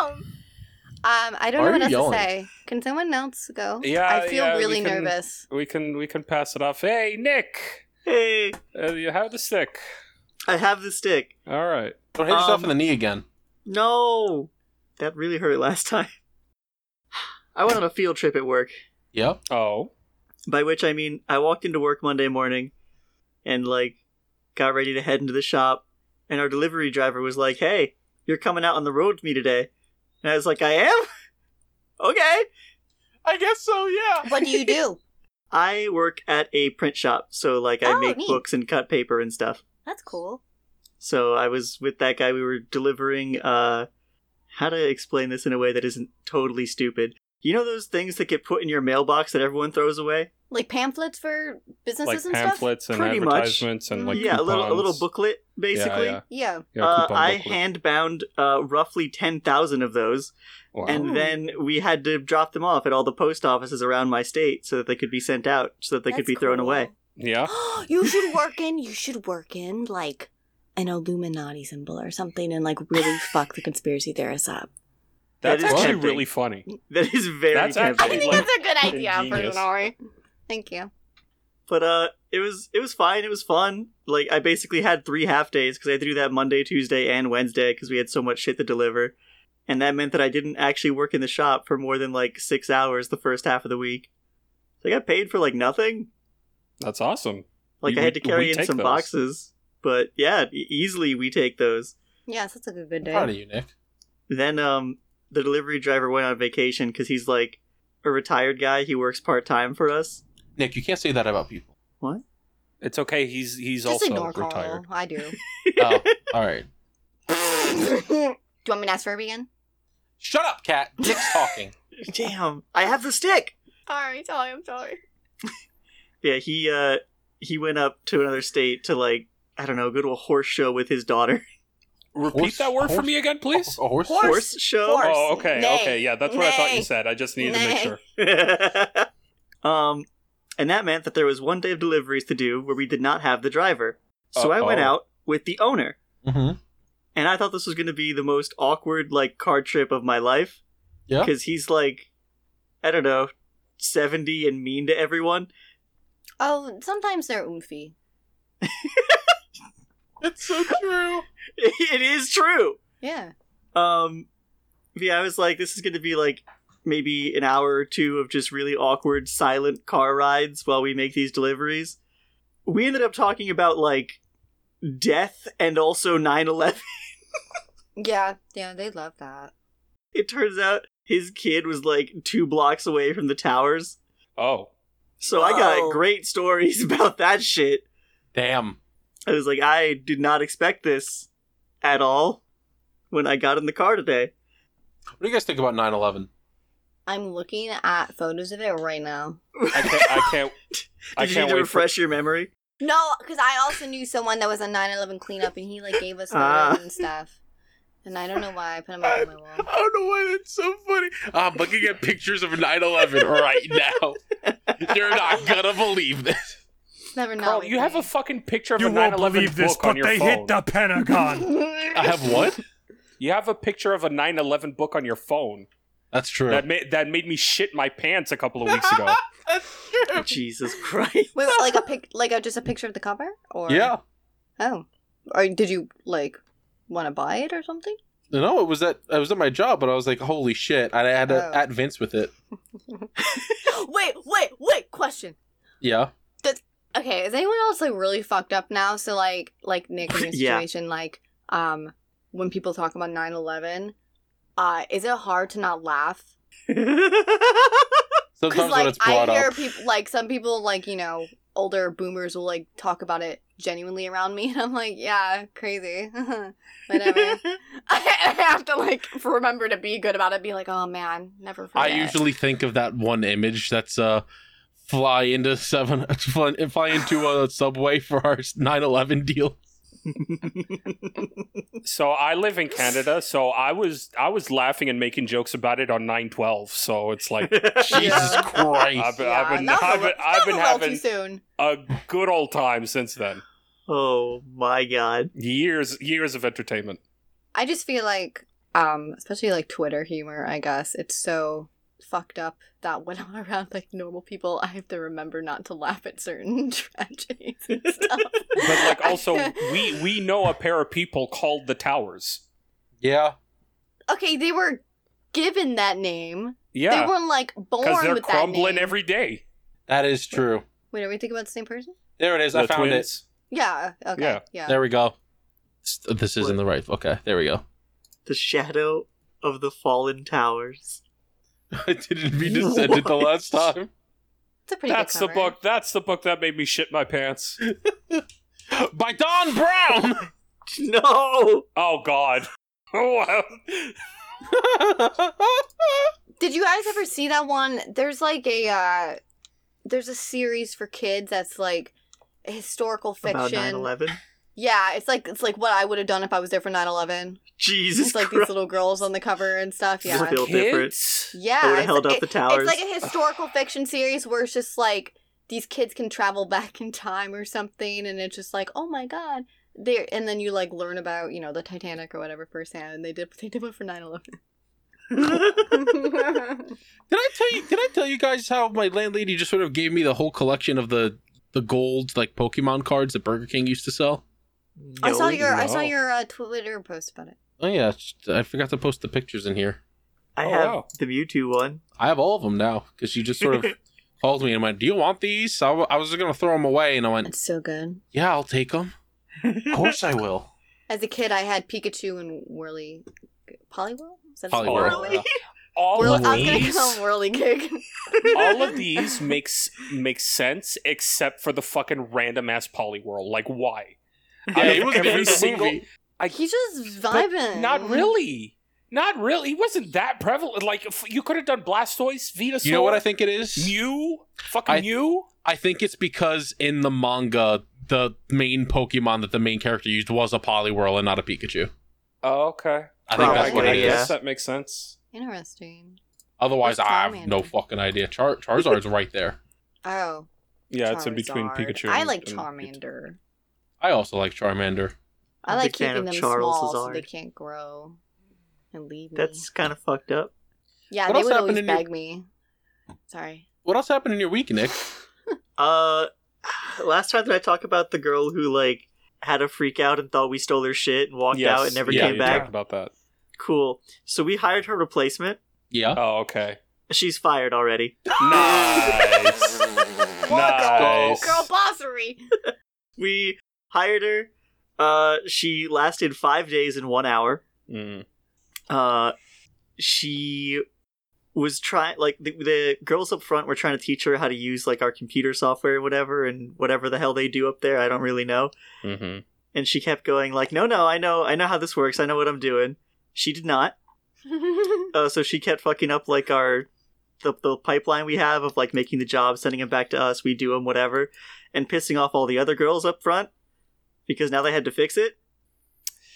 [SPEAKER 2] Um, I don't
[SPEAKER 1] Why
[SPEAKER 2] know
[SPEAKER 1] are
[SPEAKER 2] what
[SPEAKER 1] you
[SPEAKER 2] else
[SPEAKER 1] yelling?
[SPEAKER 2] to say. Can someone else go?
[SPEAKER 5] Yeah,
[SPEAKER 2] I feel
[SPEAKER 5] yeah, we
[SPEAKER 2] really
[SPEAKER 5] can-
[SPEAKER 2] nervous.
[SPEAKER 5] We can we can pass it off. Hey, Nick,
[SPEAKER 4] Hey,
[SPEAKER 5] uh, you have the stick.
[SPEAKER 4] I have the stick.
[SPEAKER 5] All right.
[SPEAKER 1] Don't hit yourself
[SPEAKER 4] Um,
[SPEAKER 1] in the knee again.
[SPEAKER 4] No, that really hurt last time. I went on a field trip at work.
[SPEAKER 1] Yep.
[SPEAKER 5] Oh,
[SPEAKER 4] By which I mean, I walked into work Monday morning and, like, got ready to head into the shop. And our delivery driver was like, Hey, you're coming out on the road with me today. And I was like, I am? [LAUGHS] okay.
[SPEAKER 1] I guess so. Yeah.
[SPEAKER 2] What do you do?
[SPEAKER 4] I work at a print shop. So, like, I
[SPEAKER 2] Oh,
[SPEAKER 4] make
[SPEAKER 2] neat.
[SPEAKER 4] books and cut paper and stuff.
[SPEAKER 2] That's cool.
[SPEAKER 4] So I was with that guy. We were delivering. Uh, how to explain this in a way that isn't totally stupid? You know those things that get put in your mailbox that everyone throws away?
[SPEAKER 2] Like pamphlets for businesses
[SPEAKER 5] like
[SPEAKER 2] and
[SPEAKER 5] pamphlets and
[SPEAKER 4] Pretty much.
[SPEAKER 5] advertisements and like
[SPEAKER 4] yeah, a little a little
[SPEAKER 5] coupons.
[SPEAKER 4] booklet basically.
[SPEAKER 5] Yeah, yeah.
[SPEAKER 2] stuff. Yeah.
[SPEAKER 5] Yeah,
[SPEAKER 4] uh,
[SPEAKER 5] coupon
[SPEAKER 4] I
[SPEAKER 5] booklet.
[SPEAKER 4] hand bound uh, roughly ten thousand of those,
[SPEAKER 5] Wow.
[SPEAKER 4] and then we had to drop them off at all the post offices around my state so that they could be sent out, so that they could
[SPEAKER 2] That's
[SPEAKER 4] be thrown
[SPEAKER 2] cool.
[SPEAKER 4] away.
[SPEAKER 5] yeah.
[SPEAKER 2] [GASPS] you should work in. You should work in like an Illuminati symbol or something, and like [LAUGHS] really fuck the conspiracy theorists up.
[SPEAKER 4] That
[SPEAKER 5] That's
[SPEAKER 4] is
[SPEAKER 5] actually
[SPEAKER 4] tempting.
[SPEAKER 5] really funny.
[SPEAKER 4] [LAUGHS] That is very
[SPEAKER 5] That's actually
[SPEAKER 4] tempting.
[SPEAKER 5] I think Like, that's
[SPEAKER 2] a good
[SPEAKER 5] idea, ingenious.
[SPEAKER 2] Nori. Thank you.
[SPEAKER 4] but uh it was it was fine it was fun like i basically had three half days because i had to do that monday tuesday and wednesday because we had so much shit to deliver and that meant that i didn't actually work in the shop for more than like six hours the first half of the week so i got paid for like nothing
[SPEAKER 5] That's awesome.
[SPEAKER 4] like
[SPEAKER 5] We-
[SPEAKER 4] i had to
[SPEAKER 5] we- we
[SPEAKER 4] carry in
[SPEAKER 5] take
[SPEAKER 4] some
[SPEAKER 5] those.
[SPEAKER 4] boxes but yeah e- easily we take those
[SPEAKER 2] Yes, that's a good, good day.
[SPEAKER 1] Proud of you, Nick.
[SPEAKER 4] then um the delivery driver went on vacation because he's like a retired guy he works part-time for us
[SPEAKER 1] Nick, you can't say that about [LAUGHS] people.
[SPEAKER 5] It's okay. He's he's
[SPEAKER 2] Just
[SPEAKER 5] also
[SPEAKER 2] ignore Carl.
[SPEAKER 5] retired.
[SPEAKER 2] I [LAUGHS] do.
[SPEAKER 1] Oh, all right.
[SPEAKER 2] do you want me to ask Furby again?
[SPEAKER 1] Shut up, cat. Nick's [LAUGHS] talking.
[SPEAKER 4] damn i have the stick
[SPEAKER 2] Sorry, sorry, I'm sorry.
[SPEAKER 4] Yeah, he uh he went up to another state to like I don't know, go to a horse show with his daughter. [LAUGHS]
[SPEAKER 5] Repeat
[SPEAKER 1] Horse-
[SPEAKER 5] that word for
[SPEAKER 1] horse-
[SPEAKER 5] me again, please.
[SPEAKER 1] A horse.
[SPEAKER 4] Horse, show.
[SPEAKER 2] Horse.
[SPEAKER 5] Oh, okay,
[SPEAKER 2] Nay.
[SPEAKER 5] okay, yeah, that's what I thought
[SPEAKER 2] Nay.
[SPEAKER 5] you said. I just needed to make
[SPEAKER 2] Nay.
[SPEAKER 4] [LAUGHS]
[SPEAKER 5] sure.
[SPEAKER 4] um and that meant that there was one day of deliveries to do where we did not have the driver. So I went
[SPEAKER 5] Uh-oh.
[SPEAKER 4] out with the owner.
[SPEAKER 1] Mm-hmm.
[SPEAKER 4] And I thought this was going to be the most awkward like car trip of my life
[SPEAKER 1] Yeah.
[SPEAKER 4] cuz he's like I don't know, 70 and mean to everyone.
[SPEAKER 2] Oh, sometimes they're oomphy.
[SPEAKER 1] It's
[SPEAKER 4] [LAUGHS]
[SPEAKER 1] so true.
[SPEAKER 4] it is true.
[SPEAKER 2] Yeah.
[SPEAKER 4] Um, yeah, I was like, this is going to be like maybe an hour or two of just really awkward, silent car rides while we make these deliveries. We ended up talking about like death and also 9 11.
[SPEAKER 2] Yeah. Yeah, they love that.
[SPEAKER 4] [LAUGHS] It turns out his kid was like two blocks away from the towers.
[SPEAKER 5] Oh,
[SPEAKER 4] So I got
[SPEAKER 2] Oh.
[SPEAKER 4] great stories [LAUGHS] about that shit.
[SPEAKER 1] Damn.
[SPEAKER 4] I was like, I did not expect this at all when I got in the car today.
[SPEAKER 1] What do you guys think about 9-11?
[SPEAKER 2] I'm looking at photos of it right now.
[SPEAKER 5] I
[SPEAKER 2] [LAUGHS]
[SPEAKER 5] can't, I can't, I
[SPEAKER 4] Did you need
[SPEAKER 5] can't
[SPEAKER 4] to
[SPEAKER 5] wait
[SPEAKER 4] refresh your memory?
[SPEAKER 2] No, because I also knew someone that was a 9/11 cleanup, and he like gave us photos
[SPEAKER 4] Ah.
[SPEAKER 2] and stuff. And I don't know why I put him up on my wall.
[SPEAKER 1] don't know why that's so funny. Uh, I'm looking at pictures of [LAUGHS] 9-11 right now. You're not gonna believe this.
[SPEAKER 2] It's [LAUGHS] never
[SPEAKER 5] for.
[SPEAKER 2] not.
[SPEAKER 5] Carl,
[SPEAKER 2] with
[SPEAKER 5] you have
[SPEAKER 2] me.
[SPEAKER 5] a fucking picture of
[SPEAKER 3] You
[SPEAKER 5] a
[SPEAKER 3] won't
[SPEAKER 5] 9/11 book
[SPEAKER 3] believe this,
[SPEAKER 5] on
[SPEAKER 3] but
[SPEAKER 5] your
[SPEAKER 3] they
[SPEAKER 5] phone.
[SPEAKER 3] hit the Pentagon. [LAUGHS]
[SPEAKER 1] I have what?
[SPEAKER 5] You have a picture of a 9/11 book on your phone.
[SPEAKER 1] That's true.
[SPEAKER 5] That made that made me shit my pants a couple of
[SPEAKER 1] [LAUGHS]
[SPEAKER 5] weeks ago.
[SPEAKER 4] Jesus Christ. [LAUGHS]
[SPEAKER 2] Wait, wait, like a pic, like a, just a picture of the cover, or
[SPEAKER 1] yeah.
[SPEAKER 2] oh, or did you like want to buy it or
[SPEAKER 5] [LAUGHS]
[SPEAKER 2] something?
[SPEAKER 1] No, it was at I was at my job, but I was like, holy shit! I had to
[SPEAKER 2] Oh.
[SPEAKER 1] at Vince with it.
[SPEAKER 2] wait, wait, wait. Question.
[SPEAKER 1] Yeah.
[SPEAKER 2] Okay, is anyone else like really fucked up now? So like, like Nick in your
[SPEAKER 4] Yeah.
[SPEAKER 2] situation, like, um, when people talk about 9/11, uh, is it hard to not laugh?
[SPEAKER 1] Sometimes
[SPEAKER 2] Because like
[SPEAKER 1] when it's brought
[SPEAKER 2] I hear
[SPEAKER 1] up,
[SPEAKER 2] people like some people like you know older boomers will like talk about it genuinely around me, [LAUGHS] and I'm like, yeah, crazy, [LAUGHS] whatever. [LAUGHS] I have to like remember to be good about it. Be like, oh man, never
[SPEAKER 1] I
[SPEAKER 2] forget.
[SPEAKER 1] usually think of that one image that's uh [LAUGHS]
[SPEAKER 2] [LAUGHS]
[SPEAKER 1] fly into seven fly, fly into a subway for our 9-11 deal.
[SPEAKER 5] So I live in Canada, so I was I was laughing and making jokes about it on 912. So [LAUGHS] it's like
[SPEAKER 1] Jesus
[SPEAKER 5] I've
[SPEAKER 1] Christ.
[SPEAKER 5] been,
[SPEAKER 2] Yeah,
[SPEAKER 5] I've been,
[SPEAKER 2] that was a
[SPEAKER 5] I've
[SPEAKER 2] little-
[SPEAKER 5] been,
[SPEAKER 2] that was a
[SPEAKER 5] I've been
[SPEAKER 2] little
[SPEAKER 5] having
[SPEAKER 2] too soon.
[SPEAKER 5] a good old time since then.
[SPEAKER 4] oh my god.
[SPEAKER 5] Years years of entertainment.
[SPEAKER 2] I just feel like, um, especially like Twitter humor. I guess it's so fucked up that when [LAUGHS] I'm around like normal people, I have to remember not to laugh at certain [LAUGHS] tragedies
[SPEAKER 5] [LAUGHS]
[SPEAKER 2] and stuff.
[SPEAKER 5] But
[SPEAKER 2] [LAUGHS]
[SPEAKER 5] like also we we know a pair of people called the Towers.
[SPEAKER 1] Yeah.
[SPEAKER 2] okay, they were given that name. They
[SPEAKER 5] Yeah,
[SPEAKER 2] weren't like
[SPEAKER 5] because
[SPEAKER 2] born
[SPEAKER 5] they're
[SPEAKER 2] with that
[SPEAKER 5] crumbling
[SPEAKER 2] name.
[SPEAKER 5] every day.
[SPEAKER 1] That is true.
[SPEAKER 2] Wait, are we thinking about the same person?
[SPEAKER 1] There it is. I
[SPEAKER 5] The
[SPEAKER 1] found
[SPEAKER 5] twins.
[SPEAKER 2] Yeah. Okay.
[SPEAKER 5] Yeah.
[SPEAKER 2] Yeah.
[SPEAKER 1] it. There we go. S- This isn't the right. Okay, there we go. [LAUGHS]
[SPEAKER 4] The shadow of the fallen towers. [LAUGHS]
[SPEAKER 1] I didn't mean to send it the
[SPEAKER 4] What?
[SPEAKER 1] last time.
[SPEAKER 2] It's a pretty
[SPEAKER 5] That's
[SPEAKER 2] good
[SPEAKER 5] the
[SPEAKER 2] cover.
[SPEAKER 5] book. That's the book that made me shit my pants.
[SPEAKER 1] [LAUGHS] By Don Brown!
[SPEAKER 4] No.
[SPEAKER 5] Oh God. [LAUGHS] Wow.
[SPEAKER 2] Did you guys ever see that one? There's like a uh there's a series for kids that's like historical
[SPEAKER 4] About nine
[SPEAKER 2] fiction.
[SPEAKER 4] eleven.
[SPEAKER 2] Yeah, it's like it's like what I would have done if I was there for 9/11.
[SPEAKER 4] [LAUGHS] Jesus
[SPEAKER 2] It's like these
[SPEAKER 4] Christ.
[SPEAKER 2] little girls on the cover and stuff.
[SPEAKER 4] This is
[SPEAKER 2] Yeah.
[SPEAKER 4] Feel different. I
[SPEAKER 2] Yeah.
[SPEAKER 4] would have
[SPEAKER 2] It's,
[SPEAKER 4] held up
[SPEAKER 2] it-
[SPEAKER 4] the towers.
[SPEAKER 2] it's like a historical fiction series where it's just like these kids can travel [LAUGHS] back in time or something and it's just like, "Oh my god." There and then you like learn about, you know, the Titanic or whatever firsthand and they did [LAUGHS] they did one for [LAUGHS]
[SPEAKER 4] [LAUGHS]
[SPEAKER 2] 9/11.
[SPEAKER 1] Did I tell you? Did I tell you guys how my landlady just sort of gave me the whole collection of the the gold like Pokemon cards that Burger King used to sell?
[SPEAKER 2] [LAUGHS] I saw
[SPEAKER 4] No.
[SPEAKER 2] your I saw
[SPEAKER 5] no.
[SPEAKER 2] your uh, Twitter post about it.
[SPEAKER 1] Oh yeah, it's- I forgot to post the pictures in here.
[SPEAKER 4] I
[SPEAKER 5] Oh,
[SPEAKER 4] have
[SPEAKER 5] wow.
[SPEAKER 4] the Mewtwo one.
[SPEAKER 1] I have all of them now because she just sort of called me and went, "Do you want these?" I wa- I was just gonna throw them away, and I went,
[SPEAKER 2] It's so good.
[SPEAKER 1] "Yeah, I'll take them. Of course I will."
[SPEAKER 2] As a kid, I had Pikachu and Whirly, Poliwhirl. Is that
[SPEAKER 1] Probably
[SPEAKER 5] Oh,
[SPEAKER 1] will.
[SPEAKER 4] [LAUGHS]
[SPEAKER 5] Whirly?
[SPEAKER 1] Yeah.
[SPEAKER 5] All
[SPEAKER 2] Whirl-
[SPEAKER 5] of
[SPEAKER 2] I was gonna [LAUGHS]
[SPEAKER 5] these-
[SPEAKER 2] call him Whirly Gig.
[SPEAKER 5] [LAUGHS]
[SPEAKER 2] [LAUGHS]
[SPEAKER 5] all of these makes makes sense except for the fucking random ass polyworld. Like why?
[SPEAKER 1] Yeah,
[SPEAKER 5] Out of
[SPEAKER 1] he was
[SPEAKER 5] every
[SPEAKER 1] in the
[SPEAKER 5] single
[SPEAKER 1] movie.
[SPEAKER 2] He's just
[SPEAKER 5] but
[SPEAKER 2] vibing.
[SPEAKER 5] Not really. Not really. He wasn't that prevalent. Like if you could have done Blastoise, Venusaur.
[SPEAKER 1] You know what I think it is?
[SPEAKER 5] You
[SPEAKER 1] I-
[SPEAKER 5] fucking you.
[SPEAKER 1] I think it's because in the manga, the main Pokemon that the main character used was a Poliwhirl and not a Pikachu.
[SPEAKER 5] Oh, okay.
[SPEAKER 1] I think that's what
[SPEAKER 4] Probably,
[SPEAKER 1] it
[SPEAKER 4] yeah.
[SPEAKER 1] is.
[SPEAKER 5] that makes sense.
[SPEAKER 2] Interesting.
[SPEAKER 1] Otherwise,
[SPEAKER 2] Where's
[SPEAKER 1] I have
[SPEAKER 2] Charmander?
[SPEAKER 1] no fucking idea. Char- Charizard's right there.
[SPEAKER 2] Oh,
[SPEAKER 5] Yeah, it's in between
[SPEAKER 2] Charizard.
[SPEAKER 5] Pikachu.
[SPEAKER 2] I
[SPEAKER 5] and-
[SPEAKER 2] like
[SPEAKER 5] and-
[SPEAKER 2] Charmander.
[SPEAKER 1] I also like Charmander.
[SPEAKER 2] I
[SPEAKER 4] I'm a
[SPEAKER 2] like
[SPEAKER 4] big fan
[SPEAKER 2] keeping
[SPEAKER 4] of
[SPEAKER 2] them
[SPEAKER 4] Charles
[SPEAKER 2] small so
[SPEAKER 4] Hazard.
[SPEAKER 2] they can't grow and leave me.
[SPEAKER 4] That's kind of fucked up.
[SPEAKER 2] yeah,
[SPEAKER 1] What
[SPEAKER 2] they
[SPEAKER 1] else
[SPEAKER 2] would
[SPEAKER 1] happened
[SPEAKER 2] always
[SPEAKER 1] in your-
[SPEAKER 2] beg me. Sorry.
[SPEAKER 1] What else happened in your week, Nick?
[SPEAKER 4] Uh, [SIGHS] last time did I talk about the girl who like had a freak out and thought we stole her shit and walked
[SPEAKER 5] Yes,
[SPEAKER 4] out and never
[SPEAKER 5] yeah,
[SPEAKER 4] came
[SPEAKER 5] you
[SPEAKER 4] back?
[SPEAKER 5] talked about that.
[SPEAKER 4] Cool. So we hired her replacement.
[SPEAKER 1] Yeah.
[SPEAKER 5] Oh, okay.
[SPEAKER 4] She's fired already.
[SPEAKER 2] [LAUGHS]
[SPEAKER 5] Nice. nice.
[SPEAKER 2] Girl bossery.
[SPEAKER 4] We hired her. Uh, she lasted five days in one hour.
[SPEAKER 5] Mm.
[SPEAKER 4] Uh, she was trying like the, the girls up front were trying to teach her how to use like our computer software and whatever and whatever the hell they do up there. I don't really know.
[SPEAKER 5] hmm
[SPEAKER 4] And she kept going like, no, no, I know, I know how this works. I know what I'm doing. She did not. uh, so she kept fucking up like our the, the pipeline we have of like making the job sending them back to us we do them whatever and pissing off all the other girls up front because now they had to fix it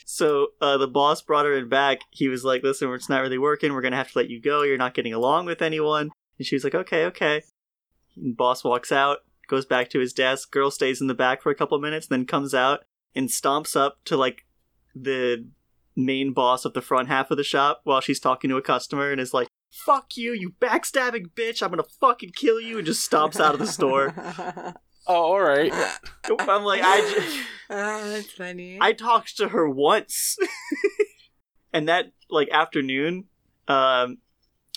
[SPEAKER 4] so uh, the boss brought her in back he was like listen it's not really working we're gonna have to let you go you're not getting along with anyone and she was like okay okay and boss walks out goes back to his desk girl stays in the back for a couple minutes then comes out and stomps up to like the main boss of the front half of the shop while she's talking to a customer and is like, fuck you, you backstabbing bitch, I'm gonna fucking kill you, and just stomps out of the
[SPEAKER 8] [LAUGHS]
[SPEAKER 4] store.
[SPEAKER 1] Oh, all right.
[SPEAKER 4] I'm like, I, j-
[SPEAKER 2] that's Uh, funny.
[SPEAKER 4] I talked to her once. [LAUGHS] and that, like, afternoon, um,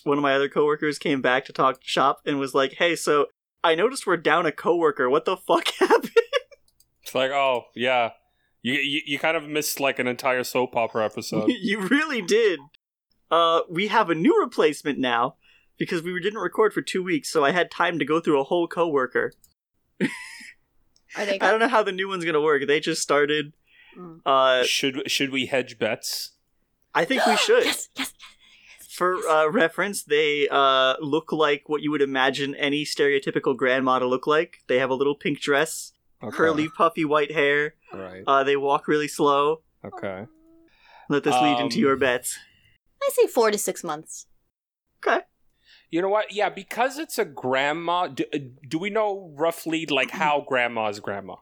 [SPEAKER 4] one of my other coworkers came back to talk shop and was like, hey, so I noticed we're down a coworker. What the fuck [LAUGHS] happened?
[SPEAKER 5] It's like, oh yeah, you, you you kind of missed like an entire soap opera [LAUGHS] episode.
[SPEAKER 4] [LAUGHS] you really did. Uh, we have a new replacement now because we didn't record for two weeks, so I had time to go through a whole coworker.
[SPEAKER 2] Are [LAUGHS] they
[SPEAKER 4] I don't know how the new one's gonna work. They just started.
[SPEAKER 2] Mm.
[SPEAKER 4] Uh,
[SPEAKER 5] should should we hedge bets?
[SPEAKER 4] I
[SPEAKER 2] [GASPS]
[SPEAKER 4] think we should.
[SPEAKER 2] yes, yes,
[SPEAKER 4] For uh, reference, they uh, look like what you would imagine any stereotypical grandma to look like. They have a little pink dress
[SPEAKER 5] Okay.
[SPEAKER 4] curly, puffy white hair.
[SPEAKER 5] Right.
[SPEAKER 4] Uh, they walk really slow.
[SPEAKER 5] Okay.
[SPEAKER 4] Let this lead into
[SPEAKER 5] Um,
[SPEAKER 4] your bets.
[SPEAKER 2] I say four to six months.
[SPEAKER 4] Okay.
[SPEAKER 5] You know what? Yeah, because it's a grandma. Do, do we know roughly like [CLEARS THROAT] how grandma's grandma?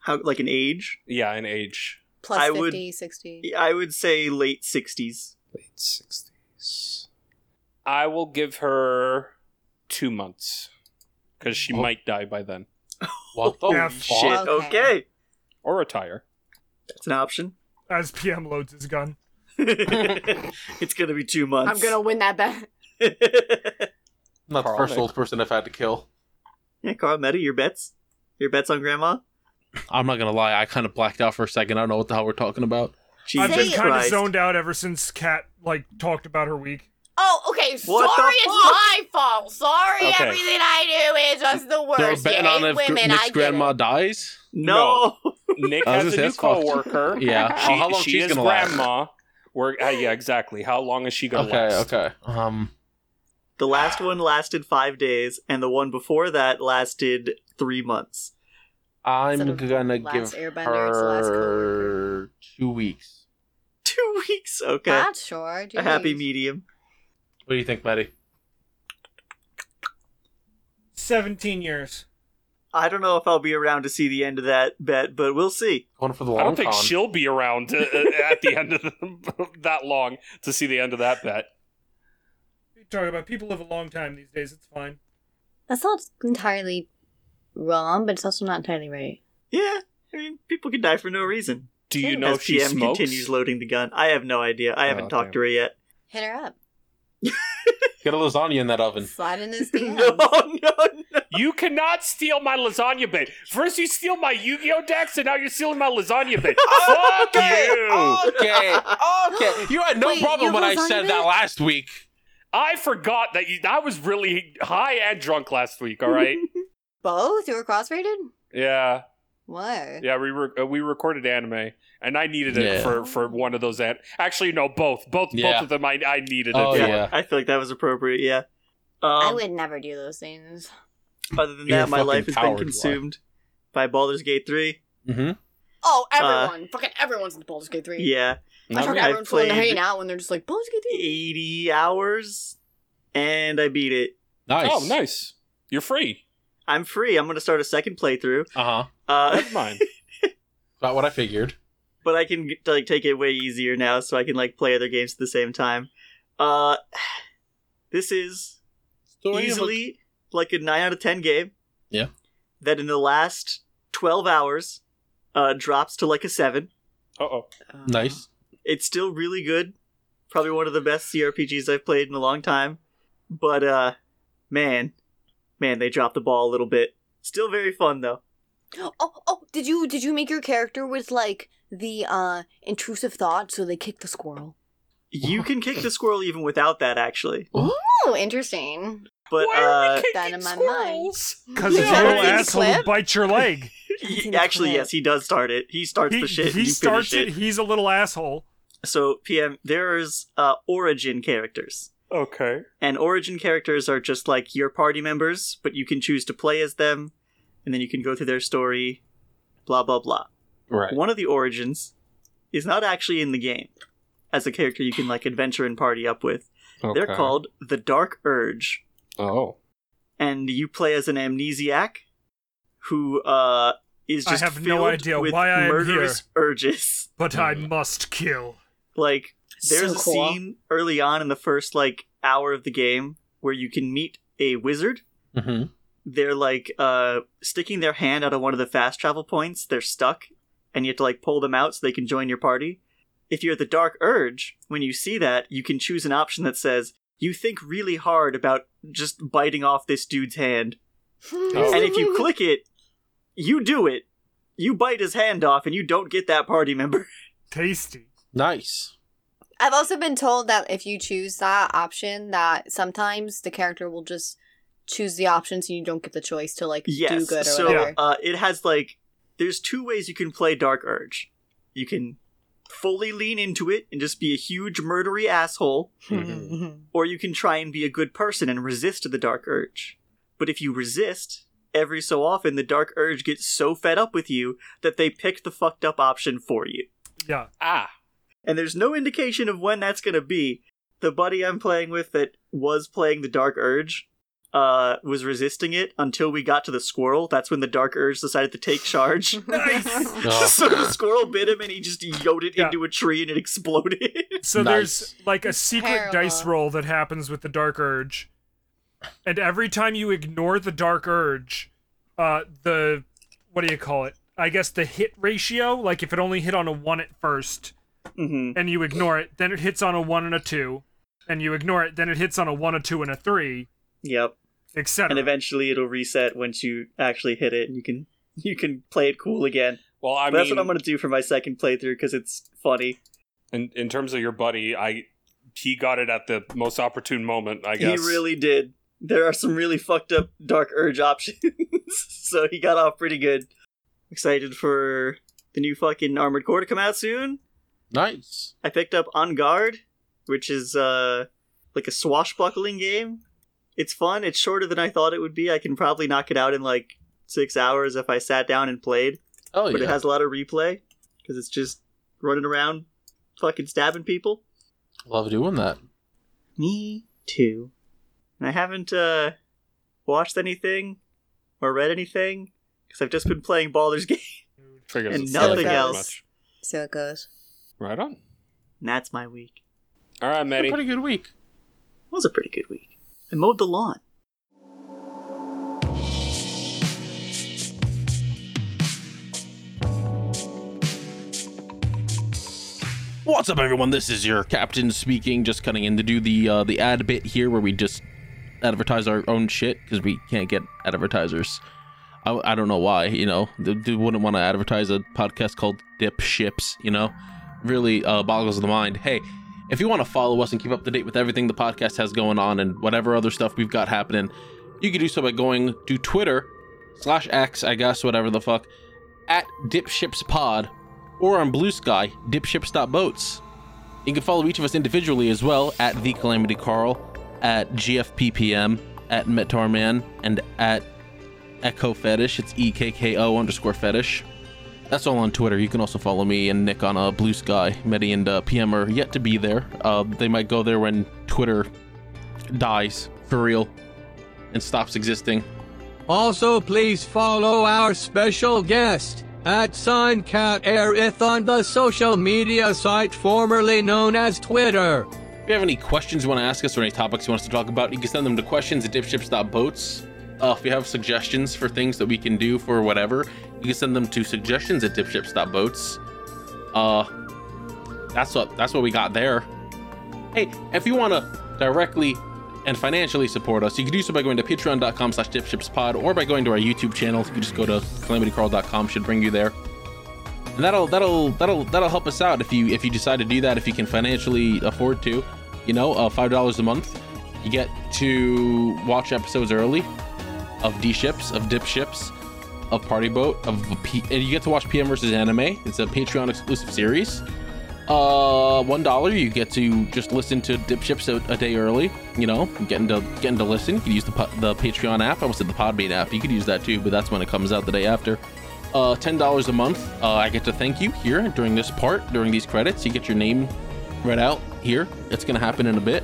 [SPEAKER 4] How like an age?
[SPEAKER 5] Yeah, in age.
[SPEAKER 2] Plus
[SPEAKER 4] I
[SPEAKER 2] 50,
[SPEAKER 4] would-
[SPEAKER 2] 60.
[SPEAKER 4] I would say late sixties.
[SPEAKER 5] Late sixties. I will give her two months because she
[SPEAKER 1] Oh.
[SPEAKER 5] might die by then
[SPEAKER 1] What the
[SPEAKER 3] Yeah,
[SPEAKER 4] Shit.
[SPEAKER 1] fuck?
[SPEAKER 2] Okay.
[SPEAKER 4] Okay.
[SPEAKER 5] or [LAUGHS] retire.
[SPEAKER 4] that's an option. [LAUGHS]
[SPEAKER 3] As PM loads his gun.
[SPEAKER 4] it's gonna be two
[SPEAKER 2] I'm
[SPEAKER 4] months.
[SPEAKER 2] going to win that bet.
[SPEAKER 4] gonna.
[SPEAKER 1] Not the
[SPEAKER 5] Carl,
[SPEAKER 1] first
[SPEAKER 5] Nick.
[SPEAKER 1] old person I've had to kill.
[SPEAKER 4] [LAUGHS] yeah, Carl Meta, your bets. Your bets on Grandma.
[SPEAKER 1] I'm not gonna lie, I kind of blacked out for a second. I don't know what the hell we're talking about.
[SPEAKER 4] Jesus
[SPEAKER 3] I've been
[SPEAKER 2] Say it.
[SPEAKER 3] kind of
[SPEAKER 4] Christ.
[SPEAKER 3] zoned out ever since Kat like talked about her week.
[SPEAKER 2] Oh, okay.
[SPEAKER 4] What the
[SPEAKER 2] Sorry, it's
[SPEAKER 4] fuck?
[SPEAKER 2] my fault. Sorry,
[SPEAKER 5] Okay.
[SPEAKER 2] everything I do is just the
[SPEAKER 1] They're
[SPEAKER 2] worst.
[SPEAKER 1] betting
[SPEAKER 2] You
[SPEAKER 1] on
[SPEAKER 2] hate
[SPEAKER 1] if gr-
[SPEAKER 2] women. I
[SPEAKER 1] Nick's
[SPEAKER 2] get
[SPEAKER 1] grandma
[SPEAKER 2] it.
[SPEAKER 1] dies.
[SPEAKER 4] No.
[SPEAKER 5] Nick
[SPEAKER 1] I was gonna
[SPEAKER 5] has a new
[SPEAKER 1] say, that's fucked.
[SPEAKER 5] coworker.
[SPEAKER 1] Yeah.
[SPEAKER 5] She,
[SPEAKER 1] Oh, how long
[SPEAKER 5] she
[SPEAKER 1] she's
[SPEAKER 5] is
[SPEAKER 1] gonna last?
[SPEAKER 5] grandma. We're uh, yeah, exactly. How long is she gonna
[SPEAKER 1] Okay,
[SPEAKER 5] last?
[SPEAKER 1] okay. Um,
[SPEAKER 4] The last one lasted five days, and the one before that lasted three months. [LAUGHS]
[SPEAKER 2] Instead
[SPEAKER 1] I'm
[SPEAKER 2] of
[SPEAKER 1] gonna
[SPEAKER 2] last
[SPEAKER 1] give
[SPEAKER 2] Airbender, it's last
[SPEAKER 1] her two weeks.
[SPEAKER 4] Two weeks. Okay.
[SPEAKER 2] That's short.
[SPEAKER 4] A happy
[SPEAKER 2] jeez.
[SPEAKER 4] medium.
[SPEAKER 1] What do you think, Maddie?
[SPEAKER 3] 17 years.
[SPEAKER 4] I don't know if I'll be around to see the end of that bet, but we'll see.
[SPEAKER 1] Going for the
[SPEAKER 5] I
[SPEAKER 1] long
[SPEAKER 5] don't think
[SPEAKER 1] con.
[SPEAKER 5] she'll be around uh, uh, at the end of the, [LAUGHS] that long to see the end of that bet.
[SPEAKER 3] You talk about people live a long time these days. It's fine.
[SPEAKER 2] That's not entirely wrong, but it's also not entirely right.
[SPEAKER 4] Yeah, I mean, people can die for no reason.
[SPEAKER 5] Do you know
[SPEAKER 4] As
[SPEAKER 5] if she
[SPEAKER 4] PM
[SPEAKER 5] smokes?
[SPEAKER 4] continues loading the gun, I have no idea. I haven't
[SPEAKER 5] Oh,
[SPEAKER 4] talked to her yet. [LAUGHS]
[SPEAKER 2] Hit her up.
[SPEAKER 1] Get a lasagna in that oven.
[SPEAKER 2] Slide
[SPEAKER 4] [LAUGHS]
[SPEAKER 2] in his DMs.
[SPEAKER 4] no, no, no.
[SPEAKER 5] You cannot steal my lasagna bit. First you steal my Yu-Gi-Oh decks, and now you're stealing my lasagna
[SPEAKER 4] [LAUGHS]
[SPEAKER 5] bit. Fuck [LAUGHS] you!
[SPEAKER 4] Oh.
[SPEAKER 1] Okay, okay. [GASPS] You had no
[SPEAKER 2] Wait,
[SPEAKER 1] problem
[SPEAKER 2] you
[SPEAKER 1] when I
[SPEAKER 2] lasagna
[SPEAKER 1] said
[SPEAKER 2] bit?
[SPEAKER 1] that last week.
[SPEAKER 5] I forgot that you. I was really high and drunk last week.
[SPEAKER 4] [LAUGHS]
[SPEAKER 5] All right.
[SPEAKER 2] [LAUGHS] Both? You were cross-rated?
[SPEAKER 5] yeah,
[SPEAKER 2] What?
[SPEAKER 5] yeah. We re- uh, we recorded anime, and I needed it
[SPEAKER 1] Yeah.
[SPEAKER 5] for for one of those. An- Actually, no, both, both,
[SPEAKER 1] Yeah.
[SPEAKER 5] both of them. I I needed it.
[SPEAKER 1] Oh,
[SPEAKER 5] for.
[SPEAKER 1] yeah.
[SPEAKER 4] I feel like that was appropriate. Yeah.
[SPEAKER 2] I
[SPEAKER 4] Um,
[SPEAKER 2] would never do those things.
[SPEAKER 4] other than
[SPEAKER 1] You're a
[SPEAKER 4] that, my
[SPEAKER 1] fucking
[SPEAKER 4] life has been
[SPEAKER 1] coward, Eli.
[SPEAKER 4] consumed by Baldur's Gate three.
[SPEAKER 1] Mm-hmm.
[SPEAKER 2] Oh,
[SPEAKER 4] Uh,
[SPEAKER 2] everyone. Fucking everyone's in the Baldur's Gate 3.
[SPEAKER 4] Yeah,
[SPEAKER 2] I talk to
[SPEAKER 4] I've
[SPEAKER 2] everyone playing
[SPEAKER 4] played-
[SPEAKER 2] hanging out when they're just like, Baldur's Gate 3.
[SPEAKER 4] eighty hours, and I beat it.
[SPEAKER 1] Nice.
[SPEAKER 5] Oh, nice. You're free.
[SPEAKER 4] I'm free. I'm gonna start a second playthrough.
[SPEAKER 1] Uh huh.
[SPEAKER 4] Uh,
[SPEAKER 5] Never mind.
[SPEAKER 1] [LAUGHS] About what I figured.
[SPEAKER 4] [LAUGHS] but I can like take it way easier now, so I can like play other games at the same time. Uh, [SIGHS] this is easily like a nine out of ten game.
[SPEAKER 1] Yeah.
[SPEAKER 4] That in the last twelve hours, uh, drops to like a seven.
[SPEAKER 5] Uh oh.
[SPEAKER 2] Um,
[SPEAKER 1] nice.
[SPEAKER 4] It's still really good. Probably one of the best CRPGs I've played in a long time. But uh, man, man, they dropped the ball a little bit. Still very fun though.
[SPEAKER 2] Oh, oh, did you did you make your character with like the uh intrusive thought so they kick the squirrel?
[SPEAKER 4] You can kick the squirrel even without that, actually.
[SPEAKER 2] Oh, interesting.
[SPEAKER 4] But
[SPEAKER 5] Why are
[SPEAKER 4] uh,
[SPEAKER 5] we
[SPEAKER 2] That
[SPEAKER 5] kicking
[SPEAKER 2] in my
[SPEAKER 5] squirrels?
[SPEAKER 3] Because
[SPEAKER 4] Yeah.
[SPEAKER 3] a little
[SPEAKER 4] Haven't seen the
[SPEAKER 3] asshole
[SPEAKER 2] clip?
[SPEAKER 3] who bites your leg.
[SPEAKER 2] Haven't seen
[SPEAKER 4] he,
[SPEAKER 2] the
[SPEAKER 4] actually,
[SPEAKER 2] clip.
[SPEAKER 4] yes, he does start it. He starts
[SPEAKER 3] he
[SPEAKER 4] the shit. and
[SPEAKER 3] he
[SPEAKER 4] you
[SPEAKER 3] starts
[SPEAKER 4] finish
[SPEAKER 3] it. He's a little asshole.
[SPEAKER 4] So, PM, there's uh, origin characters.
[SPEAKER 5] Okay.
[SPEAKER 4] And origin characters are just like your party members, but you can choose to play as them, and then you can go through their story, blah, blah, blah.
[SPEAKER 1] Right.
[SPEAKER 4] One of the origins is not actually in the game as a character you can like adventure and party up with. They're called the Dark Urge.
[SPEAKER 5] Oh.
[SPEAKER 4] And you play as an amnesiac who uh, is
[SPEAKER 3] I
[SPEAKER 4] just
[SPEAKER 3] have no
[SPEAKER 4] filled
[SPEAKER 3] idea
[SPEAKER 4] with
[SPEAKER 3] why I am
[SPEAKER 4] murderous urges. [LAUGHS]
[SPEAKER 3] But I must kill.
[SPEAKER 4] Like there's
[SPEAKER 2] So
[SPEAKER 4] a
[SPEAKER 2] cool. [LAUGHS]
[SPEAKER 4] scene early on in the first like hour of the game where you can meet a wizard.
[SPEAKER 1] Mm-hmm.
[SPEAKER 4] They're like uh sticking their hand out of one of the fast travel points. They're stuck and you have to like pull them out so they can join your party. If you're at the dark urge, when you see that, you can choose an option that says you think really hard about just biting off this dude's hand.
[SPEAKER 2] Oh.
[SPEAKER 4] And if you click it, you do it. You bite his hand off and you don't get that party member.
[SPEAKER 3] Tasty.
[SPEAKER 1] Nice.
[SPEAKER 2] I've also been told that if you choose that option, that sometimes the character will just choose the options and you don't get the choice to like
[SPEAKER 4] yes.
[SPEAKER 2] do good or
[SPEAKER 4] so
[SPEAKER 2] whatever.
[SPEAKER 4] uh, it has like there's two ways you can play Dark Urge. You can fully lean into it and just be a huge murdery asshole,
[SPEAKER 2] hmm.
[SPEAKER 5] [LAUGHS]
[SPEAKER 4] or you can try and be a good person and resist the Dark Urge. But if you resist, every so often the dark urge gets so fed up with you that they pick the fucked up option for you.
[SPEAKER 3] Yeah.
[SPEAKER 5] Ah,
[SPEAKER 4] And there's no indication of when that's gonna be. The buddy I'm playing with that was playing the dark urge uh, was resisting it until we got to the squirrel. That's when the dark urge decided to take [LAUGHS]
[SPEAKER 5] [LAUGHS]
[SPEAKER 4] charge.
[SPEAKER 3] Nice.
[SPEAKER 1] Oh.
[SPEAKER 4] so the squirrel bit him and he just yoted
[SPEAKER 3] Yeah.
[SPEAKER 4] into a tree and it exploded. [LAUGHS]
[SPEAKER 3] So
[SPEAKER 1] Nice.
[SPEAKER 3] there's like a secret
[SPEAKER 2] Terrible.
[SPEAKER 3] dice roll that happens with the dark urge, and every time you ignore the dark urge, uh, the what do you call it? I guess the hit ratio. Like if it only hit on a one at first,
[SPEAKER 4] mm-hmm.
[SPEAKER 3] and you ignore it, then it hits on a one and a two, and you ignore it, then it hits on a one, a two, and a three,
[SPEAKER 4] Yep. and
[SPEAKER 3] etc.
[SPEAKER 4] eventually it'll reset once you actually hit it and you can you can play it cool again
[SPEAKER 5] well, I
[SPEAKER 4] that's
[SPEAKER 5] mean,
[SPEAKER 4] what i'm gonna do for my second playthrough because it's funny
[SPEAKER 5] in, in terms of your buddy, I he got it at the most opportune moment. I
[SPEAKER 4] he
[SPEAKER 5] guess
[SPEAKER 4] really did there are some really fucked up dark urge [LAUGHS] options so he got off pretty good excited for the new fucking armored core to come out soon
[SPEAKER 1] Nice.
[SPEAKER 4] i picked up on guard which is uh like a swashbuckling game it's fun it's shorter than i thought it would be i can probably knock it out in like six hours if i sat down and played
[SPEAKER 1] Oh
[SPEAKER 4] but
[SPEAKER 1] yeah.
[SPEAKER 4] it has a lot of replay because it's just running around fucking stabbing people.
[SPEAKER 1] Love doing that.
[SPEAKER 4] Me too. And I haven't uh, watched anything or read anything because I've just been playing Baldur's Gate. [LAUGHS]
[SPEAKER 5] figures
[SPEAKER 4] and
[SPEAKER 5] it's
[SPEAKER 4] nothing
[SPEAKER 5] not
[SPEAKER 4] else.
[SPEAKER 5] much.
[SPEAKER 2] So it goes.
[SPEAKER 5] Right on.
[SPEAKER 4] And that's my week.
[SPEAKER 5] All right,
[SPEAKER 1] Had a
[SPEAKER 5] Maddie.
[SPEAKER 1] pretty good week.
[SPEAKER 4] It was a pretty good week. I mowed the lawn.
[SPEAKER 1] What's up, everyone? This is your captain speaking. Just cutting in to do the uh, the ad bit here, where we just advertise our own shit because we can't get advertisers. I, I don't know why. You know, they, they wouldn't want to advertise a podcast called Dip Ships. You know, really uh, boggles the mind. Hey, if you want to follow us and keep up to date with everything the podcast has going on and whatever other stuff we've got happening, you can do so by going to Twitter slash X, I guess, whatever the fuck, at Dip Ships Pod or on Blue Sky, dipships.boats. You can follow each of us individually as well at The Calamity Carl, at GFPPM, at Metarman, and at Echo Fetish. It's E EKKO underscore fetish. That's all on Twitter. You can also follow me and Nick on uh, Blue Sky. Medi and uh, PM are yet to be there. Uh, they might go there when Twitter dies for real and stops existing.
[SPEAKER 9] Also, please follow our special guest at Suncat Aerith on the social media site formerly known as Twitter.
[SPEAKER 1] If you have any questions you want to ask us or any topics you want us to talk about, you can send them to questions at dipships.boats. Uh, if you have suggestions for things that we can do for whatever, you can send them to suggestions at dipships.boats. Uh, that's what that's what we got there. Hey, if you want to directly and financially support us, you can do so by going to patreon.com slash dipshipspod or by going to our YouTube channel. You can just go to calamitycarl.com, should bring you there and that'll that'll that'll that'll help us out if you if you decide to do that if you can financially afford to you know uh, five dollars a month you get to watch episodes early of d ships of dip ships of party boat of P- and you get to watch pm versus anime it's a patreon exclusive series uh one dollar you get to just listen to dip ships a, a day early you know getting to getting to listen you can use the, po- the patreon app i almost said the podbean app you could use that too but that's when it comes out the day after uh, ten dollars a month. Uh, I get to thank you here during this part, during these credits. You get your name read out here. It's gonna happen in a bit.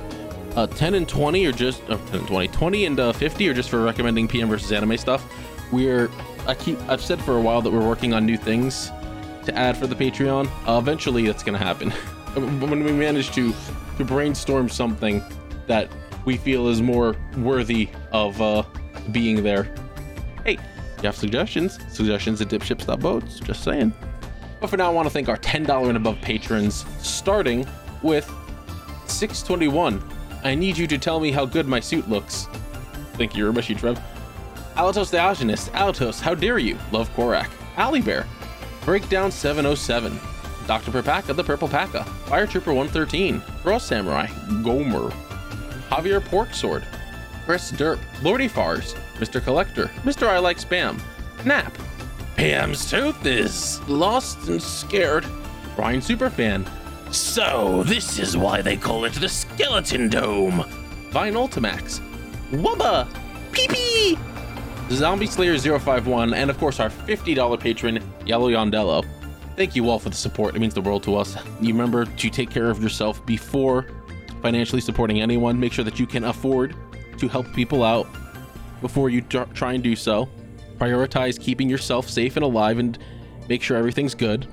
[SPEAKER 1] Uh, ten and twenty are just uh, ten and twenty, twenty and uh, fifty are just for recommending PM versus anime stuff. We're I keep I've said for a while that we're working on new things to add for the Patreon. Uh, eventually, that's gonna happen [LAUGHS] when we manage to to brainstorm something that we feel is more worthy of uh, being there. Hey, you have suggestions? Suggestions at dipships.boats. Just saying. But for now, I want to thank our $10 and above patrons, starting with 621. I need you to tell me how good my suit looks. Thank you, Urbashi Trev. Alatos Diogenes. Alatos, how dare you? Love Korak. Alley Bear. Breakdown 707. Dr. Perpaka, the Purple Paka. Fire Trooper 113. Frost Samurai. Gomer. Javier Porksword. Chris Derp, Lordy Fars, Mr. Collector, Mr. I Like Spam, Nap, Pam's Tooth is Lost and Scared, Ryan Superfan. So, this is why they call it the Skeleton Dome. Vine Ultimax, Wubba, Pee Pee, Zombie Slayer 051, and of course our $50 patron, Yellow Yondello. Thank you all for the support. It means the world to us. You remember to take care of yourself before financially supporting anyone. Make sure that you can afford to help people out before you tr- try and do so. Prioritize keeping yourself safe and alive and make sure everything's good.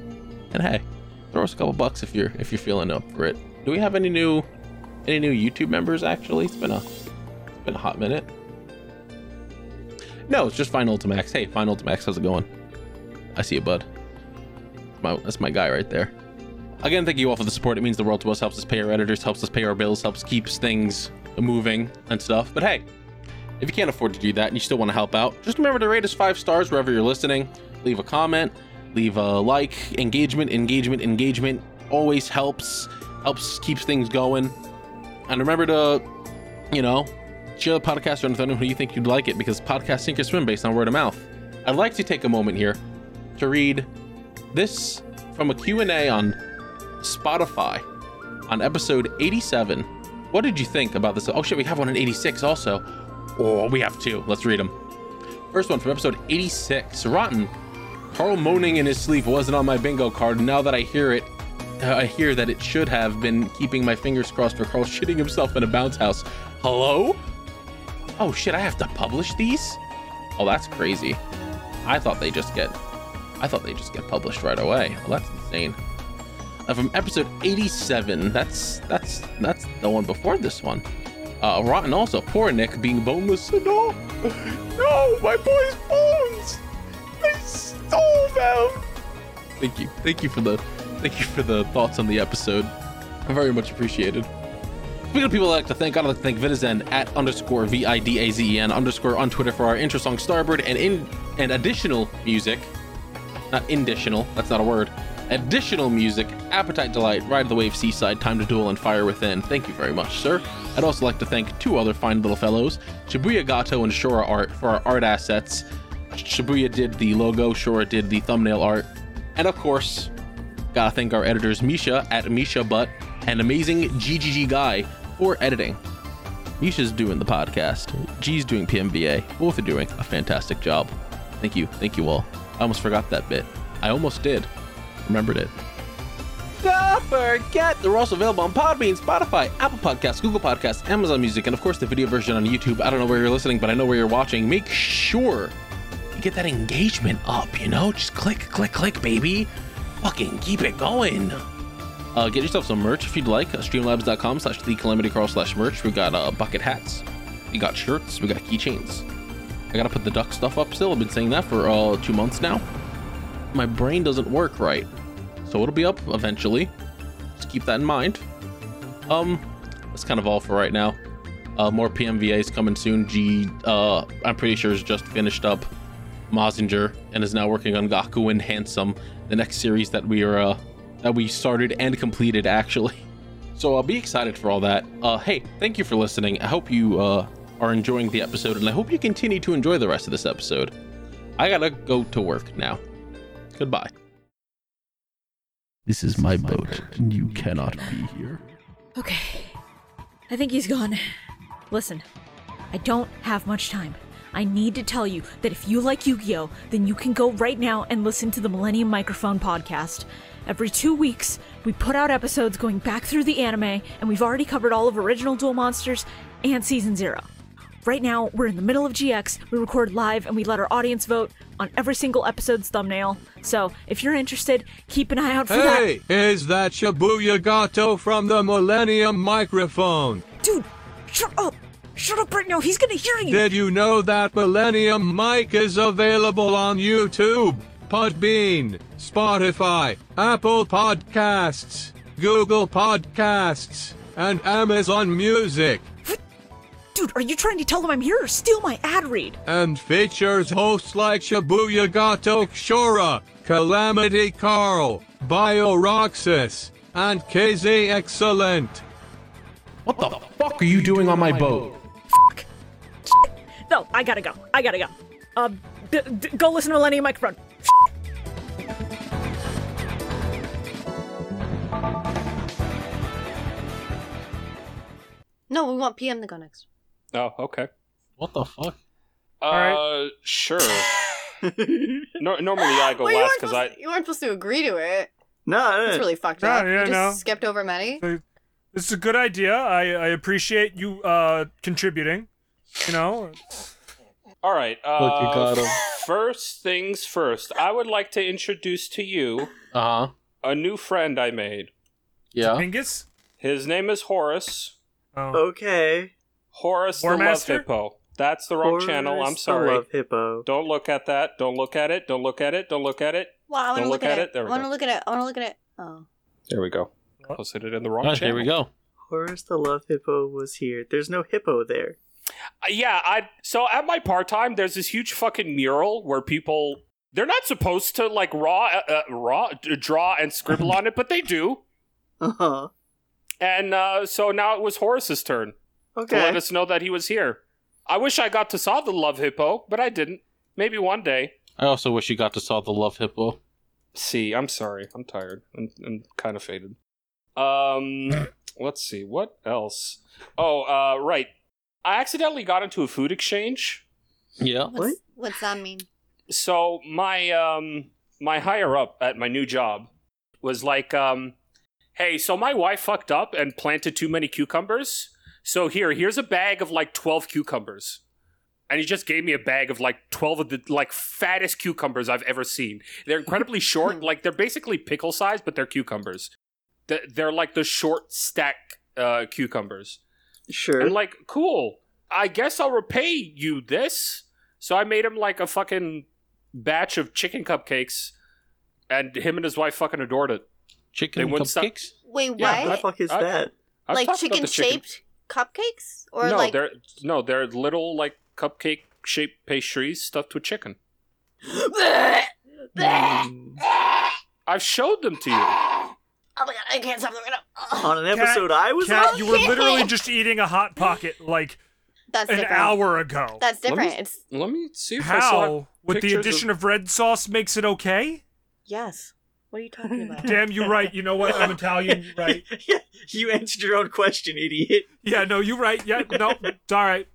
[SPEAKER 1] And hey, throw us a couple bucks if you're if you're feeling up for it. Do we have any new any new YouTube members actually? It's been a it's been a hot minute. No, it's just Fine Ultimax. Hey, Fine Ultimax, how's it going? I see you, bud. My, that's my guy right there. Again, thank you all for the support. It means the world to us. Helps us pay our editors, helps us pay our bills, helps keeps things moving and stuff. But hey, if you can't afford to do that and you still want to help out, just remember to rate us five stars wherever you're listening. Leave a comment, leave a like. Engagement, engagement, engagement always helps. Helps keeps things going. And remember to, you know, share the podcast with anyone who you think you'd like it because podcasts sink or swim based on word of mouth. I'd like to take a moment here to read this from a Q&A on Spotify on episode 87. What did you think about this? Oh shit, we have one in 86 also. Oh, we have two. Let's read them. First one from episode 86. Rotten. Carl moaning in his sleep wasn't on my bingo card. Now that I hear it, uh, I hear that it should have been keeping my fingers crossed for Carl [LAUGHS] shitting himself in a bounce house. Hello? Oh shit, I have to publish these? Oh, that's crazy. I thought they just get I thought they just get published right away. Well, that's insane. Uh, from episode 87, that's that's that's the one before this one. Uh, rotten also. Poor Nick being boneless. [LAUGHS] No, no, my boy's bones. They stole them. Thank you, thank you for the, thank you for the thoughts on the episode. Very much appreciated. Speaking of people I'd like to thank, I'd like to thank Vidazen at underscore V I D A Z E N underscore on Twitter for our intro song Starboard and in and additional music not additional, that's not a word. Additional music, Appetite Delight, Ride the Wave Seaside, Time to Duel, and Fire Within. Thank you very much, sir. I'd also like to thank two other fine little fellows, Shibuya Gato and Shora Art, for our art assets. Shibuya did the logo, Shora did the thumbnail art. And of course, gotta thank our editors Misha at Misha Butt and amazing GGG Guy for editing. Misha's doing the podcast. G's doing PMBA. Both are doing a fantastic job. Thank you. Thank you all. I almost forgot that bit. I almost did. Remembered it. Don't forget they're also available on Podbean, Spotify, Apple Podcasts, Google Podcasts, Amazon Music, and of course the video version on YouTube. I don't know where you're listening, but I know where you're watching. Make sure you get that engagement up, you know? Just click, click, click, baby. Fucking keep it going. Uh, get yourself some merch if you'd like. Uh, Streamlabs.com slash the calamity carl slash merch. We got uh, bucket hats, we got shirts, we got keychains. I gotta put the duck stuff up still. I've been saying that for uh, two months now. My brain doesn't work right, so it'll be up eventually. Just keep that in mind. Um, that's kind of all for right now. Uh, more PMVAs coming soon. G, uh, I'm pretty sure has just finished up Mazinger and is now working on Gaku and Handsome, the next series that we are uh, that we started and completed actually. [LAUGHS] So I'll be excited for all that. Uh, hey, thank you for listening. I hope you uh, are enjoying the episode, and I hope you continue to enjoy the rest of this episode. I gotta go to work now. Goodbye. This is my boat, and you cannot be here.
[SPEAKER 10] Okay. I think he's gone. Listen, I don't have much time. I need to tell you that if you like Yu Gi Oh!, then you can go right now and listen to the Millennium Microphone podcast. Every two weeks, we put out episodes going back through the anime, and we've already covered all of Original Duel Monsters and Season Zero. Right now, we're in the middle of GX, we record live, and we let our audience vote on every single episode's thumbnail. So, if you're interested, keep an eye out for that.
[SPEAKER 9] Hey, is that Shibuya Gato from the Millennium Microphone?
[SPEAKER 10] Dude, shut up! Shut up right now, he's gonna hear you!
[SPEAKER 9] Did you know that Millennium Mic is available on YouTube, Podbean, Spotify, Apple Podcasts, Google Podcasts, and Amazon Music,
[SPEAKER 10] Dude, are you trying to tell him I'm here or steal my ad read?
[SPEAKER 9] and features hosts like Shibuya Gato Shora, Calamity Carl, Bioroxis, and KZ Excellent.
[SPEAKER 1] What the fuck are you doing on my boat?
[SPEAKER 10] Fuck. Shit. No, I gotta go. I gotta go. Um, d- d- go listen to Millennium Microphone.
[SPEAKER 2] No, we want PM to go next.
[SPEAKER 5] Oh, okay.
[SPEAKER 1] What the fuck?
[SPEAKER 5] Oh, Uh,
[SPEAKER 3] right.
[SPEAKER 4] [LAUGHS]
[SPEAKER 5] sure. no, normally I go
[SPEAKER 2] Well, you weren't
[SPEAKER 5] last because
[SPEAKER 2] supposed-
[SPEAKER 5] I.
[SPEAKER 2] you weren't supposed to agree to it.
[SPEAKER 4] No,
[SPEAKER 2] It's
[SPEAKER 4] no,
[SPEAKER 2] really fucked
[SPEAKER 3] No,
[SPEAKER 2] up.
[SPEAKER 3] yeah,
[SPEAKER 2] you just
[SPEAKER 3] no.
[SPEAKER 2] skipped over many.
[SPEAKER 3] This is a good idea. I, I appreciate you uh contributing. You know,
[SPEAKER 5] All right. Uh,
[SPEAKER 1] Look, you got 'em.
[SPEAKER 5] First things first. I would like to introduce to you
[SPEAKER 1] Uh huh.
[SPEAKER 5] a new friend I made.
[SPEAKER 1] Yeah.
[SPEAKER 3] Pingus.
[SPEAKER 5] His name is Horace.
[SPEAKER 3] Oh.
[SPEAKER 4] okay.
[SPEAKER 5] Horace the Love
[SPEAKER 3] Warmaster?
[SPEAKER 5] Hippo. That's the wrong channel. I'm
[SPEAKER 4] Horace the
[SPEAKER 5] sorry.
[SPEAKER 4] Love hippo.
[SPEAKER 5] Don't look at that. Don't look at it. Don't look at it. Don't look at it.
[SPEAKER 2] Well, I want to
[SPEAKER 5] Don't
[SPEAKER 2] look,
[SPEAKER 5] look
[SPEAKER 2] at,
[SPEAKER 5] at it.
[SPEAKER 2] it.
[SPEAKER 5] There
[SPEAKER 2] I
[SPEAKER 5] we
[SPEAKER 2] want to
[SPEAKER 5] go.
[SPEAKER 2] look at it. I want to look at it. Oh.
[SPEAKER 5] There we go. Posted it in the wrong
[SPEAKER 1] Ah, here
[SPEAKER 5] channel.
[SPEAKER 1] we go.
[SPEAKER 4] Horace the love hippo was here. There's no hippo there.
[SPEAKER 5] Uh, yeah i so at my part-time there's this huge fucking mural where people they're not supposed to like raw uh, uh, raw d- draw and scribble on it but they do
[SPEAKER 4] Uh-huh.
[SPEAKER 5] and uh, so now it was horace's turn to let
[SPEAKER 4] Okay.
[SPEAKER 5] us know that he was here i wish i got to saw the love hippo but i didn't maybe one day
[SPEAKER 1] I also wish you got to saw the love hippo.
[SPEAKER 5] see i'm sorry i'm tired i'm, I'm kind of faded um let's see what else oh uh right i accidentally got into a food exchange
[SPEAKER 1] Yeah.
[SPEAKER 2] What's, What's that mean?
[SPEAKER 5] so my um my higher up at my new job was like um hey so my wife fucked up and planted too many cucumbers so here here's a bag of like 12 cucumbers and he just gave me a bag of like 12 of the like fattest cucumbers i've ever seen they're incredibly short like they're basically pickle sized but they're cucumbers Th- they're like the short stack uh, cucumbers
[SPEAKER 4] Sure.
[SPEAKER 5] and like, cool. I guess I'll repay you this. So I made him like a fucking batch of chicken cupcakes, and him and his wife fucking adored it.
[SPEAKER 1] Chicken
[SPEAKER 5] They wouldn't stop-
[SPEAKER 1] cupcakes.
[SPEAKER 2] Wait,
[SPEAKER 5] Yeah,
[SPEAKER 4] What the
[SPEAKER 2] what?
[SPEAKER 4] fuck is
[SPEAKER 5] I-
[SPEAKER 4] that?
[SPEAKER 5] I've
[SPEAKER 2] like
[SPEAKER 5] talked about the
[SPEAKER 2] chicken shaped cupcakes? Or
[SPEAKER 5] no,
[SPEAKER 2] like.
[SPEAKER 5] they're no, they're little like cupcake shaped pastries stuffed
[SPEAKER 2] [LAUGHS]
[SPEAKER 5] with chicken.
[SPEAKER 4] Mm.
[SPEAKER 5] I've showed them to you.
[SPEAKER 2] Oh my god, I can't stop looking up. Ugh.
[SPEAKER 4] On an
[SPEAKER 3] Cat-
[SPEAKER 4] episode I was
[SPEAKER 3] Cat,
[SPEAKER 4] on?
[SPEAKER 3] you were literally just eating a hot pocket like
[SPEAKER 2] That's
[SPEAKER 3] an
[SPEAKER 2] different.
[SPEAKER 3] hour ago.
[SPEAKER 2] That's
[SPEAKER 5] Let me-
[SPEAKER 2] different. It's
[SPEAKER 5] Let me see if I still have
[SPEAKER 3] How, with the
[SPEAKER 5] pictures
[SPEAKER 3] addition of... red sauce, makes it okay?
[SPEAKER 2] Yes. What are you talking
[SPEAKER 3] [LAUGHS]
[SPEAKER 2] about?
[SPEAKER 3] Damn, you right. You know what? I'm Italian. You
[SPEAKER 2] [LAUGHS]
[SPEAKER 3] right.
[SPEAKER 4] [LAUGHS] yeah, you answered your own question, idiot.
[SPEAKER 3] Yeah, no, you right. Yeah, no, it's all right.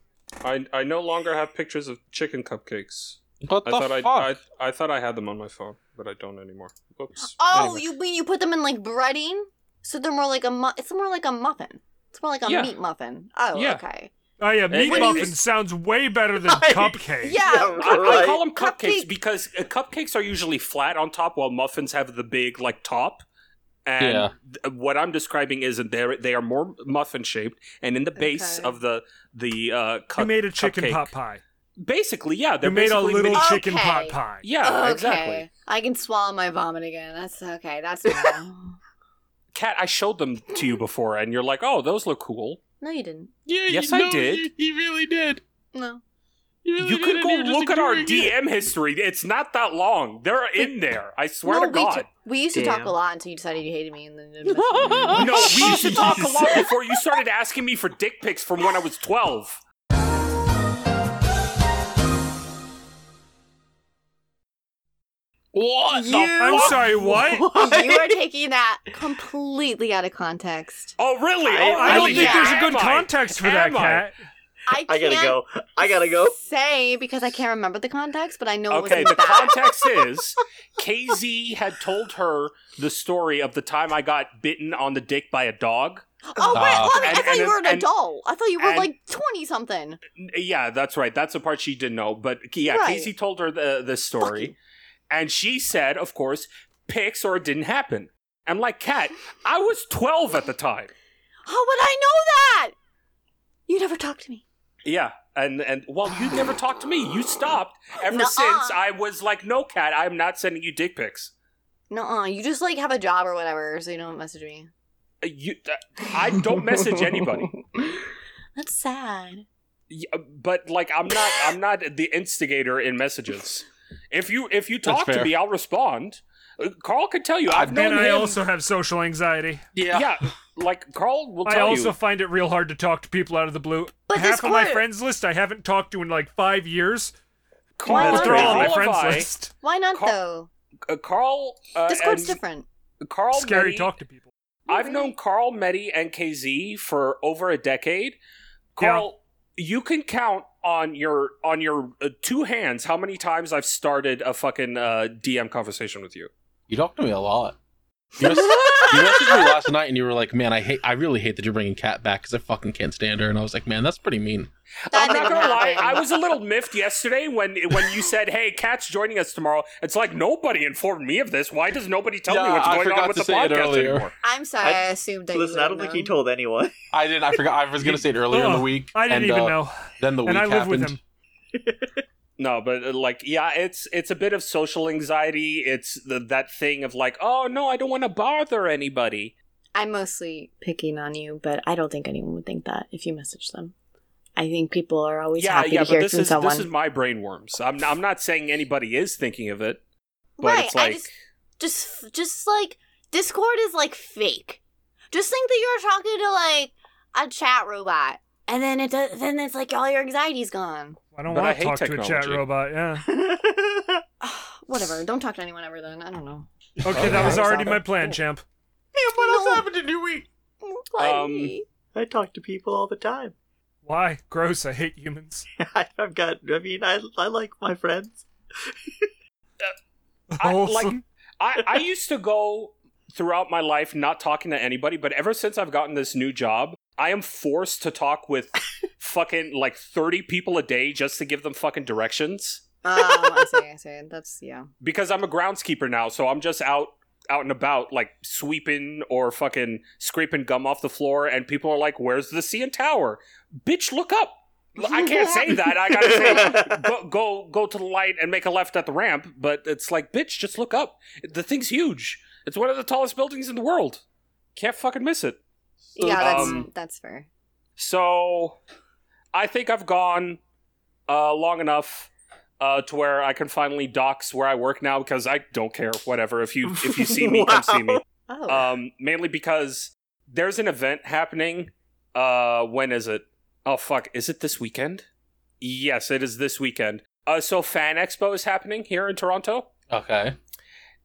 [SPEAKER 5] I I no longer have pictures of chicken cupcakes.
[SPEAKER 1] What
[SPEAKER 5] I
[SPEAKER 1] the
[SPEAKER 5] thought
[SPEAKER 1] fuck?
[SPEAKER 5] I, I I thought I had them on my phone, but I don't anymore. Whoops.
[SPEAKER 2] Oh,
[SPEAKER 5] Anyway.
[SPEAKER 2] you [LAUGHS] mean you put them in like breading? So they're more like a mu- it's more like a muffin. It's more like a
[SPEAKER 5] Yeah.
[SPEAKER 2] meat muffin. Oh,
[SPEAKER 5] Yeah.
[SPEAKER 4] [LAUGHS]
[SPEAKER 2] okay.
[SPEAKER 3] Oh yeah, meat
[SPEAKER 5] When you-
[SPEAKER 3] muffin sounds way better
[SPEAKER 5] [LAUGHS]
[SPEAKER 3] than
[SPEAKER 4] Right.
[SPEAKER 3] cupcake.
[SPEAKER 2] Yeah.
[SPEAKER 5] I, I
[SPEAKER 4] right.
[SPEAKER 5] call them cupcakes
[SPEAKER 2] Cupcake-
[SPEAKER 5] because uh, cupcakes are usually flat on top, while muffins have the big like top. And
[SPEAKER 1] Yeah.
[SPEAKER 5] th- uh, what I'm describing is that they they are more muffin shaped, and in the base
[SPEAKER 2] Okay.
[SPEAKER 5] of the the uh, cup,
[SPEAKER 3] You made a chicken
[SPEAKER 5] cupcake-
[SPEAKER 3] pot pie.
[SPEAKER 5] Basically, yeah, they're
[SPEAKER 3] you made a
[SPEAKER 5] basically
[SPEAKER 3] little
[SPEAKER 5] mini-
[SPEAKER 2] Okay.
[SPEAKER 3] chicken pot pie.
[SPEAKER 5] yeah,
[SPEAKER 2] okay.
[SPEAKER 5] exactly.
[SPEAKER 2] I can swallow my vomit again. That's okay.
[SPEAKER 4] [LAUGHS]
[SPEAKER 2] That's normal.
[SPEAKER 5] Kat, I showed them to you before, and you're like, "Oh, those look cool."
[SPEAKER 2] no, you didn't.
[SPEAKER 1] Yeah,
[SPEAKER 5] Yes,
[SPEAKER 1] you
[SPEAKER 5] I
[SPEAKER 1] know,
[SPEAKER 5] did.
[SPEAKER 1] You, you really did.
[SPEAKER 2] No.
[SPEAKER 1] You, really
[SPEAKER 5] you
[SPEAKER 1] did,
[SPEAKER 5] could
[SPEAKER 1] and
[SPEAKER 5] go
[SPEAKER 1] you're just
[SPEAKER 5] look at our
[SPEAKER 1] ignoring it.
[SPEAKER 5] DM history. It's not that long. They're in there. I swear
[SPEAKER 2] no,
[SPEAKER 5] to
[SPEAKER 2] we,
[SPEAKER 5] God.
[SPEAKER 2] t- we used to talk
[SPEAKER 4] Damn.
[SPEAKER 2] a lot until you decided you hated me, and then
[SPEAKER 5] [LAUGHS] No, we
[SPEAKER 1] [LAUGHS]
[SPEAKER 5] used to talk a lot before you started asking me for dick pics from when I was 12.
[SPEAKER 1] What the
[SPEAKER 2] You-
[SPEAKER 3] Oh, I'm
[SPEAKER 5] [LAUGHS] Oh,
[SPEAKER 3] sorry, what?
[SPEAKER 2] [LAUGHS] you are taking that completely out of context.
[SPEAKER 5] Oh, really?
[SPEAKER 4] I-
[SPEAKER 5] oh,
[SPEAKER 3] I don't
[SPEAKER 5] really?
[SPEAKER 3] think there's a
[SPEAKER 5] Am
[SPEAKER 3] good
[SPEAKER 5] I?
[SPEAKER 3] context for that,
[SPEAKER 5] Am I?
[SPEAKER 3] cat.
[SPEAKER 2] I,
[SPEAKER 4] [LAUGHS] I gotta
[SPEAKER 2] can't
[SPEAKER 4] go. I gotta go.
[SPEAKER 2] Say because I can't remember the context, but I know
[SPEAKER 5] Okay,
[SPEAKER 2] it was
[SPEAKER 5] the
[SPEAKER 2] that.
[SPEAKER 5] context is KZ had told her the story of the time I got bitten on the dick by a dog.
[SPEAKER 2] Oh, wait,
[SPEAKER 1] Uh,
[SPEAKER 2] well, I, mean, I
[SPEAKER 5] and-
[SPEAKER 2] thought
[SPEAKER 5] and-
[SPEAKER 2] you were an
[SPEAKER 5] and-
[SPEAKER 2] adult. I thought you were
[SPEAKER 5] and-
[SPEAKER 2] like 20 something.
[SPEAKER 5] N- Yeah, that's right. That's the part she didn't know. But yeah,
[SPEAKER 2] Right.
[SPEAKER 5] Casey told her the the story, and she said, of course, pics or it didn't happen. I'm like, Kat, I was 12 at the time.
[SPEAKER 2] How would I know that? You never talked to me.
[SPEAKER 5] Yeah, and and well, you never talked to me. You stopped ever
[SPEAKER 2] Nuh-uh.
[SPEAKER 5] since I was like, no, Kat, I'm not sending you dick pics.
[SPEAKER 2] No, you just like have a job or whatever, so you don't message me.
[SPEAKER 5] Uh, You, uh, I don't message anybody.
[SPEAKER 2] That's sad.
[SPEAKER 5] Y- uh, But like, I'm not, I'm not the instigator in messages. If you if you
[SPEAKER 1] That's
[SPEAKER 5] talk to
[SPEAKER 1] fair.
[SPEAKER 5] me, I'll respond. Uh, Carl could tell you. I've known
[SPEAKER 3] And I
[SPEAKER 5] him.
[SPEAKER 3] also have social anxiety.
[SPEAKER 5] yeah. like Carl will
[SPEAKER 3] I
[SPEAKER 5] tell
[SPEAKER 3] also
[SPEAKER 5] you.
[SPEAKER 3] find it real hard to talk to people out of the blue.
[SPEAKER 2] But this
[SPEAKER 3] Half of my
[SPEAKER 2] quarter-
[SPEAKER 3] friends list I haven't talked to in like five years.
[SPEAKER 5] Carl,
[SPEAKER 4] That's
[SPEAKER 3] they're all on my
[SPEAKER 5] Carl
[SPEAKER 3] friends
[SPEAKER 5] of I-
[SPEAKER 3] list.
[SPEAKER 2] Why not
[SPEAKER 5] Car-
[SPEAKER 2] though?
[SPEAKER 5] uh, Carl, uh,
[SPEAKER 2] This Discord's
[SPEAKER 5] and
[SPEAKER 2] different.
[SPEAKER 5] Carl
[SPEAKER 3] Scary
[SPEAKER 5] Meddy-
[SPEAKER 3] talk to people.
[SPEAKER 5] I've known Carl, Meddy, and KZ for over a decade. Carl, you can count on your on your uh, two hands how many times I've started a fucking uh, DM conversation with you.
[SPEAKER 1] You talked to me a [LAUGHS] lot. You, mess- you messaged me last night and you were like, "Man, I hate. I really hate that you're bringing Kat back because I fucking can't stand her." And I was like, "Man, that's pretty mean."
[SPEAKER 2] That
[SPEAKER 5] I'm not
[SPEAKER 2] didn't
[SPEAKER 5] gonna lie.
[SPEAKER 2] happen.
[SPEAKER 5] I was a little miffed yesterday when when you said, "Hey, Kat's joining us tomorrow." It's like nobody informed me of this. Why does nobody tell me
[SPEAKER 1] Yeah,
[SPEAKER 5] what's
[SPEAKER 1] I
[SPEAKER 5] going
[SPEAKER 1] forgot
[SPEAKER 5] on with
[SPEAKER 1] to
[SPEAKER 5] the
[SPEAKER 1] say it
[SPEAKER 5] podcast
[SPEAKER 1] earlier.
[SPEAKER 5] anymore?
[SPEAKER 2] I'm sorry. I,
[SPEAKER 4] I-
[SPEAKER 2] assumed that.
[SPEAKER 4] Listen,
[SPEAKER 2] you
[SPEAKER 4] I don't think he told anyone.
[SPEAKER 1] I didn't. I forgot. I was gonna say it earlier in the week.
[SPEAKER 3] I didn't
[SPEAKER 1] and,
[SPEAKER 3] even
[SPEAKER 1] uh,
[SPEAKER 3] know.
[SPEAKER 1] Then the week
[SPEAKER 3] And I live
[SPEAKER 1] happened.
[SPEAKER 3] with him.
[SPEAKER 5] No, but uh, like, yeah, it's it's a bit of social anxiety. It's the, that thing of like, oh no, I don't want to bother anybody.
[SPEAKER 2] I'm mostly.
[SPEAKER 8] Picking on you, but I don't think anyone would think that if you message them. I think people are always
[SPEAKER 5] yeah,
[SPEAKER 8] happy
[SPEAKER 5] yeah,
[SPEAKER 8] to hear
[SPEAKER 5] but this
[SPEAKER 8] from
[SPEAKER 5] is
[SPEAKER 8] someone.
[SPEAKER 5] this is my brain worms. I'm I'm not saying anybody is thinking of it, but
[SPEAKER 2] right.
[SPEAKER 5] it's like,
[SPEAKER 2] I just, just, just like Discord is like fake. Just think that you're talking to like a chat robot, and then it does. Then it's like all your anxiety's gone.
[SPEAKER 3] I don't
[SPEAKER 5] But I
[SPEAKER 3] want to
[SPEAKER 5] hate
[SPEAKER 3] talk to a chat
[SPEAKER 5] technology.
[SPEAKER 3] robot.
[SPEAKER 5] [LAUGHS]
[SPEAKER 3] Yeah.
[SPEAKER 2] Whatever. Don't talk to anyone ever. Then I don't know.
[SPEAKER 3] Okay, that
[SPEAKER 2] yeah,
[SPEAKER 3] was
[SPEAKER 2] I
[SPEAKER 3] already
[SPEAKER 2] saw
[SPEAKER 3] my
[SPEAKER 2] that.
[SPEAKER 3] plan, champ.
[SPEAKER 4] what else happened in your week?
[SPEAKER 5] Um,
[SPEAKER 2] Why?
[SPEAKER 4] I talk to people all the time. [LAUGHS]
[SPEAKER 3] Why? Gross. I hate humans.
[SPEAKER 4] I've got. I mean, I I like my friends.
[SPEAKER 5] I- like-
[SPEAKER 3] Wholesome.
[SPEAKER 5] I, I used to go throughout my life not talking to anybody, but ever since I've gotten this new job, I am forced to talk
[SPEAKER 4] [LAUGHS]
[SPEAKER 5] with fucking like 30 people a day just to give them fucking directions
[SPEAKER 2] Oh, I see. I see. That's yeah.
[SPEAKER 5] because I'm a groundskeeper now, so I'm just out out and about like sweeping or fucking scraping gum off the floor and people are like where's the CN tower bitch look up i can't say that i gotta say go, go go to the light and make a left at the ramp but it's like bitch just look up the thing's huge it's one of the tallest buildings in the world can't fucking miss it
[SPEAKER 2] Yeah, that's
[SPEAKER 5] Um,
[SPEAKER 2] that's fair.
[SPEAKER 5] so I think I've gone uh, long enough uh, to where I can finally dox where I work now because I don't care. Whatever. If you if you see me, come see me.
[SPEAKER 2] Oh,
[SPEAKER 5] Um, mainly because there's an event happening. Uh, when is it? Oh fuck, is it this weekend? Yes, it is this weekend. Uh, so Fan Expo is happening here in Toronto,
[SPEAKER 1] Okay.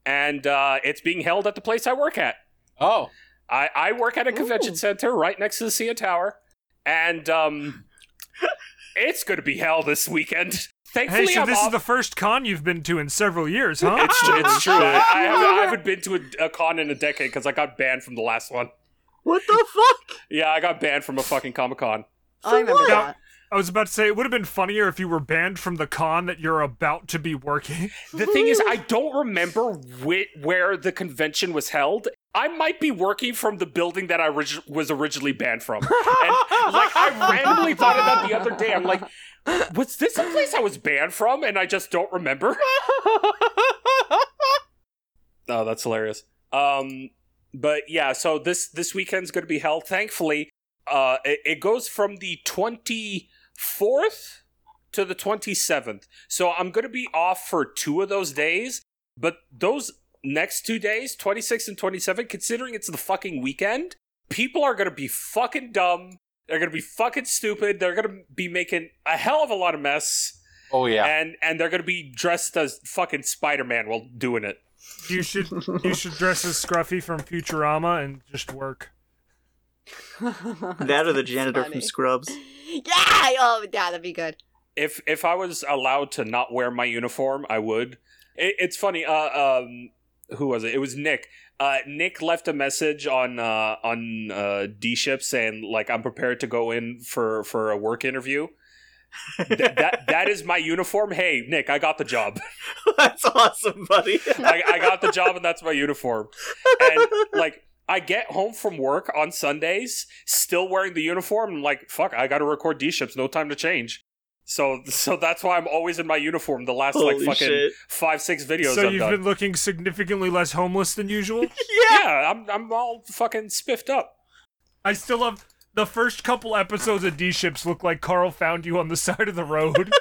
[SPEAKER 5] and uh, it's being held at the place I work at.
[SPEAKER 1] Oh,
[SPEAKER 5] I, I work at a convention
[SPEAKER 2] Ooh.
[SPEAKER 5] center right next to the CN Tower, and um, it's going to be hell this weekend. Thankfully,
[SPEAKER 3] Hey, so
[SPEAKER 5] I'm
[SPEAKER 3] this is
[SPEAKER 5] off.
[SPEAKER 3] the first con you've been to in several years, huh?
[SPEAKER 5] it's, tr- it's true. I, I haven't, I haven't been to a, a con in a decade because I got banned from the last one.
[SPEAKER 4] What the fuck?
[SPEAKER 5] Yeah, I got banned from a fucking Comic Con.
[SPEAKER 2] [LAUGHS] I remember that.
[SPEAKER 4] [LAUGHS]
[SPEAKER 3] I was about to say it would have been funnier if you were banned from the con that you're about to be working.
[SPEAKER 5] The thing is, [LAUGHS] I don't remember whi where the convention was held. I might be working from the building that I orig- was originally banned from. And, like, I randomly thought of that the other day. I'm like, was this a place I was banned from? And I just don't remember. [LAUGHS] oh, that's hilarious. Um, but yeah, so this this weekend's going to be held. Thankfully, uh, it, it goes from the 24th to the 27th. So I'm going to be off for two of those days, but those next two days, 26 and 27, considering it's the fucking weekend, people are going to be fucking dumb. They're going to be fucking stupid. They're going to be making a hell of a lot of mess.
[SPEAKER 1] oh [LAUGHS] yeah.
[SPEAKER 5] And and they're going to be dressed as fucking Spider-Man while doing it.
[SPEAKER 3] You should you should dress as Scruffy from Futurama and just work.
[SPEAKER 4] That or the janitor
[SPEAKER 2] funny.
[SPEAKER 4] from
[SPEAKER 2] [LAUGHS]
[SPEAKER 4] Scrubs.
[SPEAKER 5] [LAUGHS]
[SPEAKER 4] [LAUGHS]
[SPEAKER 2] Yeah. Oh, yeah. That'd be good.
[SPEAKER 5] if if I was allowed to not wear my uniform, I would. It, it's funny. Uh, um, who was it? It was Nick. Uh, Nick left a message on uh, on uh, D ship saying like I'm prepared to go in for for a work interview. Th- that that is my uniform. Hey Nick, I got the job.
[SPEAKER 4] That's awesome,
[SPEAKER 5] [LAUGHS]
[SPEAKER 4] buddy.
[SPEAKER 5] I, I got the job, and that's my uniform. And like I get home from work on Sundays, still wearing the uniform. and like, fuck, I got to record D ships. No time to change. So so that's why I'm always in my uniform. The last
[SPEAKER 4] Holy
[SPEAKER 5] like fucking
[SPEAKER 4] shit.
[SPEAKER 5] five six videos
[SPEAKER 3] so
[SPEAKER 5] I've
[SPEAKER 3] you've
[SPEAKER 5] done.
[SPEAKER 3] been looking significantly less homeless than
[SPEAKER 5] [LAUGHS]
[SPEAKER 3] usual.
[SPEAKER 5] yeah, I'm I'm all fucking spiffed up.
[SPEAKER 3] I still love the first couple episodes of D Ships look like Carl found you on the [LAUGHS] side of the
[SPEAKER 5] [LAUGHS]
[SPEAKER 3] road.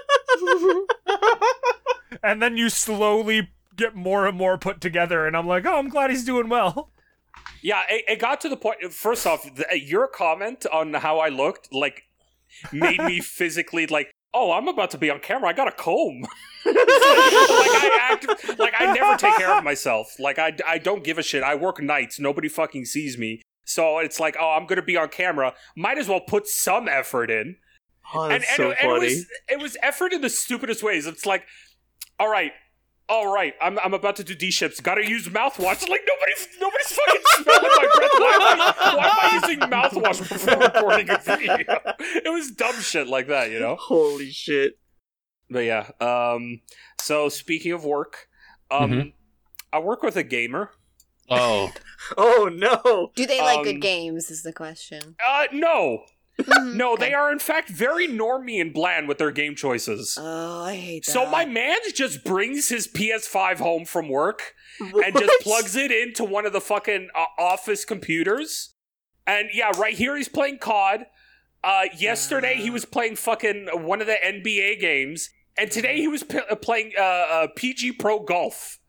[SPEAKER 3] and then you slowly get more and more put together, and I'm like, oh, I'm glad he's doing well.
[SPEAKER 5] Yeah, it, it got to the point. First off, th your comment on how I looked like made me physically like, oh, I'm about to be on camera. I got a comb. [LAUGHS] like I act like I never take care of myself. Like I, I don't give a shit. I work nights. Nobody fucking sees me. So it's like, oh, I'm gonna be on camera. Might as well put some effort in.
[SPEAKER 4] Oh, that's
[SPEAKER 5] and,
[SPEAKER 4] so
[SPEAKER 5] and,
[SPEAKER 4] funny.
[SPEAKER 5] and it was it was effort in the stupidest ways. It's like, all right, all right, I'm I'm about to do D ships. Got to use mouthwash. Like nobody's nobody's fucking smelling my breath. Why am I, why am I using mouthwash before recording a video? It was dumb shit like that, you know.
[SPEAKER 4] Holy shit.
[SPEAKER 5] But yeah. Um. So speaking of work, um,
[SPEAKER 4] Mm-hmm.
[SPEAKER 5] I work with a gamer.
[SPEAKER 1] Oh,
[SPEAKER 4] Oh no.
[SPEAKER 2] Do they like
[SPEAKER 5] Um,
[SPEAKER 2] good games? Is the question.
[SPEAKER 5] Uh, no,
[SPEAKER 2] Mhm.
[SPEAKER 5] [LAUGHS] no, they
[SPEAKER 2] Okay.
[SPEAKER 5] are in fact very normy and bland with their game choices.
[SPEAKER 2] Oh, I hate that.
[SPEAKER 5] So
[SPEAKER 2] [LAUGHS]
[SPEAKER 5] my man just brings his PS5 home from work and just
[SPEAKER 4] What? [LAUGHS]
[SPEAKER 5] plugs it into one of the fucking uh, office computers. And yeah, right here he's playing COD. Uh, yesterday he was playing fucking one of the NBA games, and today he was p- uh, playing uh, uh, PG Pro Golf.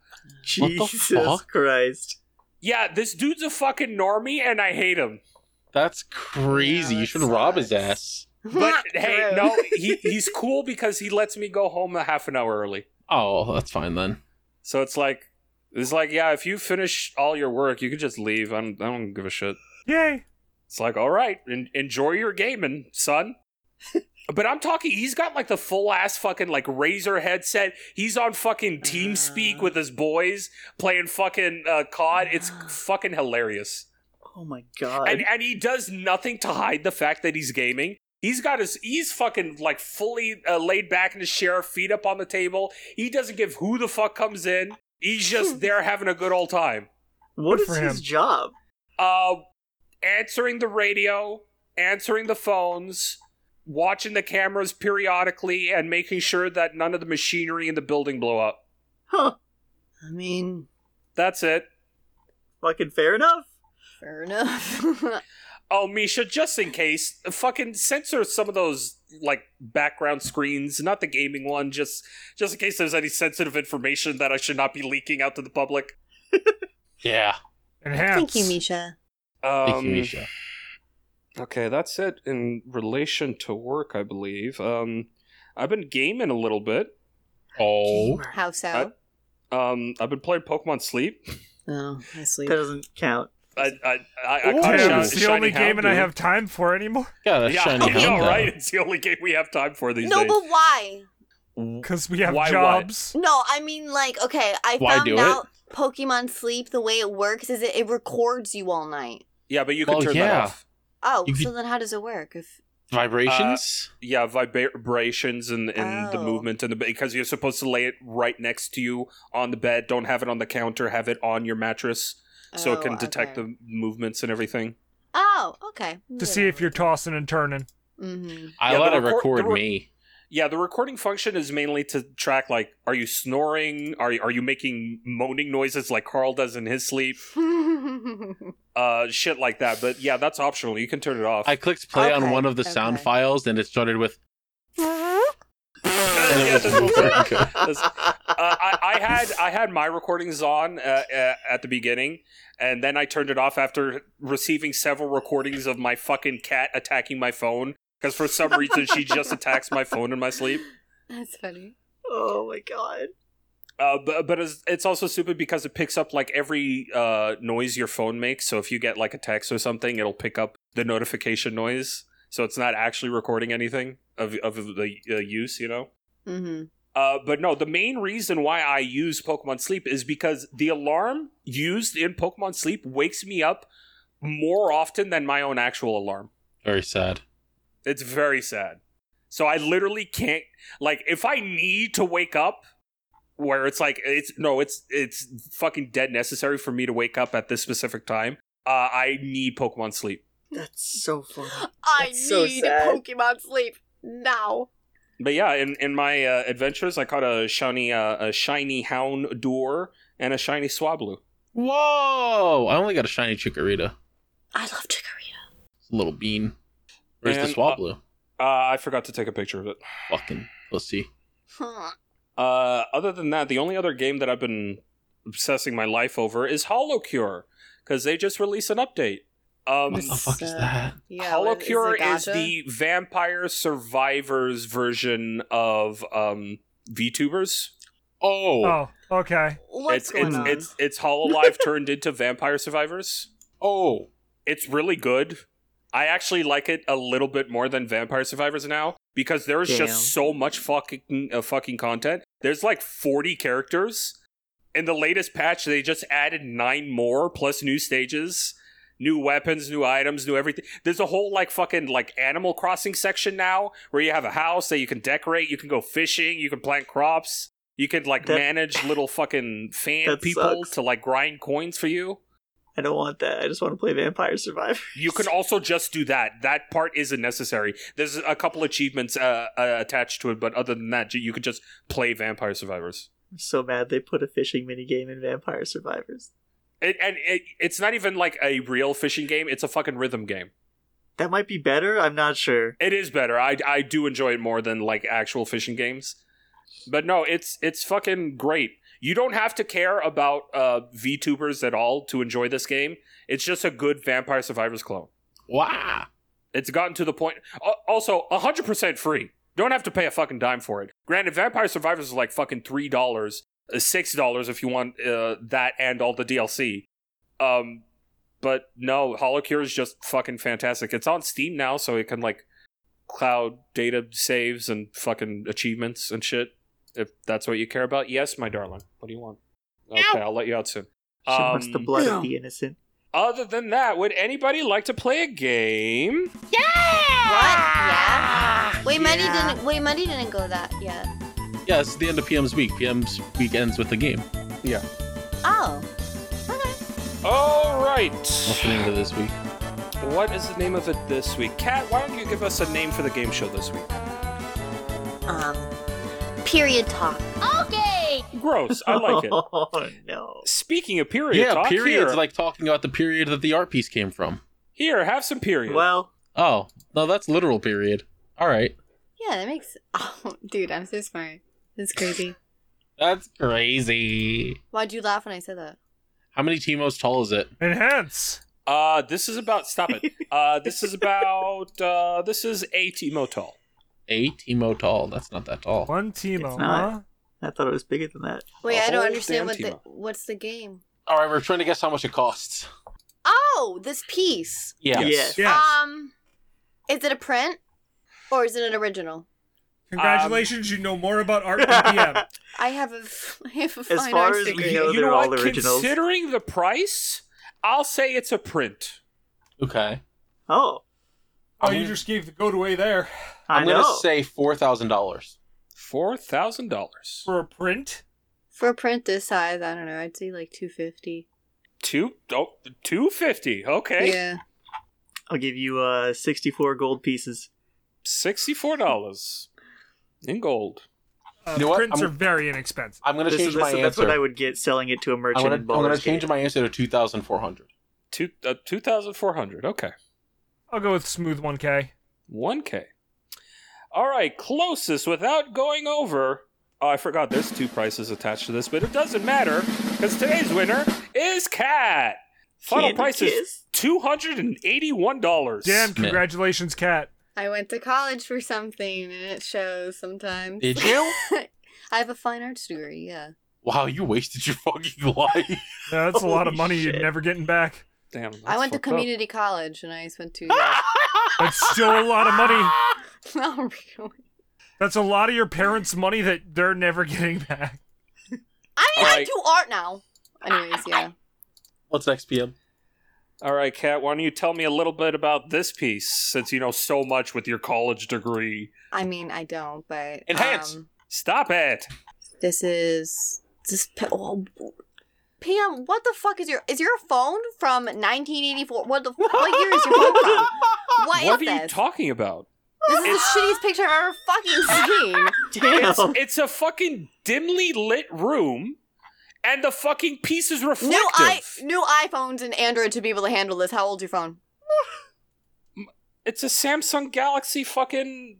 [SPEAKER 1] What the
[SPEAKER 4] Jesus
[SPEAKER 1] fuck?
[SPEAKER 4] Christ.
[SPEAKER 5] Yeah, this dude's a fucking normie, and I hate him.
[SPEAKER 1] that's crazy.
[SPEAKER 2] Yeah,
[SPEAKER 1] you
[SPEAKER 2] that
[SPEAKER 1] should rob his
[SPEAKER 2] sucks.
[SPEAKER 1] ass.
[SPEAKER 5] But hey,
[SPEAKER 2] True.
[SPEAKER 5] no, he, he's cool because he lets me go home a half an hour early.
[SPEAKER 1] Oh, that's fine then.
[SPEAKER 5] So it's like it's like yeah, if you finish all your work, you can just leave. I don't, I don't give a shit.
[SPEAKER 3] Yay.
[SPEAKER 5] It's like all right, en- enjoy your gaming, son. [LAUGHS] but I'm talking. He's got like the full ass fucking like razor headset. He's on fucking TeamSpeak with his boys playing fucking uh, COD. It's fucking hilarious.
[SPEAKER 4] Oh my god.
[SPEAKER 5] And and he does nothing to hide the fact that he's gaming. He's got his he's fucking like fully uh, laid back in his chair, feet up on the table. He doesn't give who the fuck comes in. He's just there having a good old time.
[SPEAKER 4] what
[SPEAKER 3] Good
[SPEAKER 4] is
[SPEAKER 3] for
[SPEAKER 4] his
[SPEAKER 3] him.
[SPEAKER 4] job?
[SPEAKER 5] Uh answering the radio, answering the phones, watching the cameras periodically and making sure that none of the machinery in the building blow up.
[SPEAKER 4] Huh.
[SPEAKER 2] I mean,
[SPEAKER 5] That's it.
[SPEAKER 4] Fucking fair enough.
[SPEAKER 2] fair enough. [LAUGHS]
[SPEAKER 5] Oh, Misha, just in case, fucking censor some of those like background screens, not the gaming one, just just in case there's any sensitive information that I should not be leaking out to the public.
[SPEAKER 1] Yeah.
[SPEAKER 3] Enhance.
[SPEAKER 8] Thank you, Misha.
[SPEAKER 1] Thank
[SPEAKER 5] Um,
[SPEAKER 1] you, Misha.
[SPEAKER 5] Okay, that's it in relation to work, I believe. Um, I've been gaming a little bit.
[SPEAKER 1] Oh,
[SPEAKER 4] Gamer.
[SPEAKER 2] How so?
[SPEAKER 5] Um, I've been playing Pokemon Sleep.
[SPEAKER 8] Oh, I sleep.
[SPEAKER 4] That doesn't count.
[SPEAKER 5] I I I, I
[SPEAKER 3] Damn,
[SPEAKER 5] caught Shi-
[SPEAKER 3] Oh, it's the
[SPEAKER 5] Shiny
[SPEAKER 3] only game
[SPEAKER 5] Hound,
[SPEAKER 3] and I
[SPEAKER 5] dude.
[SPEAKER 3] have time for anymore.
[SPEAKER 1] yeah, that's
[SPEAKER 5] Yeah, [LAUGHS] I
[SPEAKER 1] shiny.
[SPEAKER 5] know,
[SPEAKER 1] Uh, Hound, though.
[SPEAKER 5] right? It's the only game we have time for these
[SPEAKER 2] No,
[SPEAKER 5] days.
[SPEAKER 2] but why?
[SPEAKER 3] Because we have
[SPEAKER 5] Why what?
[SPEAKER 3] jobs.
[SPEAKER 2] No, I mean like okay, I
[SPEAKER 1] Why
[SPEAKER 2] found
[SPEAKER 1] do it?
[SPEAKER 2] out Pokemon Sleep the way it works is it, it records you all night.
[SPEAKER 5] Yeah, but you can
[SPEAKER 1] Well,
[SPEAKER 5] turn that
[SPEAKER 1] yeah.
[SPEAKER 5] off.
[SPEAKER 2] Oh,
[SPEAKER 1] You
[SPEAKER 2] so
[SPEAKER 1] could-
[SPEAKER 2] then how does it work? If
[SPEAKER 1] Vibrations.
[SPEAKER 5] Uh, yeah vibrations and, and the
[SPEAKER 2] Oh.
[SPEAKER 5] movement and the because you're supposed to lay it right next to you on the bed don't have it on the counter have it on your mattress so it
[SPEAKER 2] Oh,
[SPEAKER 5] can detect
[SPEAKER 2] okay.
[SPEAKER 5] the movements and everything
[SPEAKER 2] Oh, okay.
[SPEAKER 3] To see if you're tossing and turning.
[SPEAKER 2] [LAUGHS] hmm
[SPEAKER 1] I
[SPEAKER 5] Uh, Yeah,
[SPEAKER 1] let
[SPEAKER 5] the
[SPEAKER 1] it
[SPEAKER 5] record-
[SPEAKER 1] record
[SPEAKER 5] the re-
[SPEAKER 1] me.
[SPEAKER 5] yeah the recording function is mainly to track like are you snoring are you, are you making moaning noises like carl does in his sleep uh shit like that but yeah that's optional you can turn it off
[SPEAKER 1] I clicked play on
[SPEAKER 2] Okay,
[SPEAKER 1] one of the sound
[SPEAKER 2] okay.
[SPEAKER 1] files, and it started with. And
[SPEAKER 5] Yeah,
[SPEAKER 1] it
[SPEAKER 5] that's what-
[SPEAKER 1] was
[SPEAKER 5] That's- uh, I, I had I had my recordings on uh, uh, at the beginning, and then I turned it off after receiving several recordings of my fucking cat attacking my phone because for some reason she just attacks my phone in my sleep.
[SPEAKER 2] That's funny.
[SPEAKER 4] [LAUGHS] Oh my god.
[SPEAKER 5] Uh, but but it's, it's also stupid because it picks up like every uh, noise your phone makes. So if you get like a text or something, it'll pick up the notification noise. So it's not actually recording anything of of the uh, use, you know.
[SPEAKER 2] Mm-hmm.
[SPEAKER 5] Uh, but no, the main reason why I use Pokemon Sleep is because the alarm used in Pokemon Sleep wakes me up more often than my own actual alarm.
[SPEAKER 1] Very sad.
[SPEAKER 5] It's very sad. So I literally can't like if I need to wake up where it's like it's no it's it's fucking dead necessary for me to wake up at this specific time. Uh, I need Pokemon Sleep.
[SPEAKER 4] That's so funny.
[SPEAKER 2] I
[SPEAKER 4] That's so
[SPEAKER 2] need
[SPEAKER 4] sad.
[SPEAKER 2] Pokemon Sleep now.
[SPEAKER 5] But yeah, in in my uh, adventures, I caught a shiny uh, a shiny Houndour and a shiny Swablu.
[SPEAKER 1] Whoa! I only got a shiny Chikorita.
[SPEAKER 8] I love chicory.
[SPEAKER 1] It's a little bean. Where's
[SPEAKER 5] And,
[SPEAKER 1] the Swablu?
[SPEAKER 5] Uh, I forgot to take a picture of it.
[SPEAKER 1] Fucking pussy.
[SPEAKER 2] Huh.
[SPEAKER 5] Uh, other than that, the only other game that I've been obsessing my life over is Holocure because they just released an update. Um,
[SPEAKER 1] What the fuck is
[SPEAKER 8] so-
[SPEAKER 1] that?
[SPEAKER 2] Yeah, what-
[SPEAKER 5] Holocure
[SPEAKER 2] it
[SPEAKER 5] is,
[SPEAKER 2] gacha?
[SPEAKER 5] the vampire survivors version of um, VTubers.
[SPEAKER 1] Oh,
[SPEAKER 3] Oh, okay.
[SPEAKER 2] What's
[SPEAKER 5] it's
[SPEAKER 2] going
[SPEAKER 5] it's,
[SPEAKER 2] on?
[SPEAKER 5] it's [LAUGHS] it's Hololive turned into vampire survivors.
[SPEAKER 1] oh.
[SPEAKER 5] It's really good. I actually like it a little bit more than Vampire Survivors now because there's
[SPEAKER 4] Damn.
[SPEAKER 5] just so much fucking uh, fucking content. There's like 40 characters. In the latest patch, they just added nine more plus new stages, new weapons, new items, new everything. There's a whole like fucking like Animal Crossing section now where you have a house that you can decorate, you can go fishing, you can plant crops, you can like
[SPEAKER 4] That-
[SPEAKER 5] manage little fucking fan
[SPEAKER 4] That
[SPEAKER 5] people
[SPEAKER 4] sucks.
[SPEAKER 5] to like grind coins for you.
[SPEAKER 4] I don't want that. I just want to play Vampire Survivor.
[SPEAKER 5] You can also just do that. That part isn't necessary. There's a couple achievements uh, uh, attached to it, but other than that, you can just play Vampire Survivors.
[SPEAKER 4] I'm so mad they put a fishing minigame in Vampire Survivors.
[SPEAKER 5] It, and it, it's not even like a real fishing game. It's a fucking rhythm game.
[SPEAKER 4] That might be better. I'm not sure.
[SPEAKER 5] It is better. I, I do enjoy it more than like actual fishing games. But no, it's it's fucking great. You don't have to care about uh, VTubers at all to enjoy this game. It's just a good Vampire Survivors clone.
[SPEAKER 1] Wow.
[SPEAKER 5] It's gotten to the point. al- Also, 100% free. Don't have to pay a fucking dime for it. Granted, Vampire Survivors is like fucking three dollars, uh, six dollars if you want uh, that and all the DLC. Um, but no, Holocure is just fucking fantastic. It's on Steam now, so it can like cloud data saves and fucking achievements and shit. If that's what you care about, yes, my darling. What do you want? Okay, I'll let you out soon.
[SPEAKER 4] She wants the
[SPEAKER 5] Um,
[SPEAKER 4] blood of the innocent.
[SPEAKER 5] Other than that, would anybody like to play a game?
[SPEAKER 2] Yeah. Wait, Money
[SPEAKER 7] Yeah.
[SPEAKER 2] didn't. Wait, Money didn't go that yet.
[SPEAKER 1] Yeah, this is the end of PM's week. PM's week ends with the game.
[SPEAKER 2] Oh. Okay.
[SPEAKER 5] All right.
[SPEAKER 1] Listening to this week.
[SPEAKER 5] What is the name of it this week? Kat, why don't you give us a name for the game show this week?
[SPEAKER 2] Um. Period talk. Okay.
[SPEAKER 5] Gross. I like it.
[SPEAKER 4] [LAUGHS] Oh no.
[SPEAKER 5] Speaking of period
[SPEAKER 1] yeah,
[SPEAKER 5] talk,
[SPEAKER 1] periods
[SPEAKER 5] here,
[SPEAKER 1] like talking about the period that the art piece came from.
[SPEAKER 5] here, have some period.
[SPEAKER 4] Well,
[SPEAKER 1] Oh, no, that's literal period. All right.
[SPEAKER 2] Yeah, that makes. [LAUGHS] Oh, dude, I'm so smart. That's crazy.
[SPEAKER 1] That's crazy.
[SPEAKER 2] [LAUGHS] Why'd you laugh when I said that?
[SPEAKER 1] How many Timos tall is it?
[SPEAKER 3] Enhance.
[SPEAKER 5] uh, this is about. Stop it. Uh, this is about. Uh, this is a Timo Tall.
[SPEAKER 1] A Timo tall. That's not that tall.
[SPEAKER 3] One Timo,
[SPEAKER 4] It's not.
[SPEAKER 3] huh?
[SPEAKER 4] I thought it was bigger than that.
[SPEAKER 2] Wait,
[SPEAKER 5] A
[SPEAKER 2] I don't
[SPEAKER 5] whole
[SPEAKER 2] understand
[SPEAKER 5] damn
[SPEAKER 2] what the
[SPEAKER 5] team-up.
[SPEAKER 2] what's the game.
[SPEAKER 1] All right, we're trying to guess how much it costs.
[SPEAKER 2] Oh, this piece.
[SPEAKER 1] Yeah.
[SPEAKER 4] Yes.
[SPEAKER 3] Yes.
[SPEAKER 2] Um, is it a print or is it an original?
[SPEAKER 3] Congratulations, you know more about art than
[SPEAKER 5] [LAUGHS]
[SPEAKER 3] DM.
[SPEAKER 2] I have a [LAUGHS] f- I have a fine
[SPEAKER 4] far
[SPEAKER 2] arts
[SPEAKER 4] as we
[SPEAKER 2] degree. [LAUGHS]
[SPEAKER 4] know-
[SPEAKER 5] you
[SPEAKER 4] they're
[SPEAKER 5] know
[SPEAKER 4] all
[SPEAKER 5] what?
[SPEAKER 4] originals.
[SPEAKER 5] Considering the price, I'll say it's a print.
[SPEAKER 1] Okay.
[SPEAKER 4] Oh,
[SPEAKER 3] Oh, you just gave the goat away there
[SPEAKER 4] I
[SPEAKER 1] I'm
[SPEAKER 4] know.
[SPEAKER 1] gonna say four thousand dollars.
[SPEAKER 5] Four thousand dollars.
[SPEAKER 3] for a print.
[SPEAKER 2] For a print this size, I don't know. I'd say like two fifty.
[SPEAKER 5] Two. Oh, two fifty. Okay.
[SPEAKER 2] Yeah.
[SPEAKER 4] I'll give you uh 64 gold pieces.
[SPEAKER 5] Sixty-four dollars in gold.
[SPEAKER 3] Uh,
[SPEAKER 1] You know what?
[SPEAKER 3] Prints
[SPEAKER 1] I'm-
[SPEAKER 3] are very inexpensive.
[SPEAKER 1] I'm gonna
[SPEAKER 4] This
[SPEAKER 1] change
[SPEAKER 4] is,
[SPEAKER 1] my
[SPEAKER 4] this, that's
[SPEAKER 1] answer.
[SPEAKER 4] what I would get selling it to a merchant
[SPEAKER 1] I'm gonna,
[SPEAKER 4] in
[SPEAKER 1] I'm
[SPEAKER 4] Baldur's
[SPEAKER 1] gonna change
[SPEAKER 4] Gate.
[SPEAKER 1] my answer to two thousand four hundred.
[SPEAKER 5] Two. Uh, two thousand four hundred. Okay.
[SPEAKER 3] I'll go with smooth 1K.
[SPEAKER 5] 1K. All right, closest without going over. Oh, I forgot there's two prices attached to this, but it doesn't matter because today's winner is Cat. Final
[SPEAKER 4] Candy
[SPEAKER 5] price is
[SPEAKER 4] kiss.
[SPEAKER 5] two hundred and eighty-one dollars.
[SPEAKER 3] Damn,
[SPEAKER 1] Smith.
[SPEAKER 3] congratulations, Cat.
[SPEAKER 2] I went to college for something, and it shows sometimes.
[SPEAKER 1] Did you?
[SPEAKER 2] [LAUGHS] I have a fine arts degree. Yeah.
[SPEAKER 1] [LAUGHS] Wow, you wasted your fucking life.
[SPEAKER 3] Yeah, that's a lot of
[SPEAKER 4] Holy
[SPEAKER 3] money you're
[SPEAKER 4] shit.
[SPEAKER 3] never getting back.
[SPEAKER 5] Damn.
[SPEAKER 2] I went to
[SPEAKER 5] that's fucked up.
[SPEAKER 2] community college, and I spent
[SPEAKER 5] [LAUGHS]
[SPEAKER 2] two years. [LAUGHS]
[SPEAKER 3] That's still a lot of money.
[SPEAKER 2] Not really.
[SPEAKER 3] That's a lot of your parents' money that they're never getting back.
[SPEAKER 2] I mean, I
[SPEAKER 5] Alright.
[SPEAKER 2] do art now. Anyways, yeah.
[SPEAKER 1] [LAUGHS] What's next, PM?
[SPEAKER 5] All right, Kat, why don't you tell me a little bit about this piece since you know so much with your college degree?
[SPEAKER 2] I mean, I don't, but um,
[SPEAKER 5] Enhance. Stop it.
[SPEAKER 2] this is this. Pe- oh, PM, what the fuck is your is your phone from 1984? What the what year is your phone
[SPEAKER 5] [LAUGHS]
[SPEAKER 2] from? What is
[SPEAKER 5] what are
[SPEAKER 2] this?
[SPEAKER 5] you
[SPEAKER 2] [LAUGHS]
[SPEAKER 5] talking about?
[SPEAKER 2] this is the shittiest picture I've ever fucking seen.
[SPEAKER 4] Damn. [LAUGHS]
[SPEAKER 5] It's a fucking dimly lit room, and the fucking piece is reflective.
[SPEAKER 2] new i new iPhones and Android to be able to handle this. How old's your phone?
[SPEAKER 5] It's a Samsung Galaxy fucking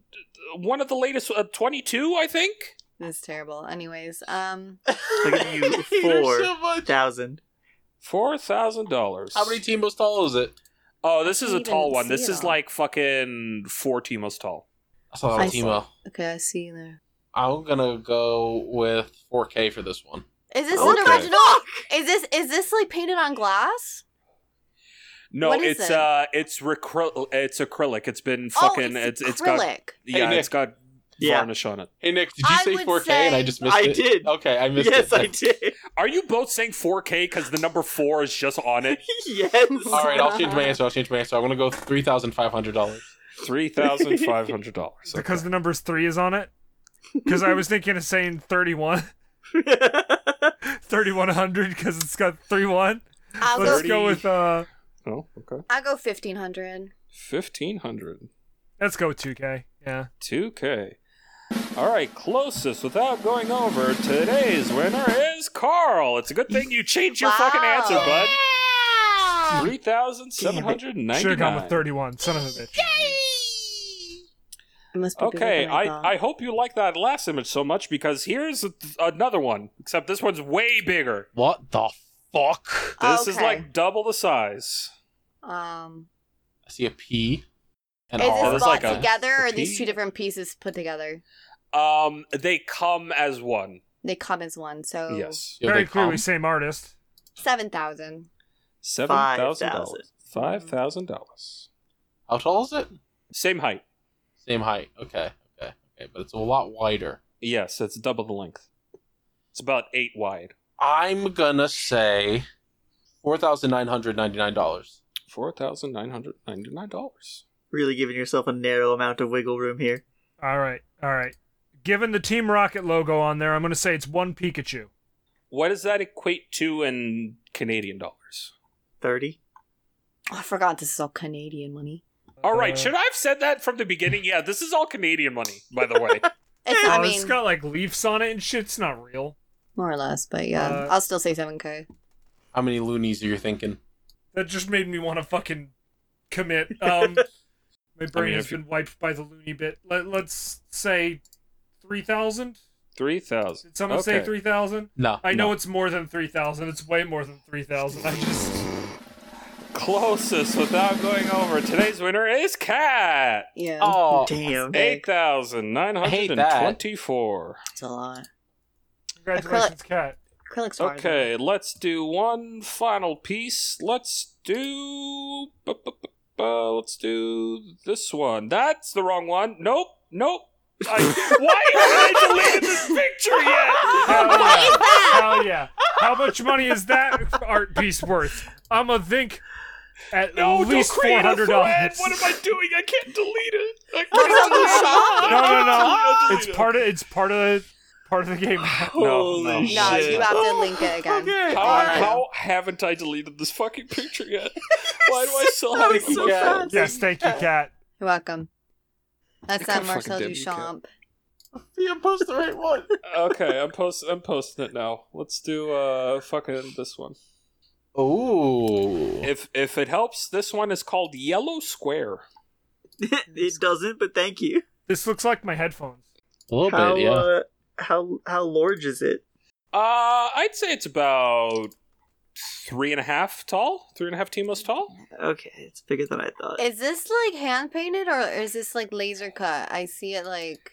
[SPEAKER 5] one of the latest uh, 22, I think.
[SPEAKER 2] This is terrible. Anyways, um,
[SPEAKER 4] I'll give
[SPEAKER 1] [LAUGHS]
[SPEAKER 4] you four thousand.
[SPEAKER 5] Four thousand dollars.
[SPEAKER 1] How many Timos tall is it?
[SPEAKER 5] Oh, this is a
[SPEAKER 2] Can't
[SPEAKER 5] tall
[SPEAKER 2] even
[SPEAKER 5] one.
[SPEAKER 2] see
[SPEAKER 5] This
[SPEAKER 2] it
[SPEAKER 5] is
[SPEAKER 2] all.
[SPEAKER 5] like fucking four Timos tall.
[SPEAKER 1] I saw
[SPEAKER 2] I
[SPEAKER 1] that
[SPEAKER 2] see.
[SPEAKER 1] Timo.
[SPEAKER 2] okay, I see you there.
[SPEAKER 1] I'm gonna go with 4K for this one.
[SPEAKER 2] Is this
[SPEAKER 4] Okay.
[SPEAKER 2] an original? Is this is this like painted on glass?
[SPEAKER 5] No,
[SPEAKER 2] What is
[SPEAKER 5] it's
[SPEAKER 2] it?
[SPEAKER 5] uh, it's recryl, it's acrylic. It's been fucking.
[SPEAKER 2] oh, it's,
[SPEAKER 5] it's it's got
[SPEAKER 2] acrylic.
[SPEAKER 5] yeah,
[SPEAKER 1] Nick.
[SPEAKER 5] it's got
[SPEAKER 4] Yeah.
[SPEAKER 5] varnish on it.
[SPEAKER 1] Hey Nick, did you
[SPEAKER 2] I
[SPEAKER 1] say
[SPEAKER 2] would
[SPEAKER 1] 4K and I
[SPEAKER 2] say-
[SPEAKER 1] just missed
[SPEAKER 4] I
[SPEAKER 1] it?
[SPEAKER 4] did.
[SPEAKER 1] Okay, I missed
[SPEAKER 4] yes,
[SPEAKER 1] it.
[SPEAKER 4] I did. [LAUGHS]
[SPEAKER 5] Are you both saying 4K because the number four is just on
[SPEAKER 4] [LAUGHS]
[SPEAKER 5] it?
[SPEAKER 4] yes.
[SPEAKER 1] All right,
[SPEAKER 4] [LAUGHS]
[SPEAKER 1] I'll change my answer. I'll change my answer. I'm gonna go three thousand five hundred dollars.
[SPEAKER 5] Three thousand five hundred dollars.
[SPEAKER 3] because the numbers three is on it. Because I was thinking of saying [LAUGHS] 31, 3100 because it's got three one.
[SPEAKER 2] I'll
[SPEAKER 3] Let's
[SPEAKER 2] go.
[SPEAKER 5] Thirty-
[SPEAKER 3] go with uh,
[SPEAKER 5] Oh, okay.
[SPEAKER 2] I'll go fifteen hundred.
[SPEAKER 5] Fifteen hundred.
[SPEAKER 3] let's go with 2K. Yeah.
[SPEAKER 5] 2K. All right, closest without going over. Today's winner is Carl. It's a good thing you changed your fucking
[SPEAKER 2] Wow.
[SPEAKER 5] answer, bud.
[SPEAKER 2] Yeah!
[SPEAKER 5] Three thousand seven hundred
[SPEAKER 3] Should have gone with
[SPEAKER 5] ninety-nine.
[SPEAKER 3] 31. Son of a bitch.
[SPEAKER 8] It must be bigger
[SPEAKER 5] Okay,
[SPEAKER 8] than I, thought.
[SPEAKER 5] I, I hope you like that last image so much because here's a, another one, except this one's way bigger.
[SPEAKER 1] What the fuck?
[SPEAKER 5] This is
[SPEAKER 2] Okay.
[SPEAKER 5] like double the size.
[SPEAKER 2] Um,
[SPEAKER 1] I see a P. And
[SPEAKER 2] is
[SPEAKER 1] R.
[SPEAKER 5] all-
[SPEAKER 2] this
[SPEAKER 5] There's
[SPEAKER 2] bought
[SPEAKER 5] like a-
[SPEAKER 2] together, or are these
[SPEAKER 5] P.
[SPEAKER 2] two different pieces put together?
[SPEAKER 5] Um, they come as one.
[SPEAKER 2] They come as one, so
[SPEAKER 5] Yes,
[SPEAKER 1] Yeah,
[SPEAKER 3] Very
[SPEAKER 1] they
[SPEAKER 3] clearly,
[SPEAKER 1] come.
[SPEAKER 3] same artist.
[SPEAKER 2] seven thousand.
[SPEAKER 5] seven thousand
[SPEAKER 4] $5,000.
[SPEAKER 5] dollars. Five thousand dollars.
[SPEAKER 1] How tall is it?
[SPEAKER 5] Same height.
[SPEAKER 1] Same height. Okay, okay, okay. But it's a lot wider.
[SPEAKER 5] Yes, it's double the length. It's about eight wide.
[SPEAKER 1] I'm gonna say four thousand nine hundred ninety-nine dollars.
[SPEAKER 5] Four thousand nine hundred ninety-nine dollars.
[SPEAKER 4] really giving yourself a narrow amount of wiggle room here.
[SPEAKER 3] All right. All right. Given the Team Rocket logo on there, I'm going to say it's one Pikachu.
[SPEAKER 5] What does that equate to in Canadian dollars?
[SPEAKER 4] 30.
[SPEAKER 8] Oh, I forgot this is all Canadian money.
[SPEAKER 5] All right,
[SPEAKER 3] Uh,
[SPEAKER 5] should I have said that from the beginning? Yeah, this is all Canadian money, by the
[SPEAKER 3] [LAUGHS]
[SPEAKER 5] way.
[SPEAKER 2] It's,
[SPEAKER 3] Oh,
[SPEAKER 2] I mean,
[SPEAKER 3] it's got like leaves on it and shit. It's not real.
[SPEAKER 8] More or less, but yeah.
[SPEAKER 3] Uh,
[SPEAKER 2] I'll still say seven k.
[SPEAKER 1] How many loonies are you thinking?
[SPEAKER 3] That just made me want to fucking [LAUGHS] commit. Um, my brain
[SPEAKER 5] mean,
[SPEAKER 3] has
[SPEAKER 5] if you-
[SPEAKER 3] been wiped by the loony bit. Let, let's say 3,000.
[SPEAKER 5] Three thousand.
[SPEAKER 3] Did someone say 3,000?
[SPEAKER 1] No,
[SPEAKER 3] I
[SPEAKER 1] no.
[SPEAKER 3] know it's more than 3,000. It's way more than 3,000. I just.
[SPEAKER 5] Closest without going over. Today's winner is Cat.
[SPEAKER 8] Yeah,
[SPEAKER 1] Oh,
[SPEAKER 4] Damn.
[SPEAKER 5] Eight thousand nine hundred and twenty-four.
[SPEAKER 8] it's a lot.
[SPEAKER 2] [LAUGHS]
[SPEAKER 3] Congratulations, Cat.
[SPEAKER 8] Acrylic's hard.
[SPEAKER 5] Okay, let's do one final piece. Let's do. bu- bu- bu- bu- Let's do this one. That's the wrong one. Nope. Nope. [LAUGHS] I, why haven't I deleted this picture
[SPEAKER 3] Hell
[SPEAKER 5] yet?
[SPEAKER 3] yeah. Hell yeah. How much money is that art piece worth? I'm going to think at
[SPEAKER 5] No, don't
[SPEAKER 3] least
[SPEAKER 5] create a
[SPEAKER 3] $400.
[SPEAKER 5] thread. What am I doing? I can't delete it. I can't
[SPEAKER 3] No, no,
[SPEAKER 5] [LAUGHS] I'll
[SPEAKER 3] no.
[SPEAKER 5] delete
[SPEAKER 3] It's
[SPEAKER 5] it.
[SPEAKER 3] part of it's part of the part of the game.
[SPEAKER 5] No, no.
[SPEAKER 4] Holy
[SPEAKER 2] No,
[SPEAKER 4] shit.
[SPEAKER 2] you have to link
[SPEAKER 5] [LAUGHS]
[SPEAKER 2] it again.
[SPEAKER 5] How,
[SPEAKER 2] Alright.
[SPEAKER 5] how haven't I deleted this fucking picture [LAUGHS] yet? Why do I still have it? in my
[SPEAKER 1] sad.
[SPEAKER 5] phone?
[SPEAKER 3] Yes, thank you, Cat.
[SPEAKER 2] You're welcome. That's
[SPEAKER 5] I
[SPEAKER 2] not
[SPEAKER 5] kinda fucking
[SPEAKER 2] Marcel
[SPEAKER 5] did, you
[SPEAKER 2] Duchamp.
[SPEAKER 1] you posted the right one.
[SPEAKER 5] Okay, I'm post. I'm posting it now. Let's do uh fucking this one.
[SPEAKER 2] Oh.
[SPEAKER 1] Ooh.
[SPEAKER 5] If if it helps, this one is called Yellow Square.
[SPEAKER 4] [LAUGHS] it doesn't, but thank you.
[SPEAKER 3] This looks like my headphones.
[SPEAKER 1] a little
[SPEAKER 4] How,
[SPEAKER 1] bit, yeah.
[SPEAKER 4] uh, how, how large is it?
[SPEAKER 5] Uh, I'd say it's about three and a half tall, three and a half Timos tall.
[SPEAKER 4] Okay, it's bigger than I thought.
[SPEAKER 2] Is this like hand painted or is this like laser cut? I see it like.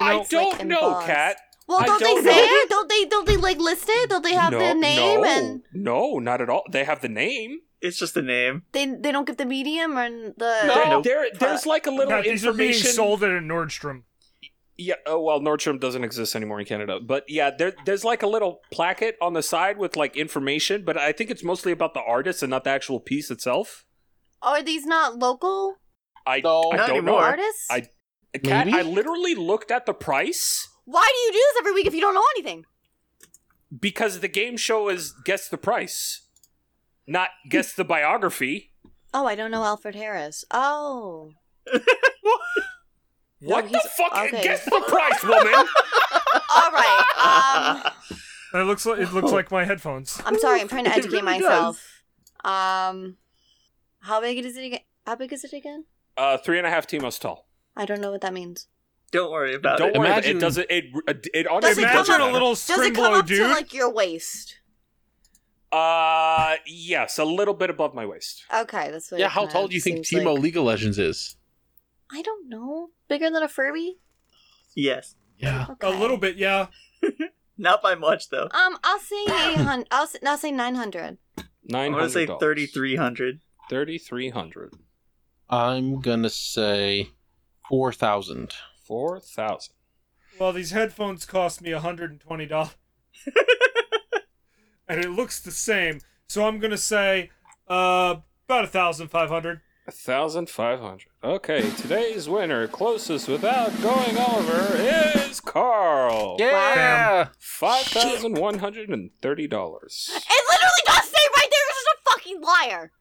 [SPEAKER 5] I
[SPEAKER 2] It's, like,
[SPEAKER 5] don't know,
[SPEAKER 2] embossed.
[SPEAKER 5] Kat.
[SPEAKER 2] Well,
[SPEAKER 5] I
[SPEAKER 2] don't,
[SPEAKER 5] don't
[SPEAKER 2] they say
[SPEAKER 5] know.
[SPEAKER 2] it? Don't they? Don't they like list it? Don't they have
[SPEAKER 5] no,
[SPEAKER 2] the name
[SPEAKER 5] no,
[SPEAKER 2] and
[SPEAKER 5] no, not at all. They have the name.
[SPEAKER 4] It's just a name.
[SPEAKER 2] they they don't get the medium and the.
[SPEAKER 5] No,
[SPEAKER 4] Nope.
[SPEAKER 5] there, there's like a little
[SPEAKER 3] Cat, these are being
[SPEAKER 5] information.
[SPEAKER 3] sold at a Nordstrom.
[SPEAKER 5] Yeah. Oh well, Nordstrom doesn't exist anymore in Canada. But yeah, there, there's like a little placket on the side with like information. But I think it's mostly about the artist and not the actual piece itself.
[SPEAKER 2] Are these not local
[SPEAKER 5] I,
[SPEAKER 1] No.
[SPEAKER 5] I
[SPEAKER 4] Not
[SPEAKER 5] don't
[SPEAKER 4] anymore.
[SPEAKER 5] know.
[SPEAKER 2] artists?
[SPEAKER 5] I- Kat,
[SPEAKER 1] Maybe?
[SPEAKER 5] I literally looked at the price
[SPEAKER 2] Why do you do this every week if you don't know anything?
[SPEAKER 5] because the game show is guess the price, not guess the biography.
[SPEAKER 2] Oh, I don't know Alfred Harris.
[SPEAKER 5] [LAUGHS]
[SPEAKER 2] Oh,
[SPEAKER 5] What the
[SPEAKER 2] he's-
[SPEAKER 5] fuck?
[SPEAKER 2] okay.
[SPEAKER 5] Guess the price, woman.
[SPEAKER 2] all right. Um,
[SPEAKER 3] It looks like it
[SPEAKER 5] Oh.
[SPEAKER 3] looks like my headphones.
[SPEAKER 2] I'm sorry. I'm trying to
[SPEAKER 4] It
[SPEAKER 2] educate
[SPEAKER 4] really
[SPEAKER 2] myself. Um, how big is it again? How big is it again?
[SPEAKER 5] uh, three and a half Timos tall.
[SPEAKER 2] I don't know what that means.
[SPEAKER 4] Don't worry about
[SPEAKER 5] Don't
[SPEAKER 4] it.
[SPEAKER 5] worry. about it.
[SPEAKER 1] Imagine-
[SPEAKER 5] It doesn't. It it, it
[SPEAKER 2] Does it
[SPEAKER 5] honestly
[SPEAKER 2] come
[SPEAKER 5] doesn't
[SPEAKER 3] Imagine a
[SPEAKER 5] matter.
[SPEAKER 3] little
[SPEAKER 2] Does it come
[SPEAKER 3] Scrimblow
[SPEAKER 2] up
[SPEAKER 3] dude.
[SPEAKER 2] to like your waist?
[SPEAKER 5] Uh, yes, a little bit above my waist.
[SPEAKER 2] Okay, that's what.
[SPEAKER 1] yeah,
[SPEAKER 2] it
[SPEAKER 1] how
[SPEAKER 2] kinda
[SPEAKER 1] tall do you think
[SPEAKER 2] seems
[SPEAKER 1] Timo
[SPEAKER 2] Like.
[SPEAKER 1] League of Legends is?
[SPEAKER 2] I don't know. Bigger than a Furby?
[SPEAKER 4] Yes.
[SPEAKER 1] Yeah.
[SPEAKER 3] A
[SPEAKER 2] Okay.
[SPEAKER 3] little bit, yeah.
[SPEAKER 4] Not by much, though.
[SPEAKER 1] [COUGHS]
[SPEAKER 2] Um, I'll say eight hundred. I'll, s- I'll say nine hundred.
[SPEAKER 4] I'm
[SPEAKER 5] Nine
[SPEAKER 4] going to
[SPEAKER 5] hundred.
[SPEAKER 4] say 3,300.
[SPEAKER 5] Thirty-three hundred.
[SPEAKER 1] I'm gonna say four thousand.
[SPEAKER 5] Four thousand.
[SPEAKER 3] Well, these headphones cost me
[SPEAKER 4] [LAUGHS]
[SPEAKER 3] $120. and it looks the same. So I'm going to say uh, about 1500
[SPEAKER 5] A thousand five hundred. Okay, today's winner, closest without going over, is Carl.
[SPEAKER 1] Yeah.
[SPEAKER 5] Five thousand one hundred and thirty dollars.
[SPEAKER 2] [LAUGHS] It literally does say right there, this is a fucking liar.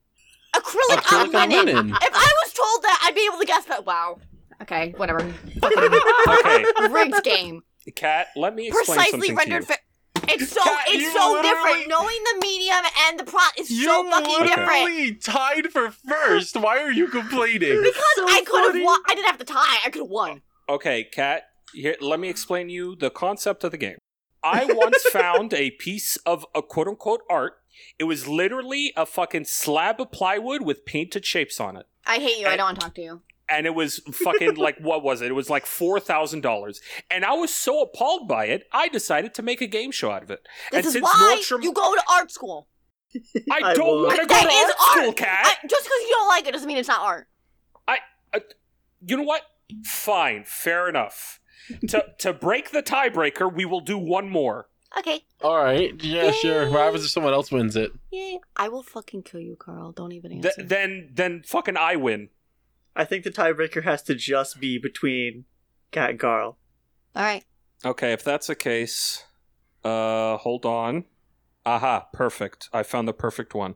[SPEAKER 2] Acrylic,
[SPEAKER 1] Acrylic
[SPEAKER 2] I'm
[SPEAKER 1] I'm
[SPEAKER 2] winning.
[SPEAKER 1] winning.
[SPEAKER 2] If I was told that, I'd be able to guess that. Wow. Okay, whatever.
[SPEAKER 5] Okay,
[SPEAKER 2] [LAUGHS] Rigged game.
[SPEAKER 5] Cat, let me explain
[SPEAKER 2] Precisely
[SPEAKER 5] something
[SPEAKER 2] rendered
[SPEAKER 5] to you.
[SPEAKER 2] fa- it's so
[SPEAKER 1] Cat, you
[SPEAKER 2] it's so
[SPEAKER 1] literally-
[SPEAKER 2] different. Knowing the medium and the plot is so fucking different.
[SPEAKER 1] tied for first. Why are you complaining?
[SPEAKER 2] Because I could have won. I didn't have to tie. I could have won.
[SPEAKER 5] Okay, Cat, here, let me explain you the concept of the game. I
[SPEAKER 2] [LAUGHS]
[SPEAKER 5] once found a piece of a quote unquote art. It was literally a fucking slab of plywood with painted shapes on it.
[SPEAKER 2] I hate you. I
[SPEAKER 5] And-
[SPEAKER 2] don't want to talk to you.
[SPEAKER 5] and it was
[SPEAKER 2] [LAUGHS]
[SPEAKER 5] fucking like what was it? It was like four thousand dollars, and I was so appalled by it, I decided to make a game show out of it.
[SPEAKER 2] This
[SPEAKER 5] and
[SPEAKER 2] is
[SPEAKER 5] since
[SPEAKER 2] why
[SPEAKER 5] Nordstrom,
[SPEAKER 2] you go to art school.
[SPEAKER 5] I
[SPEAKER 4] I
[SPEAKER 5] don't
[SPEAKER 4] will.
[SPEAKER 5] want to
[SPEAKER 2] That
[SPEAKER 5] go to
[SPEAKER 2] is
[SPEAKER 5] art school,
[SPEAKER 2] art.
[SPEAKER 5] cat.
[SPEAKER 2] I, just because you don't like it doesn't mean it's not art.
[SPEAKER 5] You know what? Fine, fair enough. [LAUGHS] to to break the tiebreaker, we will do one more.
[SPEAKER 2] Okay.
[SPEAKER 1] [LAUGHS] All right. Yeah, sure. What happens if someone else wins it?
[SPEAKER 2] Yay. I will fucking kill you, Carl. Don't even answer.
[SPEAKER 5] Th- then then fucking I win.
[SPEAKER 4] I think the tiebreaker has to just be between Cat and Carl. [LAUGHS]
[SPEAKER 2] All right.
[SPEAKER 5] Okay, if that's the case, uh, hold on. Aha, perfect. I found the perfect one.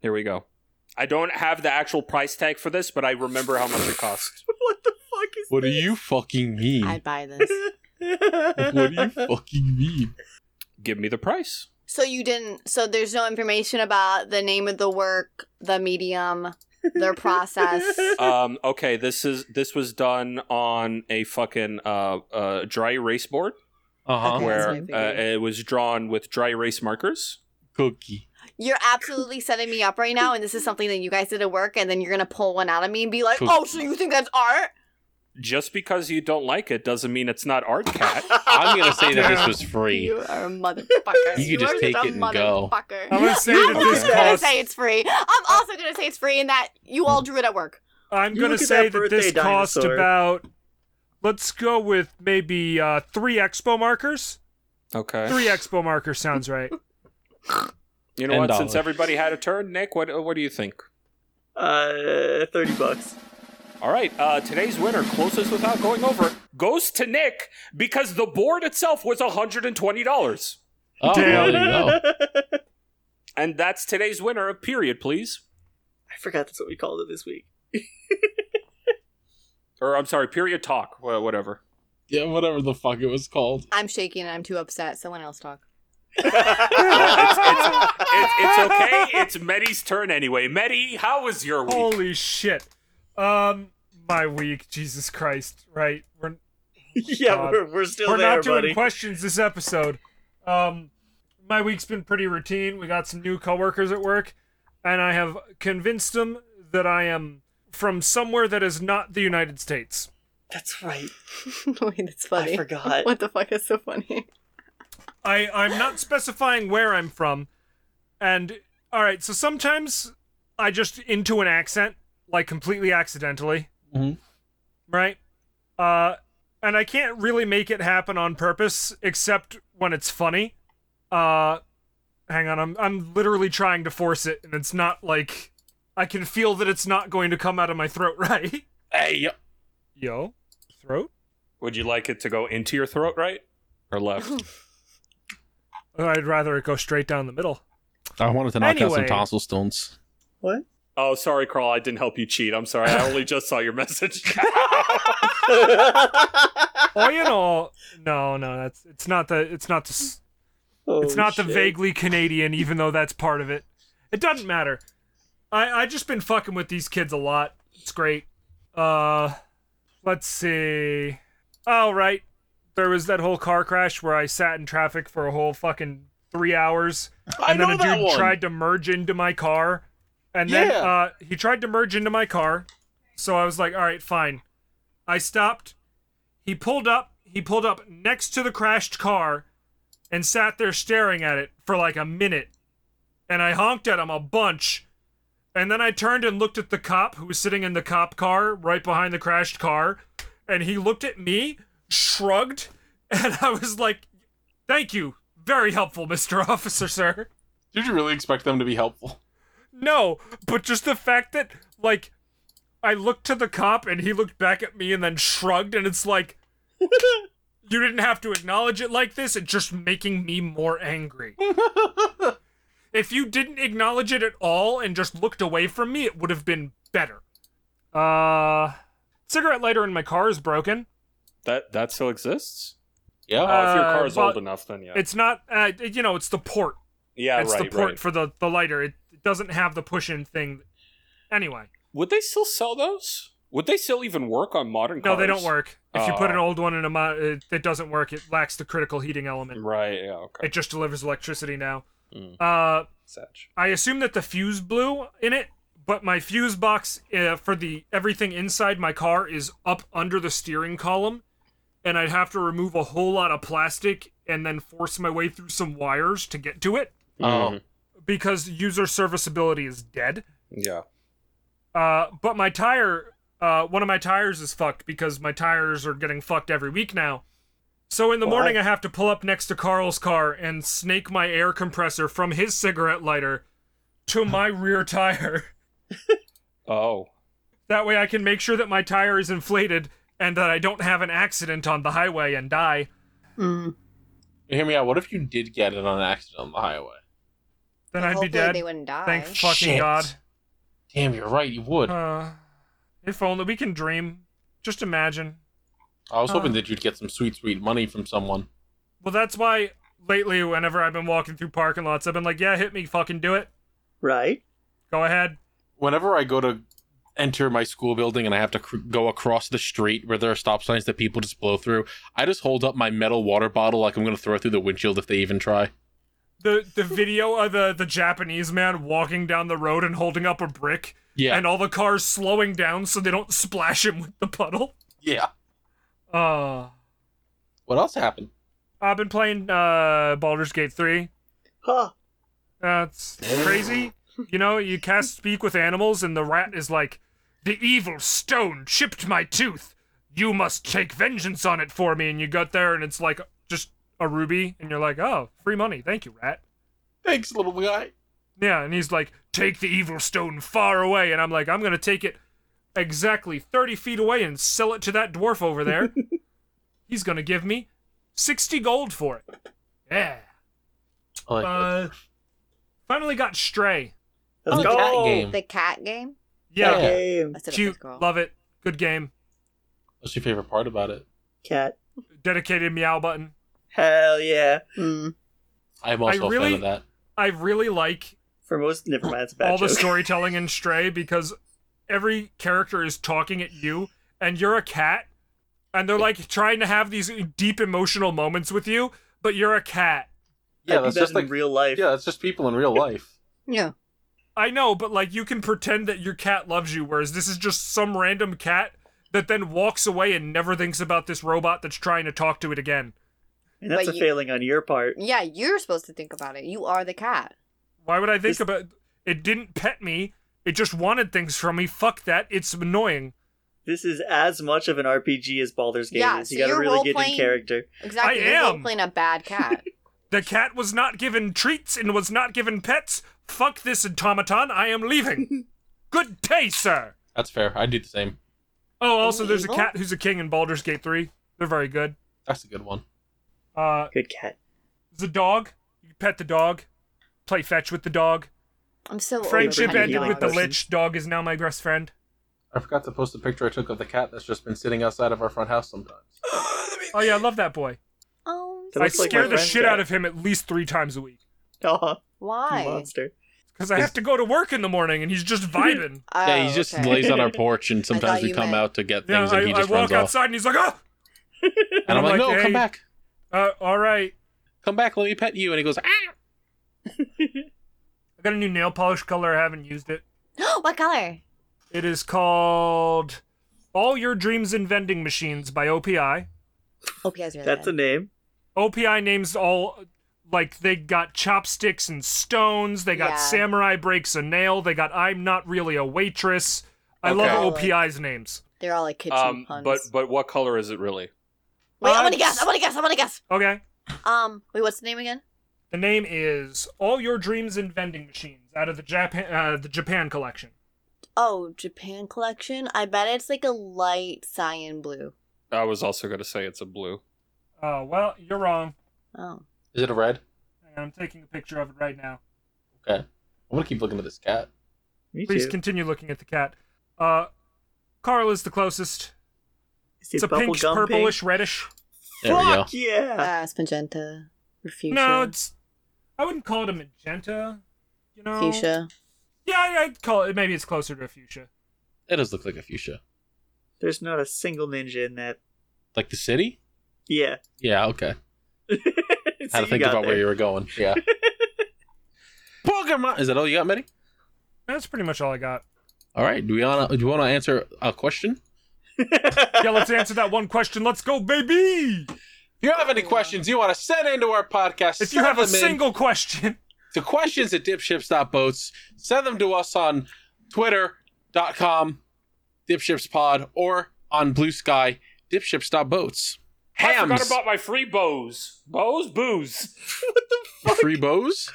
[SPEAKER 5] Here we go. I don't have the actual price tag for this, but I remember how much it cost.
[SPEAKER 4] what the fuck is
[SPEAKER 1] What do you fucking mean?
[SPEAKER 2] I'd buy
[SPEAKER 4] [LAUGHS]
[SPEAKER 2] this. [LAUGHS]
[SPEAKER 1] what do you fucking mean?
[SPEAKER 5] [LAUGHS] give me the price.
[SPEAKER 2] So you didn't. So there's no information about the name of the work, the medium, their process.
[SPEAKER 5] [LAUGHS] Um, okay, this is this was done on a fucking uh, uh, dry erase board
[SPEAKER 1] Uh
[SPEAKER 3] Uh-huh.
[SPEAKER 1] huh.
[SPEAKER 2] Okay.
[SPEAKER 5] where
[SPEAKER 2] that's what I
[SPEAKER 5] uh,
[SPEAKER 2] figured.
[SPEAKER 5] it was drawn with dry erase markers.
[SPEAKER 1] Cookie.
[SPEAKER 2] You're absolutely setting me up right now, and this is something that you guys did at work, and then you're gonna pull one out of me and be like,
[SPEAKER 1] Cool.
[SPEAKER 2] "Oh, so you think that's art?"
[SPEAKER 5] Just because you don't like it doesn't mean it's not art cat.
[SPEAKER 1] [LAUGHS] I'm gonna say that this was free.
[SPEAKER 2] You are a motherfucker.
[SPEAKER 1] You could just
[SPEAKER 2] are
[SPEAKER 1] take
[SPEAKER 2] such a
[SPEAKER 1] it and go.
[SPEAKER 2] motherfucker.
[SPEAKER 3] I'm gonna say
[SPEAKER 2] I'm
[SPEAKER 3] that
[SPEAKER 2] also
[SPEAKER 3] this
[SPEAKER 1] just
[SPEAKER 2] gonna
[SPEAKER 3] cost.
[SPEAKER 2] say it's free. I'm also gonna say it's free, and that you all drew it at work.
[SPEAKER 3] I'm
[SPEAKER 4] You
[SPEAKER 3] gonna
[SPEAKER 4] look at
[SPEAKER 3] say
[SPEAKER 4] that
[SPEAKER 3] that,
[SPEAKER 4] birthday
[SPEAKER 3] this cost
[SPEAKER 4] dinosaur.
[SPEAKER 3] about. Let's go with maybe uh, three expo markers.
[SPEAKER 5] Okay,
[SPEAKER 4] [LAUGHS]
[SPEAKER 3] Three expo markers sounds right.
[SPEAKER 5] you know
[SPEAKER 1] Ten
[SPEAKER 5] what?
[SPEAKER 1] dollars.
[SPEAKER 5] Since everybody had a turn, Nick, what what do you think?
[SPEAKER 4] Uh, thirty bucks.
[SPEAKER 5] All right, uh, today's winner, closest without going over, goes to Nick because the board itself was hundred and twenty dollars,
[SPEAKER 1] Oh, well,
[SPEAKER 3] Damn.
[SPEAKER 1] there you
[SPEAKER 4] [LAUGHS]
[SPEAKER 1] go.
[SPEAKER 5] and that's today's winner. of Period, please.
[SPEAKER 4] I forgot that's what we called it this week. [LAUGHS]
[SPEAKER 5] Or I'm sorry, period talk. Wha- Whatever.
[SPEAKER 1] Yeah, whatever the fuck it was called.
[SPEAKER 2] I'm shaking and I'm too upset. Someone else talk.
[SPEAKER 5] It's, it's okay. It's Medi's turn anyway. Medi, how was your week?
[SPEAKER 3] Holy shit! Um, my week, Jesus Christ! Right, we're
[SPEAKER 4] yeah,
[SPEAKER 3] God.
[SPEAKER 4] we're, we're still
[SPEAKER 3] we're
[SPEAKER 4] there,
[SPEAKER 3] not doing
[SPEAKER 4] buddy.
[SPEAKER 3] questions this episode. Um, my week's been pretty routine. We got some new coworkers at work, and I have convinced them that I am from somewhere that is not the United States.
[SPEAKER 4] that's right.
[SPEAKER 2] Wait, that's funny.
[SPEAKER 4] I forgot. [LAUGHS]
[SPEAKER 2] What the fuck is so funny?
[SPEAKER 3] I I'm not specifying where I'm from, and all right. So sometimes I just into an accent like completely accidentally,
[SPEAKER 1] Mhm.
[SPEAKER 3] right? Uh, and I can't really make it happen on purpose except when it's funny. Uh, hang on, I'm I'm literally trying to force it, and it's not like I can feel that it's not going to come out of my throat, [LAUGHS] right?
[SPEAKER 1] Hey, yo.
[SPEAKER 3] Yo, throat.
[SPEAKER 5] Would you like it to go into your throat, right? Or left?
[SPEAKER 3] I'd rather it go straight down the middle.
[SPEAKER 1] I wanted to knock out some
[SPEAKER 3] Anyway.
[SPEAKER 1] tonsil stones.
[SPEAKER 4] What?
[SPEAKER 5] oh, sorry, Carl. I didn't help you cheat. I'm sorry. I only just saw your [LAUGHS] message.
[SPEAKER 3] Oh, you know, no, no, that's it's not the it's not the s- it's
[SPEAKER 4] Holy
[SPEAKER 3] not the
[SPEAKER 4] Oh, shit.
[SPEAKER 3] vaguely Canadian, even though that's part of it. It doesn't matter. I I just been fucking with these kids a lot. It's great. Uh, let's see. All right, there was that whole car crash where I sat in traffic for a whole fucking three hours, and then a dude tried to merge into my car, and then
[SPEAKER 1] Yeah.
[SPEAKER 3] uh, he tried to merge into my car. So I was like, all right, fine. I stopped. He pulled up. He pulled up next to the crashed car and sat there staring at it for like a minute. And I honked at him a bunch. And then I turned and looked at the cop who was sitting in the cop car right behind the crashed car. And he looked at me, shrugged, [LAUGHS] and I was like, Thank you. Very helpful, Mr. [LAUGHS] Officer, sir.
[SPEAKER 1] Did you really expect them to be helpful?
[SPEAKER 3] No, but just the fact that, like, I looked to the cop and he looked back at me and then shrugged, and it's like, you didn't have to acknowledge it like this. It's just making me more angry. if you didn't acknowledge it at all and just looked away from me, it would have been better. Uh, cigarette lighter in my car is broken.
[SPEAKER 5] That that still exists.
[SPEAKER 1] Yeah.
[SPEAKER 5] Oh, if your
[SPEAKER 3] Uh,
[SPEAKER 5] car's
[SPEAKER 3] but
[SPEAKER 5] old enough, then yeah.
[SPEAKER 3] It's not, uh, you know, it's the port.
[SPEAKER 5] yeah,
[SPEAKER 3] it's
[SPEAKER 5] right,
[SPEAKER 3] the port
[SPEAKER 5] right.
[SPEAKER 3] for the, the lighter. It, it doesn't have the push in thing. Anyway,
[SPEAKER 5] Would they still sell those? Would they still even work on modern
[SPEAKER 3] no,
[SPEAKER 5] cars?
[SPEAKER 3] they don't work. If you put an
[SPEAKER 5] Oh.
[SPEAKER 3] old one in a mod, it, it doesn't work. It lacks the critical heating element.
[SPEAKER 5] Right. Yeah. Okay.
[SPEAKER 3] It just delivers electricity now.
[SPEAKER 5] Mm.
[SPEAKER 3] Uh,
[SPEAKER 5] Satch.
[SPEAKER 3] I assume that the fuse blew in it, but my fuse box uh, for the everything inside my car is up under the steering column, and I'd have to remove a whole lot of plastic and then force my way through some wires to get to it
[SPEAKER 5] Mm-hmm.
[SPEAKER 1] Oh.
[SPEAKER 3] because user serviceability is dead.
[SPEAKER 5] Yeah.
[SPEAKER 3] Uh, but my tire, uh, one of my tires is fucked because my tires are getting fucked every week now. So in the
[SPEAKER 4] Well,
[SPEAKER 3] morning,
[SPEAKER 4] I-
[SPEAKER 3] I have to pull up next to Carl's car and snake my air compressor from his cigarette lighter to my rear tire. [LAUGHS]
[SPEAKER 5] Oh.
[SPEAKER 3] That way, I can make sure that my tire is inflated and that I don't have an accident on the highway and die.
[SPEAKER 1] Hear me out. What if you did get it on an accident on the highway?
[SPEAKER 3] Then
[SPEAKER 2] Like,
[SPEAKER 3] I'd be
[SPEAKER 2] hopefully
[SPEAKER 3] dead.
[SPEAKER 2] They wouldn't die.
[SPEAKER 3] Thank fucking
[SPEAKER 1] Shit.
[SPEAKER 3] god.
[SPEAKER 1] Damn, you're right. You would.
[SPEAKER 3] Uh, if only we can dream. Just imagine.
[SPEAKER 1] I was hoping
[SPEAKER 3] uh.
[SPEAKER 1] that you'd get some sweet, sweet money from someone.
[SPEAKER 3] Well, that's why lately, whenever I've been walking through parking lots, I've been like, yeah, hit me, fucking do it.
[SPEAKER 4] Right?
[SPEAKER 3] Go ahead.
[SPEAKER 1] Whenever I go to enter my school building and I have to cr- go across the street where there are stop signs that people just blow through, I just hold up my metal water bottle like I'm going to throw it through the windshield if they even try.
[SPEAKER 3] The the video of the, the Japanese man walking down the road and holding up a brick
[SPEAKER 1] Yeah.
[SPEAKER 3] and all the cars slowing down so they don't splash him with the puddle.
[SPEAKER 1] yeah.
[SPEAKER 3] Uh
[SPEAKER 1] What else happened?
[SPEAKER 3] I've been playing uh Baldur's Gate 3.
[SPEAKER 4] Huh.
[SPEAKER 3] That's crazy. You know, you cast speak with animals and the rat is like, "The evil stone chipped my tooth. You must take vengeance on it for me." And you got there and it's like just a ruby and you're like, "Oh, free money. Thank you, rat."
[SPEAKER 1] Thanks, little guy.
[SPEAKER 3] Yeah, and he's like, take the evil stone far away. And I'm like, I'm going to take it exactly 30 feet away and sell it to that dwarf over there. he's going to give me 60 gold for it. Yeah.
[SPEAKER 1] I like that.
[SPEAKER 3] Uh, finally got Stray.
[SPEAKER 4] Let's
[SPEAKER 1] Oh,
[SPEAKER 4] go.
[SPEAKER 1] cat game.
[SPEAKER 2] The cat game.
[SPEAKER 3] Yeah.
[SPEAKER 1] Yeah.
[SPEAKER 4] Game.
[SPEAKER 2] That's
[SPEAKER 3] Cute. Love it. Good game.
[SPEAKER 1] What's your favorite part about it?
[SPEAKER 4] Cat.
[SPEAKER 3] Dedicated meow button.
[SPEAKER 4] Hell yeah.
[SPEAKER 2] Mm.
[SPEAKER 1] I'm also a
[SPEAKER 3] really-
[SPEAKER 1] fan of that.
[SPEAKER 3] I really like
[SPEAKER 4] For most, never mind. That's a bad
[SPEAKER 3] all
[SPEAKER 4] joke. [LAUGHS]
[SPEAKER 3] the storytelling in Stray because every character is talking at you and you're a cat and they're like trying to have these deep emotional moments with you, but you're a cat.
[SPEAKER 4] I
[SPEAKER 1] Yeah,
[SPEAKER 4] do
[SPEAKER 1] that's
[SPEAKER 4] that
[SPEAKER 1] just
[SPEAKER 4] in
[SPEAKER 1] like
[SPEAKER 4] real life.
[SPEAKER 1] yeah, that's just people in real life.
[SPEAKER 2] Yeah.
[SPEAKER 3] I know, but like you can pretend that your cat loves you, whereas this is just some random cat that then walks away and never thinks about this robot that's trying to talk to it again.
[SPEAKER 4] And that's
[SPEAKER 2] But
[SPEAKER 4] a
[SPEAKER 2] you-
[SPEAKER 4] failing on your part.
[SPEAKER 2] Yeah, you're supposed to think about it. You are the cat.
[SPEAKER 3] Why would I think
[SPEAKER 4] This-
[SPEAKER 3] about it? Didn't pet me. It just wanted things from me. Fuck that. It's annoying.
[SPEAKER 4] This is as much of an RPG as Baldur's Gate
[SPEAKER 2] Yeah,
[SPEAKER 4] is.
[SPEAKER 2] so
[SPEAKER 4] You gotta
[SPEAKER 2] you're
[SPEAKER 4] really get in
[SPEAKER 2] role-playing-
[SPEAKER 4] character.
[SPEAKER 2] Exactly.
[SPEAKER 3] I
[SPEAKER 2] you're
[SPEAKER 3] am.
[SPEAKER 2] role-playing a bad
[SPEAKER 3] [LAUGHS]
[SPEAKER 2] cat.
[SPEAKER 3] The cat was not given treats and was not given pets. Fuck this automaton. I am leaving. Good day, sir.
[SPEAKER 1] That's fair. I do the same.
[SPEAKER 3] Oh, also,
[SPEAKER 2] Ooh,
[SPEAKER 3] there's a
[SPEAKER 2] evil.
[SPEAKER 3] cat who's a king in Baldur's Gate 3. They're very good.
[SPEAKER 1] That's a good one.
[SPEAKER 3] Uh,
[SPEAKER 4] Good
[SPEAKER 3] [GASPS]
[SPEAKER 4] cat.
[SPEAKER 3] there's a dog. You pet the dog, play fetch with the dog.
[SPEAKER 2] I'm
[SPEAKER 1] Oh,
[SPEAKER 2] so old for
[SPEAKER 3] Friendship
[SPEAKER 4] Overhead
[SPEAKER 2] petting
[SPEAKER 3] ended with the
[SPEAKER 2] dogs.
[SPEAKER 4] dogs.
[SPEAKER 3] lich. Dog is now my best friend.
[SPEAKER 1] I forgot to post a picture I took of the cat that's just been sitting outside of our front house sometimes.
[SPEAKER 4] [LAUGHS]
[SPEAKER 3] Oh yeah, I love that boy.
[SPEAKER 2] Oh,
[SPEAKER 4] That
[SPEAKER 3] I
[SPEAKER 4] looks like
[SPEAKER 3] scare
[SPEAKER 4] my
[SPEAKER 3] the
[SPEAKER 4] friend's
[SPEAKER 3] shit
[SPEAKER 4] cat.
[SPEAKER 3] out of him at least three times a week
[SPEAKER 4] Aw,
[SPEAKER 2] why?
[SPEAKER 4] monster.
[SPEAKER 3] because I have to go to work in the morning and he's
[SPEAKER 1] [LAUGHS]
[SPEAKER 3] just vibing.
[SPEAKER 2] Oh,
[SPEAKER 1] yeah, he just
[SPEAKER 2] okay. [LAUGHS]
[SPEAKER 1] lays on our porch, and
[SPEAKER 2] thought
[SPEAKER 1] sometimes we
[SPEAKER 2] you
[SPEAKER 1] come
[SPEAKER 2] meant-
[SPEAKER 1] out to get
[SPEAKER 3] yeah,
[SPEAKER 1] things,
[SPEAKER 3] I,
[SPEAKER 1] and he
[SPEAKER 3] I
[SPEAKER 1] just
[SPEAKER 3] walk
[SPEAKER 1] runs
[SPEAKER 3] outside and he's like, "Oh,
[SPEAKER 1] off. And I'm like, no,
[SPEAKER 3] hey,
[SPEAKER 1] come back,
[SPEAKER 3] uh, all right."
[SPEAKER 1] come back, let me pet you. And he goes, ah.
[SPEAKER 3] I got a new nail polish color. I haven't used it.
[SPEAKER 2] what color?
[SPEAKER 3] It is called "All Your Dreams in Vending Machines" by OPI.
[SPEAKER 2] Hope you guys Oh, really
[SPEAKER 4] That's a
[SPEAKER 2] good.
[SPEAKER 4] name.
[SPEAKER 3] OPI names all like they got chopsticks and stones, they got
[SPEAKER 2] Yeah.
[SPEAKER 3] samurai breaks a nail, they got I'm not really a waitress. I love
[SPEAKER 2] Okay.
[SPEAKER 3] OPI's names.
[SPEAKER 2] They're all like kitchen
[SPEAKER 5] Um,
[SPEAKER 2] puns.
[SPEAKER 5] but but what color is it really?
[SPEAKER 2] Wait, I
[SPEAKER 3] Uh,
[SPEAKER 2] want to guess. I want to guess. I want to guess.
[SPEAKER 3] Okay.
[SPEAKER 2] Um, wait, what's the name again?
[SPEAKER 3] The name is All Your Dreams in Vending Machines out of the Japan uh, the Japan collection.
[SPEAKER 2] Oh, Japan collection. I bet it's like a light cyan blue.
[SPEAKER 5] I was also gonna say it's a blue.
[SPEAKER 3] Oh, well, you're wrong.
[SPEAKER 2] Oh,
[SPEAKER 1] Is it a red?
[SPEAKER 3] And I'm taking a picture of it right now.
[SPEAKER 1] Okay. I'm gonna keep looking at this cat.
[SPEAKER 4] Me
[SPEAKER 3] Please
[SPEAKER 4] too.
[SPEAKER 3] continue looking at the cat. Uh, Carl is the closest.
[SPEAKER 4] Is it
[SPEAKER 3] It's a
[SPEAKER 4] bubble
[SPEAKER 3] pink,
[SPEAKER 4] gum pink?
[SPEAKER 3] purplish, reddish.
[SPEAKER 1] There we go.
[SPEAKER 4] Fuck yeah.
[SPEAKER 2] uh, it's magenta or fuchsia.
[SPEAKER 3] No, it's. I wouldn't call it a magenta. You know.
[SPEAKER 2] fuchsia.
[SPEAKER 3] Yeah, I- I'd call it. Maybe it's closer to a fuchsia.
[SPEAKER 1] It does look like a fuchsia.
[SPEAKER 4] There's not a single ninja in that.
[SPEAKER 1] Like the city?
[SPEAKER 4] Yeah. [LAUGHS]
[SPEAKER 1] Yeah, okay.
[SPEAKER 4] So
[SPEAKER 1] Had to
[SPEAKER 4] you
[SPEAKER 1] think
[SPEAKER 4] got
[SPEAKER 1] about
[SPEAKER 4] there.
[SPEAKER 1] where you were going. Yeah. [LAUGHS] Pokemon Is that all you got, Mitty?
[SPEAKER 3] That's pretty much all I got.
[SPEAKER 1] Alright, do we wanna do you wanna answer a question?
[SPEAKER 4] [LAUGHS]
[SPEAKER 3] Yeah, let's answer that one question. Let's go, baby.
[SPEAKER 1] If you have any questions you want to send into our podcast,
[SPEAKER 3] If you
[SPEAKER 1] send
[SPEAKER 3] have a
[SPEAKER 1] them in.
[SPEAKER 3] single question,
[SPEAKER 1] the questions at dipships.boats, send them to us on twitter.com, dipshipspod, or on blue sky, dipships.boats. Hams,
[SPEAKER 5] I forgot about my free bows. Bows, [LAUGHS] booze.
[SPEAKER 1] free bows?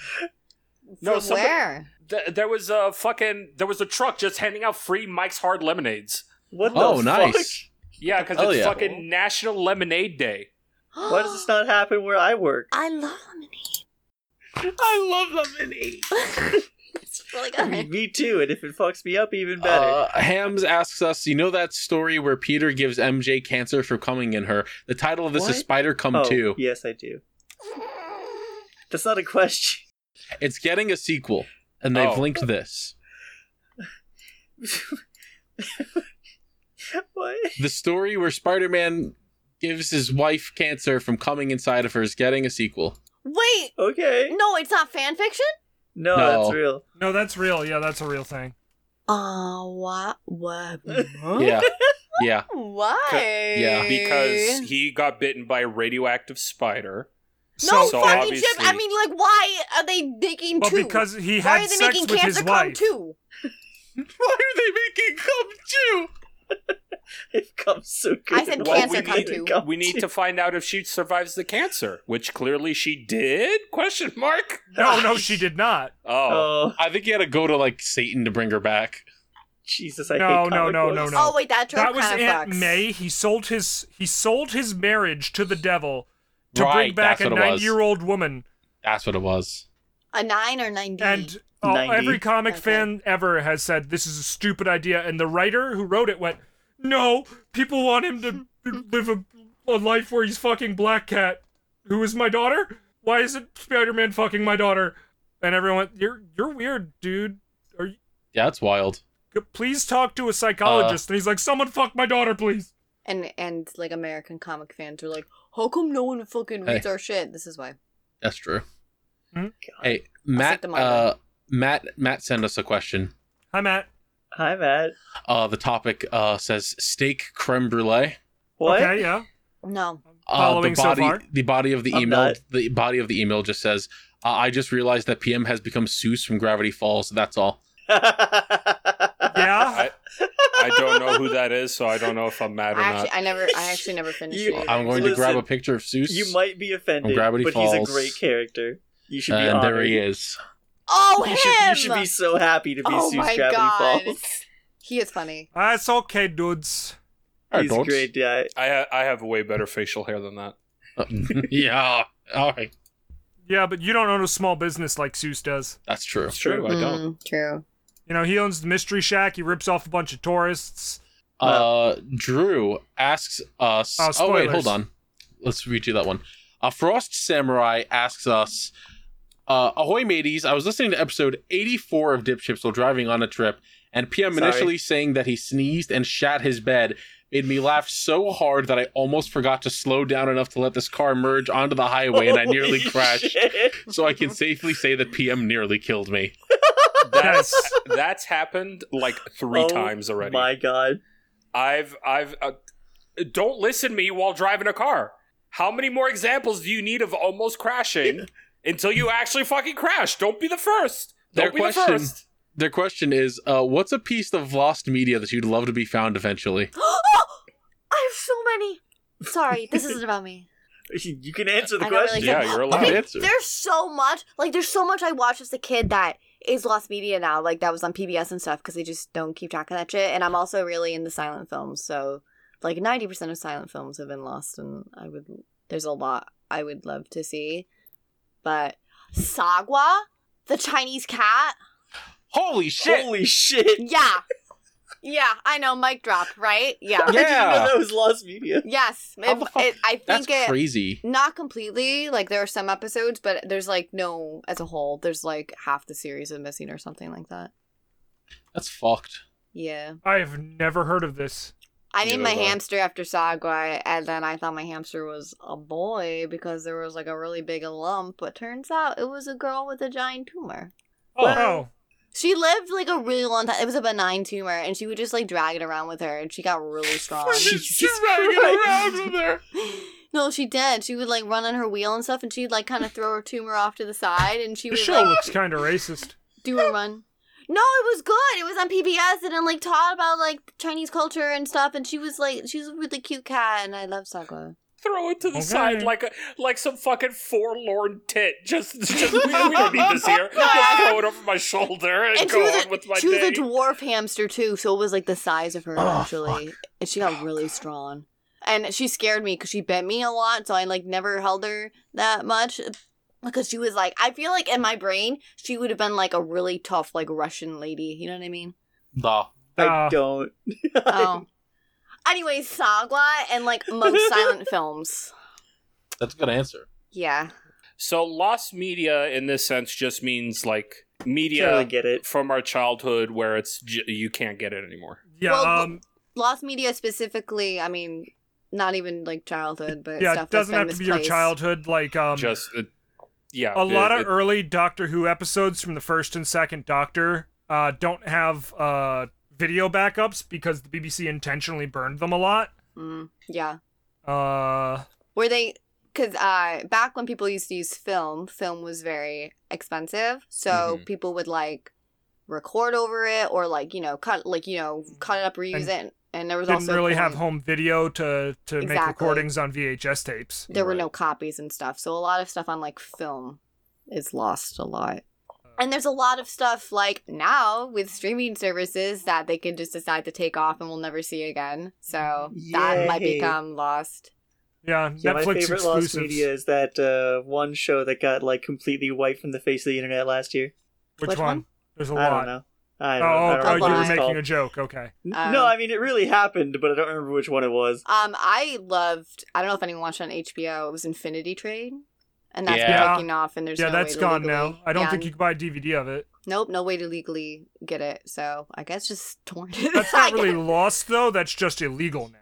[SPEAKER 5] No,
[SPEAKER 2] From
[SPEAKER 5] somebody-
[SPEAKER 2] where?
[SPEAKER 5] Th- there was a fucking there was a truck just handing out free Mike's Hard lemonades.
[SPEAKER 4] What the
[SPEAKER 1] Oh,
[SPEAKER 4] fuck?
[SPEAKER 1] nice.
[SPEAKER 5] Yeah, because
[SPEAKER 1] Hell
[SPEAKER 5] it's
[SPEAKER 1] yeah.
[SPEAKER 5] fucking National Lemonade Day.
[SPEAKER 4] [GASPS] Why does this not happen where I work?
[SPEAKER 2] I love lemonade.
[SPEAKER 1] I love lemonade.
[SPEAKER 2] [LAUGHS] It's really
[SPEAKER 4] I
[SPEAKER 2] [LAUGHS]
[SPEAKER 4] mean,
[SPEAKER 2] good.
[SPEAKER 4] me too. And if it fucks me up, even better.
[SPEAKER 1] Uh, Hams asks us, you know that story where Peter gives MJ cancer for coming in her? The title of this is
[SPEAKER 4] What?
[SPEAKER 1] Spider Come
[SPEAKER 4] oh,
[SPEAKER 1] Um, Too.
[SPEAKER 4] yes, I do. That's not a question. [LAUGHS]
[SPEAKER 1] It's getting a sequel, and they've
[SPEAKER 5] Oh.
[SPEAKER 1] linked this.
[SPEAKER 4] what?
[SPEAKER 1] The story where Spider Man gives his wife cancer from coming inside of her is getting a sequel.
[SPEAKER 2] Wait,
[SPEAKER 4] Okay.
[SPEAKER 2] no, it's not fan fiction.
[SPEAKER 4] No,
[SPEAKER 1] No.
[SPEAKER 4] that's real. [LAUGHS]
[SPEAKER 3] no, that's real. Yeah, that's a real thing.
[SPEAKER 2] Uh, what?
[SPEAKER 5] [LAUGHS]
[SPEAKER 2] What?
[SPEAKER 4] [LAUGHS]
[SPEAKER 1] Yeah. Yeah.
[SPEAKER 2] Why?
[SPEAKER 1] Yeah.
[SPEAKER 4] Eh?
[SPEAKER 5] because he got bitten by a radioactive spider.
[SPEAKER 2] no
[SPEAKER 5] so
[SPEAKER 2] fucking shit. I
[SPEAKER 5] obviously-
[SPEAKER 2] mean, like, why are they making
[SPEAKER 3] Well,
[SPEAKER 2] two?
[SPEAKER 3] because he
[SPEAKER 2] why
[SPEAKER 3] had
[SPEAKER 2] are they
[SPEAKER 3] sex
[SPEAKER 2] making
[SPEAKER 3] with
[SPEAKER 2] cancer
[SPEAKER 3] his
[SPEAKER 2] come
[SPEAKER 3] wife.
[SPEAKER 2] too?
[SPEAKER 1] Why are they making come too?
[SPEAKER 4] It comes so good.
[SPEAKER 2] I said
[SPEAKER 4] Why
[SPEAKER 2] cancer
[SPEAKER 4] we
[SPEAKER 2] come
[SPEAKER 4] need
[SPEAKER 2] too.
[SPEAKER 4] come
[SPEAKER 5] We need to find out if she survives the cancer, which clearly she did? Question
[SPEAKER 4] [LAUGHS]
[SPEAKER 5] mark.
[SPEAKER 3] No, no, she did not.
[SPEAKER 5] Oh,
[SPEAKER 4] Oh,
[SPEAKER 1] I think he had to go to like Satan to bring her back.
[SPEAKER 4] Jesus! I
[SPEAKER 3] No,
[SPEAKER 4] hate
[SPEAKER 3] no,
[SPEAKER 4] comic
[SPEAKER 3] no,
[SPEAKER 4] books.
[SPEAKER 3] no, no.
[SPEAKER 2] Oh wait, that
[SPEAKER 3] That
[SPEAKER 2] trope
[SPEAKER 3] was
[SPEAKER 2] kind of
[SPEAKER 3] Aunt
[SPEAKER 2] sucks.
[SPEAKER 3] May. He sold his he sold his marriage to the devil to bring
[SPEAKER 1] Right,
[SPEAKER 3] back
[SPEAKER 1] that's
[SPEAKER 3] a
[SPEAKER 1] what it was.
[SPEAKER 3] ninety year old woman.
[SPEAKER 1] That's what it was.
[SPEAKER 2] A nine or ninety.
[SPEAKER 3] And uh,
[SPEAKER 4] 90.
[SPEAKER 3] every comic
[SPEAKER 2] Okay.
[SPEAKER 3] fan ever has said this is a stupid idea, and the writer who wrote it went, "No, people want him to live a, a life where he's fucking Black Cat, who is my daughter. Why isn't Spider Man fucking my daughter?" And everyone, went, "You're you're weird, dude. Are you,
[SPEAKER 1] Yeah, that's wild.
[SPEAKER 3] please talk to a psychologist." and he's like, "Someone fuck my daughter, please."
[SPEAKER 2] and and like American comic fans are like, how come no one fucking
[SPEAKER 1] Hey.
[SPEAKER 2] reads our shit? This is why.
[SPEAKER 1] That's true.
[SPEAKER 3] Hmm?
[SPEAKER 1] Hey,
[SPEAKER 2] set
[SPEAKER 1] Matt.
[SPEAKER 2] them on
[SPEAKER 1] Uh, Matt. Matt sent us a question.
[SPEAKER 3] Hi, Matt.
[SPEAKER 4] Hi, Matt.
[SPEAKER 1] Uh, the topic uh, says steak creme brulee.
[SPEAKER 4] What? [LAUGHS]
[SPEAKER 3] Okay, yeah.
[SPEAKER 2] No.
[SPEAKER 1] Uh,
[SPEAKER 3] Following
[SPEAKER 1] the
[SPEAKER 3] so
[SPEAKER 1] body,
[SPEAKER 3] far?
[SPEAKER 1] The body of the
[SPEAKER 4] I'm
[SPEAKER 1] email.
[SPEAKER 4] not.
[SPEAKER 1] The body of the email just says, uh, "I just realized that PM has become Seuss from Gravity Falls. That's all."
[SPEAKER 3] Yeah.
[SPEAKER 5] I, I don't know who that is, so I don't know if I'm mad or
[SPEAKER 2] I actually
[SPEAKER 5] not.
[SPEAKER 2] I never I actually never finished
[SPEAKER 4] You-
[SPEAKER 2] it. either.
[SPEAKER 1] I'm going to
[SPEAKER 4] Listen,
[SPEAKER 1] grab a picture of Seuss.
[SPEAKER 4] you might be offended,
[SPEAKER 1] Gravity
[SPEAKER 4] but he's
[SPEAKER 1] Falls.
[SPEAKER 4] a great character. You should be
[SPEAKER 1] and
[SPEAKER 4] honored.
[SPEAKER 1] there he is.
[SPEAKER 2] Oh
[SPEAKER 4] You
[SPEAKER 2] him!
[SPEAKER 4] should, you should be so happy to be
[SPEAKER 2] oh
[SPEAKER 4] Seuss
[SPEAKER 2] my
[SPEAKER 4] Gravity
[SPEAKER 2] god.
[SPEAKER 4] Falls.
[SPEAKER 2] [LAUGHS] He is funny.
[SPEAKER 3] That's okay, dudes.
[SPEAKER 1] All right,
[SPEAKER 4] He's a
[SPEAKER 1] dogs.
[SPEAKER 4] great guy.
[SPEAKER 5] I, ha- I have way better facial hair than
[SPEAKER 4] [LAUGHS]
[SPEAKER 5] that.
[SPEAKER 1] Uh, [LAUGHS] yeah. All right.
[SPEAKER 3] Yeah, but you don't own a small business like Seuss does.
[SPEAKER 1] That's true.
[SPEAKER 5] It's true,
[SPEAKER 4] Mm-hmm.
[SPEAKER 5] I don't.
[SPEAKER 2] Mm, true.
[SPEAKER 3] You know, he owns the Mystery Shack. He rips off a bunch of tourists.
[SPEAKER 1] Uh, Drew asks us.
[SPEAKER 3] Oh,
[SPEAKER 1] oh wait,
[SPEAKER 3] spoilers.
[SPEAKER 1] hold on. Let's redo that one. Uh, Frost Samurai asks us. Uh, Ahoy, mateys! I was listening to episode 84 of Dip Chips while driving on a trip, and PM
[SPEAKER 4] Sorry.
[SPEAKER 1] initially saying that he sneezed and shat his bed made me laugh so hard that I almost forgot to slow down enough to let this car merge onto the highway, and I nearly
[SPEAKER 4] Holy
[SPEAKER 1] crashed.
[SPEAKER 4] shit.
[SPEAKER 1] So I can safely say that PM nearly killed me.
[SPEAKER 5] That's, that's happened like three
[SPEAKER 4] Oh
[SPEAKER 5] times already.
[SPEAKER 4] My god.
[SPEAKER 5] I've I've uh, don't listen to me while driving a car. How many more examples do you need of almost crashing until you actually fucking crash. Don't be the first. Don't
[SPEAKER 1] Their
[SPEAKER 5] be
[SPEAKER 1] question-
[SPEAKER 5] the first.
[SPEAKER 1] Their question is, uh, what's a piece of lost media that you'd love to be found eventually?
[SPEAKER 2] [GASPS] oh, I have so many. Sorry, this isn't about me.
[SPEAKER 4] You can answer the
[SPEAKER 2] I don't
[SPEAKER 4] question.
[SPEAKER 2] really
[SPEAKER 5] Yeah,
[SPEAKER 2] care.
[SPEAKER 5] you're allowed.
[SPEAKER 2] Okay,
[SPEAKER 1] Answer.
[SPEAKER 2] There's so much. Like, there's so much I watched as a kid that is lost media now. Like, that was on PBS and stuff because they just don't keep track of that shit. And I'm also really into silent films. So, like, 90% of silent films have been lost. And I would, there's a lot I would love to see. But Sagwa, the Chinese cat.
[SPEAKER 1] Holy shit!
[SPEAKER 4] Holy shit!
[SPEAKER 1] [LAUGHS]
[SPEAKER 2] Yeah. Yeah, I know. Mic drop, right? Yeah.
[SPEAKER 4] I didn't
[SPEAKER 1] Yeah.
[SPEAKER 4] know that was lost media.
[SPEAKER 2] Yes.
[SPEAKER 1] How
[SPEAKER 2] If-
[SPEAKER 1] the fuck-
[SPEAKER 2] it- I
[SPEAKER 1] That's
[SPEAKER 2] think it.
[SPEAKER 1] crazy.
[SPEAKER 2] not completely like there are some episodes but there's like no as a whole there's like half the series of missing or something like that
[SPEAKER 1] That's fucked.
[SPEAKER 2] yeah
[SPEAKER 3] I have never heard of this.
[SPEAKER 2] i named my
[SPEAKER 1] Yeah.
[SPEAKER 2] hamster after Sagui, and then i thought my hamster was a boy because there was like a really big lump but turns out it was a girl with a giant tumor
[SPEAKER 3] Oh,
[SPEAKER 2] she lived like a really long time it was a benign tumor and she would just like drag it around with her and she got really
[SPEAKER 3] [LAUGHS]
[SPEAKER 2] strong
[SPEAKER 4] Jesus Christ.
[SPEAKER 2] no she did she would like run on her wheel and stuff and she'd like kind of throw her tumor off to the side and she
[SPEAKER 3] this
[SPEAKER 2] would
[SPEAKER 3] show
[SPEAKER 2] like,
[SPEAKER 3] looks kind of
[SPEAKER 4] [LAUGHS]
[SPEAKER 3] racist.
[SPEAKER 2] do a run. No, it was good. It was on PBS and it like taught about like Chinese culture and stuff. And she was like, she was a really cute cat, and I love Sagwa.
[SPEAKER 5] Throw it to the
[SPEAKER 3] Okay.
[SPEAKER 5] side like a like some fucking forlorn tit. Just, just we, we don't need this here. Just throw it over my shoulder and,
[SPEAKER 2] And she
[SPEAKER 5] go
[SPEAKER 2] was
[SPEAKER 5] on
[SPEAKER 2] a
[SPEAKER 5] with my
[SPEAKER 2] she was a
[SPEAKER 5] day.
[SPEAKER 2] dwarf hamster too, so it was like the size of her actually, and she got really strong. And she scared me because she bit me a lot, so I like never held her that much. Because she was like, I feel like in my brain, she would have been like a really tough, like Russian lady. You know what I mean?
[SPEAKER 1] Nah.
[SPEAKER 4] I
[SPEAKER 3] Uh,
[SPEAKER 4] don't.
[SPEAKER 2] Oh. Anyway, Sagwa and like most silent films.
[SPEAKER 1] That's a good answer.
[SPEAKER 2] Yeah.
[SPEAKER 5] So lost media in this sense just means like
[SPEAKER 4] I don't really
[SPEAKER 5] media
[SPEAKER 4] get it.
[SPEAKER 5] from our childhood where it's j- you can't get it anymore.
[SPEAKER 3] yeah,
[SPEAKER 2] Well,
[SPEAKER 3] um,
[SPEAKER 2] Lost media specifically, I mean, not even like childhood, but
[SPEAKER 3] yeah,
[SPEAKER 2] stuff
[SPEAKER 3] it doesn't
[SPEAKER 2] that's
[SPEAKER 3] have
[SPEAKER 2] been
[SPEAKER 3] to be your
[SPEAKER 2] misplaced.
[SPEAKER 3] childhood. Like, um,
[SPEAKER 5] just uh, yeah,
[SPEAKER 3] a
[SPEAKER 5] it-
[SPEAKER 3] lot of er-,
[SPEAKER 5] it-
[SPEAKER 3] early Doctor Who episodes from the first and second Doctor uh, don't have uh, video backups because the BBC intentionally burned them a lot.
[SPEAKER 2] Mm, yeah.
[SPEAKER 3] Uh,
[SPEAKER 2] Were they. Because uh, back when people used to use film, film was very expensive. So
[SPEAKER 5] Mhm.
[SPEAKER 2] people would like record over it or like, you know, cut, like, you know, cut it up, reuse
[SPEAKER 3] And
[SPEAKER 2] it. And there was
[SPEAKER 3] didn't
[SPEAKER 2] also. a
[SPEAKER 3] really have
[SPEAKER 2] point-
[SPEAKER 3] home video to to make
[SPEAKER 2] Exactly.
[SPEAKER 3] recordings on VHS tapes.
[SPEAKER 2] there were
[SPEAKER 5] Right.
[SPEAKER 2] no copies and stuff. So a lot of stuff on like film is lost a lot.
[SPEAKER 3] Uh.
[SPEAKER 2] And there's a lot of stuff like now with streaming services that they can just decide to take off and we'll never see again. So that might
[SPEAKER 4] Yay.
[SPEAKER 2] become lost.
[SPEAKER 3] Yeah,
[SPEAKER 4] Yeah, my
[SPEAKER 3] Netflix
[SPEAKER 4] favorite lost
[SPEAKER 3] exclusives.
[SPEAKER 4] media is that uh, one show that got like completely wiped from the face of the internet last year.
[SPEAKER 3] Which,
[SPEAKER 2] Which
[SPEAKER 3] one?
[SPEAKER 2] one?
[SPEAKER 3] There's a lot.
[SPEAKER 4] I don't know. I
[SPEAKER 3] Oh,
[SPEAKER 4] don't, I
[SPEAKER 3] oh,
[SPEAKER 4] don't
[SPEAKER 2] know
[SPEAKER 3] you
[SPEAKER 4] remember
[SPEAKER 3] were
[SPEAKER 4] what it's
[SPEAKER 3] making
[SPEAKER 4] called.
[SPEAKER 3] a joke. Okay.
[SPEAKER 2] Um,
[SPEAKER 4] no, I mean it really happened, but I don't remember which one it was.
[SPEAKER 2] Um, I loved. I don't know if anyone watched it on HBO. It was Infinity Trade, and that's been
[SPEAKER 3] Yeah.
[SPEAKER 2] taking off. And there's
[SPEAKER 3] yeah,
[SPEAKER 2] no
[SPEAKER 3] that's
[SPEAKER 2] way to
[SPEAKER 3] gone
[SPEAKER 2] legally-
[SPEAKER 3] now. I don't
[SPEAKER 2] yeah,
[SPEAKER 3] think you can buy a DVD
[SPEAKER 2] [LAUGHS]
[SPEAKER 3] of it.
[SPEAKER 2] Nope, no way to legally get it. So I guess just torrent it. [LAUGHS]
[SPEAKER 3] That's not really lost though. That's just illegal now.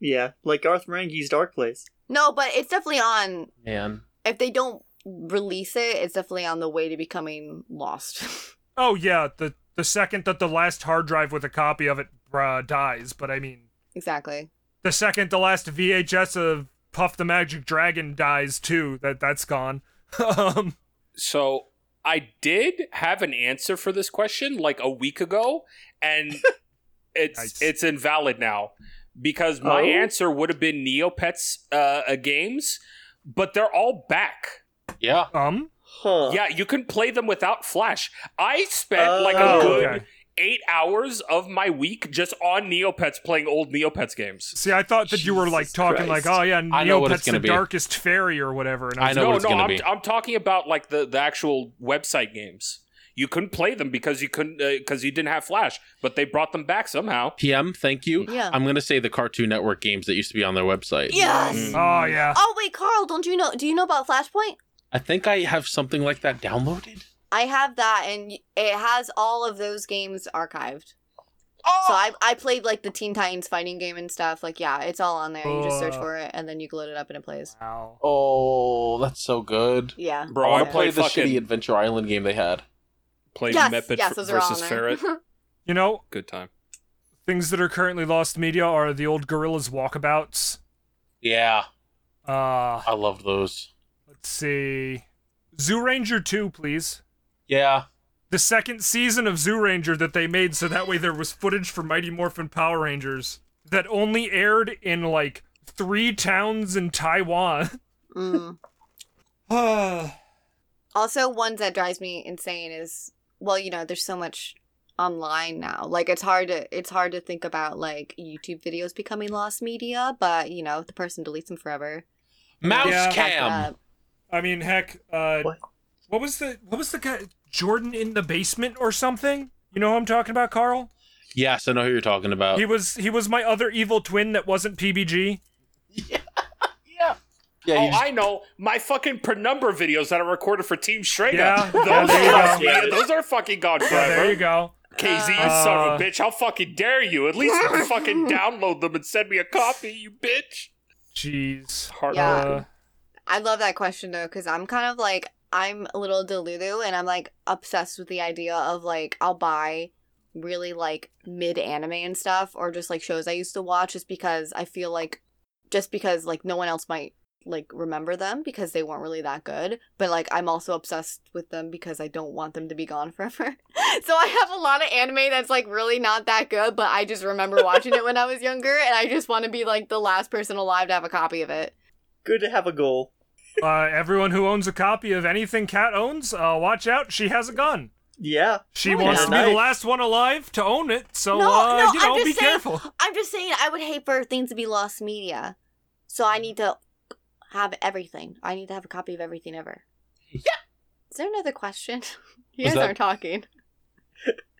[SPEAKER 4] Yeah, like Garth Marenghi's Dark Place.
[SPEAKER 2] no, but it's definitely on
[SPEAKER 1] Man.
[SPEAKER 2] if they don't release it, it's definitely on the way to becoming lost. [LAUGHS]
[SPEAKER 3] Oh yeah, the the second that the last hard drive with a copy of it uh, dies, but I mean,
[SPEAKER 2] exactly.
[SPEAKER 3] the second the last VHS of Puff the Magic Dragon dies too, that that's gone. [LAUGHS] um,
[SPEAKER 5] So I did have an answer for this question like a week ago,
[SPEAKER 3] [LAUGHS]
[SPEAKER 5] and it's
[SPEAKER 3] Nice.
[SPEAKER 5] it's invalid now because my
[SPEAKER 4] Oh?
[SPEAKER 5] answer would have been Neopets uh, uh, games, but they're all back.
[SPEAKER 1] Yeah.
[SPEAKER 3] um,
[SPEAKER 4] Huh.
[SPEAKER 5] Yeah, you can play them without Flash. I spent like a
[SPEAKER 4] Oh.
[SPEAKER 5] good
[SPEAKER 3] Okay.
[SPEAKER 5] eight hours of my week just on Neopets playing old Neopets games.
[SPEAKER 3] see, I thought that you were like
[SPEAKER 4] Jesus
[SPEAKER 3] talking like,
[SPEAKER 4] Christ.
[SPEAKER 3] oh yeah,
[SPEAKER 1] I know what it's
[SPEAKER 3] Neopets the
[SPEAKER 1] gonna be.
[SPEAKER 3] Darkest Fairy or whatever, and I,
[SPEAKER 1] I
[SPEAKER 3] was
[SPEAKER 1] know what
[SPEAKER 5] no,
[SPEAKER 1] it's
[SPEAKER 5] no,
[SPEAKER 1] gonna
[SPEAKER 5] I'm,
[SPEAKER 1] be.
[SPEAKER 5] I'm talking about like the, the actual website games. You couldn't play them because you couldn't because you didn't have Flash, but they brought them back somehow.
[SPEAKER 1] PM, thank you.
[SPEAKER 2] Yeah.
[SPEAKER 1] I'm going to say the Cartoon Network games that used to be on their website.
[SPEAKER 2] Yes.
[SPEAKER 5] Mm.
[SPEAKER 3] Oh yeah,
[SPEAKER 2] Oh wait, Carl, don't you know? Do you know about Flashpoint?
[SPEAKER 1] I think I have something like that downloaded.
[SPEAKER 2] I have that, and it has all of those games archived. So I I played like the Teen Titans fighting game and stuff. Like yeah, it's all on there. You just search
[SPEAKER 3] Oh.
[SPEAKER 2] for it, and then you can load it up and it plays.
[SPEAKER 3] wow.
[SPEAKER 1] Oh, that's so good.
[SPEAKER 2] Yeah.
[SPEAKER 5] Bro,
[SPEAKER 1] I
[SPEAKER 5] I
[SPEAKER 1] want
[SPEAKER 2] Yeah.
[SPEAKER 1] to play
[SPEAKER 5] played
[SPEAKER 1] the
[SPEAKER 5] fucking-
[SPEAKER 1] shitty Adventure Island game they had.
[SPEAKER 5] Played
[SPEAKER 2] Yes,
[SPEAKER 5] Muppet
[SPEAKER 2] yes,
[SPEAKER 5] f-
[SPEAKER 2] those are all
[SPEAKER 5] versus
[SPEAKER 2] on there.
[SPEAKER 5] Ferret.
[SPEAKER 2] [LAUGHS]
[SPEAKER 3] You know,
[SPEAKER 5] Good time.
[SPEAKER 3] things that are currently lost media are the old Gorillas walkabouts.
[SPEAKER 1] Yeah.
[SPEAKER 3] Uh,
[SPEAKER 1] I loved those.
[SPEAKER 3] let's see. Zoo Ranger 2, please.
[SPEAKER 1] Yeah.
[SPEAKER 3] The second season of Zoo Ranger that they made so that way there was footage for Mighty Morphin Power Rangers that only aired in like three towns in Taiwan. [LAUGHS]
[SPEAKER 2] Mm. also, one that drives me insane is well, you know, there's so much online now. Like it's hard to it's hard to think about like YouTube videos becoming lost media, but you know, if the person deletes them forever.
[SPEAKER 1] Mouse
[SPEAKER 3] Yeah.
[SPEAKER 1] cam.
[SPEAKER 2] uh,
[SPEAKER 3] I mean, heck, uh,
[SPEAKER 4] What?
[SPEAKER 3] what? was the what was the guy Jordan in the basement or something? You know who I'm talking about, Carl?
[SPEAKER 1] Yes, I know who you're talking about.
[SPEAKER 3] He was he was my other evil twin that wasn't PBG.
[SPEAKER 5] Yeah.
[SPEAKER 1] yeah,
[SPEAKER 5] oh,
[SPEAKER 1] he just-
[SPEAKER 5] I know. My fucking penumbra videos that I recorded for Team Strega.
[SPEAKER 3] Yeah,
[SPEAKER 5] [LAUGHS] Those,
[SPEAKER 3] yeah, there you go.
[SPEAKER 5] lost media. Those are fucking gone
[SPEAKER 3] Yeah,
[SPEAKER 5] forever.
[SPEAKER 3] there you go.
[SPEAKER 5] KZ, you
[SPEAKER 3] Uh,
[SPEAKER 5] son of a bitch. How fucking dare you? At
[SPEAKER 2] [LAUGHS]
[SPEAKER 5] least fucking download them and send me a copy, you bitch.
[SPEAKER 3] Jeez.
[SPEAKER 5] Heart-
[SPEAKER 2] Yeah.
[SPEAKER 3] Uh,
[SPEAKER 2] I love that question though, because I'm kind of like I'm a little delulu and I'm like obsessed with the idea of like I'll buy really like mid anime and stuff or just like shows I used to watch just because I feel like just because like no one else might like remember them because they weren't really that good. But like I'm also obsessed with them because I don't want them to be gone [LAUGHS] forever. so I have a lot of anime that's like really not that good, but I just remember watching it when I was younger and I just want to be like the last person alive to have a copy of it.
[SPEAKER 4] Good to have a goal.
[SPEAKER 3] uh, everyone who owns a copy of anything Cat owns, uh, watch out. She has a gun.
[SPEAKER 4] Yeah.
[SPEAKER 3] She
[SPEAKER 2] Oh,
[SPEAKER 3] wants
[SPEAKER 4] yeah.
[SPEAKER 3] to be the
[SPEAKER 4] Nice.
[SPEAKER 3] last one alive to own it, so
[SPEAKER 2] No,
[SPEAKER 3] uh,
[SPEAKER 2] no,
[SPEAKER 3] you
[SPEAKER 2] I'm
[SPEAKER 3] know,
[SPEAKER 2] just
[SPEAKER 3] be
[SPEAKER 2] saying-
[SPEAKER 3] careful.
[SPEAKER 2] I'm just saying I would hate for things to be lost media. So I need to have everything. I need to have a copy of everything ever. Yeah. Is there another question? [LAUGHS] You
[SPEAKER 1] Was
[SPEAKER 2] guys
[SPEAKER 1] that-
[SPEAKER 2] aren't talking.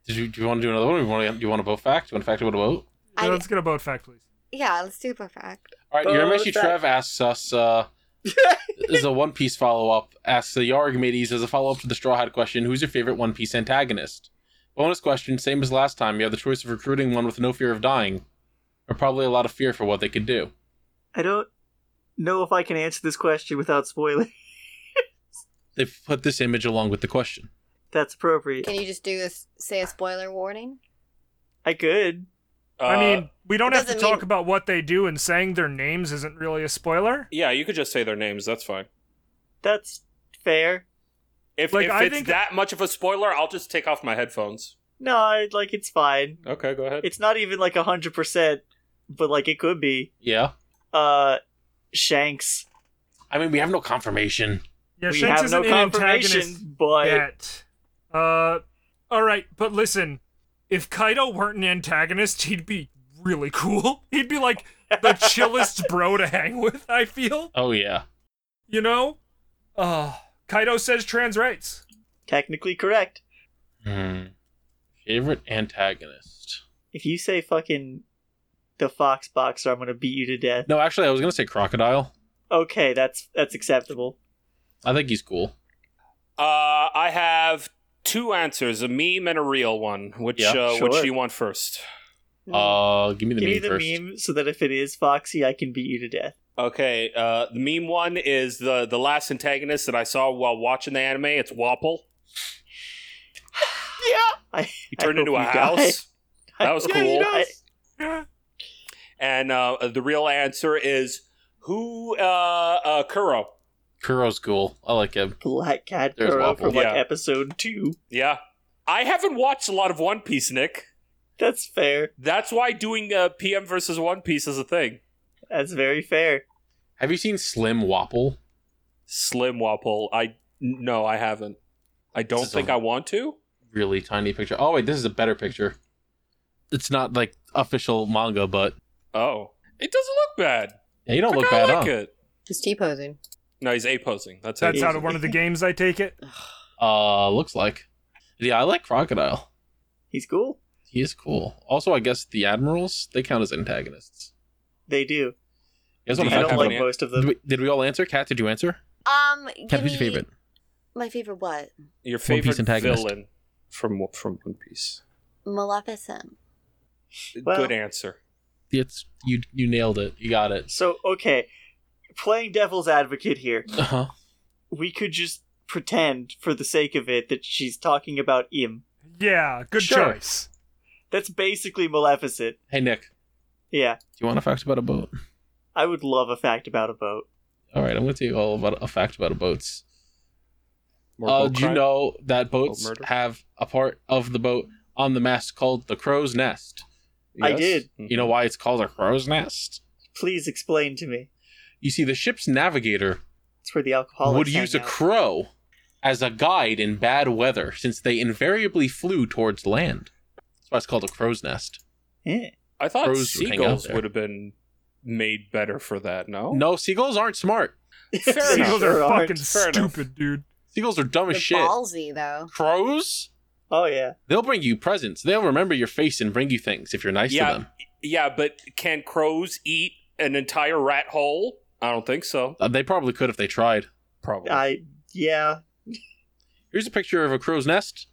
[SPEAKER 1] Did you, do you want to do another one? Or you want to, you want to vote fact? You want to fact about a vote?
[SPEAKER 2] I-
[SPEAKER 3] Uh, let's get a boat fact, please.
[SPEAKER 2] Yeah, let's do perfect.
[SPEAKER 1] All right,
[SPEAKER 4] Oh,
[SPEAKER 1] Yurimeshi
[SPEAKER 4] what's that?
[SPEAKER 1] Trev asks us,
[SPEAKER 4] [LAUGHS]
[SPEAKER 1] uh, this is a One Piece follow up, asks the Yarg Mateys as a follow up to the Straw Hat question Who's your favorite One Piece antagonist? Bonus question, same as last time. You have the choice of recruiting one with no fear of dying, or probably a lot of fear for what they could do.
[SPEAKER 4] I don't know if I can answer this question without spoiling.
[SPEAKER 1] They've put this image along with the question.
[SPEAKER 4] That's appropriate.
[SPEAKER 2] Can you just do this? Say a spoiler warning.
[SPEAKER 4] I could.
[SPEAKER 3] I
[SPEAKER 5] Uh,
[SPEAKER 3] mean, we don't
[SPEAKER 2] it
[SPEAKER 3] have to
[SPEAKER 2] doesn't mean-
[SPEAKER 3] talk about what they do, and saying their names isn't really a spoiler.
[SPEAKER 5] yeah, you could just say their names. That's fine.
[SPEAKER 4] That's fair.
[SPEAKER 5] If,
[SPEAKER 3] Like,
[SPEAKER 5] if
[SPEAKER 3] I
[SPEAKER 5] it's
[SPEAKER 3] think-
[SPEAKER 5] that much of a spoiler, I'll just take off my headphones.
[SPEAKER 4] No, I, like it's fine.
[SPEAKER 5] Okay, go ahead.
[SPEAKER 4] It's not even like a hundred percent, but like it could be.
[SPEAKER 1] Yeah?
[SPEAKER 4] Uh, Shanks.
[SPEAKER 1] I mean, we have no confirmation.
[SPEAKER 3] Yeah,
[SPEAKER 4] we
[SPEAKER 3] Shanks
[SPEAKER 4] have
[SPEAKER 3] isn't
[SPEAKER 4] no
[SPEAKER 3] an
[SPEAKER 4] confirmation,
[SPEAKER 3] antagonist
[SPEAKER 4] but
[SPEAKER 3] yet. Uh, all right, but listen, if Kaido weren't an antagonist, he'd be really cool. [LAUGHS] He'd be like
[SPEAKER 4] [LAUGHS]
[SPEAKER 3] the chillest bro to hang with. I feel,
[SPEAKER 1] Oh, yeah.
[SPEAKER 3] you know. Uh, Kaido says trans rights.
[SPEAKER 4] technically correct.
[SPEAKER 1] Hmm. Favorite antagonist?
[SPEAKER 4] If you say fucking the Fox Boxer, I'm gonna beat you to death.
[SPEAKER 1] No, actually, I was going to say Crocodile.
[SPEAKER 4] Okay, that's that's acceptable.
[SPEAKER 1] I think he's cool.
[SPEAKER 5] Uh, I have two answers: a meme and a real one. Which
[SPEAKER 1] Yeah,
[SPEAKER 5] uh, which
[SPEAKER 4] sure.
[SPEAKER 5] do you want first?
[SPEAKER 1] Uh, give me the
[SPEAKER 4] Hmm. Give
[SPEAKER 1] meme
[SPEAKER 4] me the
[SPEAKER 1] first.
[SPEAKER 4] meme so that if it is Foxy, I can beat you to death. [LAUGHS]
[SPEAKER 5] Okay, uh, the meme one is the the last antagonist that I saw while watching the anime. It's Wapple.
[SPEAKER 4] I
[SPEAKER 5] He turned
[SPEAKER 4] I
[SPEAKER 5] into
[SPEAKER 3] [LAUGHS]
[SPEAKER 5] a
[SPEAKER 4] hope you die.
[SPEAKER 5] house. That was
[SPEAKER 4] I hope
[SPEAKER 5] cool.
[SPEAKER 4] you die.
[SPEAKER 5] And uh, the real answer is who? Uh, uh, Kuro.
[SPEAKER 1] Kuro's cool. I like him.
[SPEAKER 4] Black Cat
[SPEAKER 1] There's
[SPEAKER 4] Girl
[SPEAKER 1] Waffle.
[SPEAKER 4] from like
[SPEAKER 5] Yeah.
[SPEAKER 4] episode two.
[SPEAKER 5] Yeah, I haven't watched a lot of One Piece, Nick.
[SPEAKER 4] That's fair.
[SPEAKER 5] That's why doing uh, PM versus One Piece is a thing.
[SPEAKER 4] That's very fair.
[SPEAKER 1] Have you seen Slim Wapple?
[SPEAKER 5] Slim Wapple. I no, I haven't. I don't
[SPEAKER 1] This is
[SPEAKER 5] think
[SPEAKER 1] a-
[SPEAKER 5] I want to.
[SPEAKER 1] Really tiny picture. Oh wait, this is a better picture. It's not like official manga, but
[SPEAKER 5] Oh, it doesn't look bad.
[SPEAKER 1] yeah, you don't look
[SPEAKER 5] I
[SPEAKER 1] bad,
[SPEAKER 5] kinda
[SPEAKER 1] huh?
[SPEAKER 5] like it.
[SPEAKER 2] He's T posing.
[SPEAKER 5] No, he's a posing. That's,
[SPEAKER 3] That's
[SPEAKER 5] it.
[SPEAKER 3] out of one of
[SPEAKER 4] [LAUGHS]
[SPEAKER 3] the games, I take it.
[SPEAKER 1] Uh, looks like. Yeah, I like Crocodile.
[SPEAKER 4] He's cool.
[SPEAKER 1] He is cool. Also, I guess the admirals they count as antagonists.
[SPEAKER 4] They do.
[SPEAKER 1] You guys
[SPEAKER 5] Do
[SPEAKER 1] want to
[SPEAKER 5] you
[SPEAKER 4] I
[SPEAKER 1] fact
[SPEAKER 4] don't
[SPEAKER 5] have
[SPEAKER 1] about
[SPEAKER 4] like
[SPEAKER 5] an-
[SPEAKER 4] most of
[SPEAKER 1] did
[SPEAKER 4] them.
[SPEAKER 1] we, did we all answer? Kat, did you answer?
[SPEAKER 2] Um,
[SPEAKER 1] Kat,
[SPEAKER 2] give
[SPEAKER 1] who's your
[SPEAKER 2] me-
[SPEAKER 1] favorite?
[SPEAKER 2] My favorite what?
[SPEAKER 5] Your
[SPEAKER 1] Piece
[SPEAKER 5] favorite
[SPEAKER 1] antagonist.
[SPEAKER 5] villain from from One Piece.
[SPEAKER 2] Maleficent.
[SPEAKER 4] Well-
[SPEAKER 5] Good answer.
[SPEAKER 1] It's you. You nailed it. You got it. [LAUGHS]
[SPEAKER 4] So okay, playing devil's advocate here,
[SPEAKER 1] Uh huh.
[SPEAKER 4] we could just pretend for the sake of it that she's talking about Im.
[SPEAKER 3] Yeah, good
[SPEAKER 1] Sure. Uh,
[SPEAKER 3] choice.
[SPEAKER 4] That's basically Maleficent.
[SPEAKER 1] Hey Nick, do
[SPEAKER 4] Yeah,
[SPEAKER 1] you want a fact about a boat?
[SPEAKER 4] I would love a fact about a boat.
[SPEAKER 1] All right, I'm going to tell you all about a fact about a boats.
[SPEAKER 5] More
[SPEAKER 1] Uh,
[SPEAKER 5] boat
[SPEAKER 1] do you
[SPEAKER 5] crime?
[SPEAKER 1] know that boats
[SPEAKER 5] murder?
[SPEAKER 1] have a part of the boat on the mast called the crow's nest?
[SPEAKER 4] I
[SPEAKER 5] Yes. Mm-hmm.
[SPEAKER 4] did.
[SPEAKER 1] You know why it's called a crow's nest?
[SPEAKER 4] Please explain to me.
[SPEAKER 1] You see, the ship's navigator
[SPEAKER 4] It's where the alcoholics
[SPEAKER 1] would use a
[SPEAKER 4] hang out.
[SPEAKER 1] crow as a guide in bad weather since they invariably flew towards land. That's why it's called a crow's nest.
[SPEAKER 4] Eh.
[SPEAKER 5] I thought
[SPEAKER 1] Crows would hang out
[SPEAKER 5] seagulls
[SPEAKER 1] there.
[SPEAKER 5] would have been made better for that. No,
[SPEAKER 1] No, seagulls aren't smart.
[SPEAKER 5] [LAUGHS] Fair enough.
[SPEAKER 3] Seagulls are
[SPEAKER 4] Sure aren't.
[SPEAKER 3] fucking
[SPEAKER 5] Fair
[SPEAKER 3] stupid,
[SPEAKER 5] enough.
[SPEAKER 3] dude.
[SPEAKER 1] Seagulls are dumb as
[SPEAKER 2] They're
[SPEAKER 1] Oh, shit.
[SPEAKER 2] ballsy though.
[SPEAKER 1] Crows?
[SPEAKER 4] Oh yeah.
[SPEAKER 1] They'll bring you presents. They'll remember your face and bring you things if you're nice
[SPEAKER 5] Yeah.
[SPEAKER 1] to them.
[SPEAKER 5] Yeah, but can crows eat an entire rat hole? I don't think so.
[SPEAKER 1] Uh, They probably could if they tried.
[SPEAKER 5] Probably.
[SPEAKER 4] I yeah.
[SPEAKER 1] Here's a picture of a crow's nest.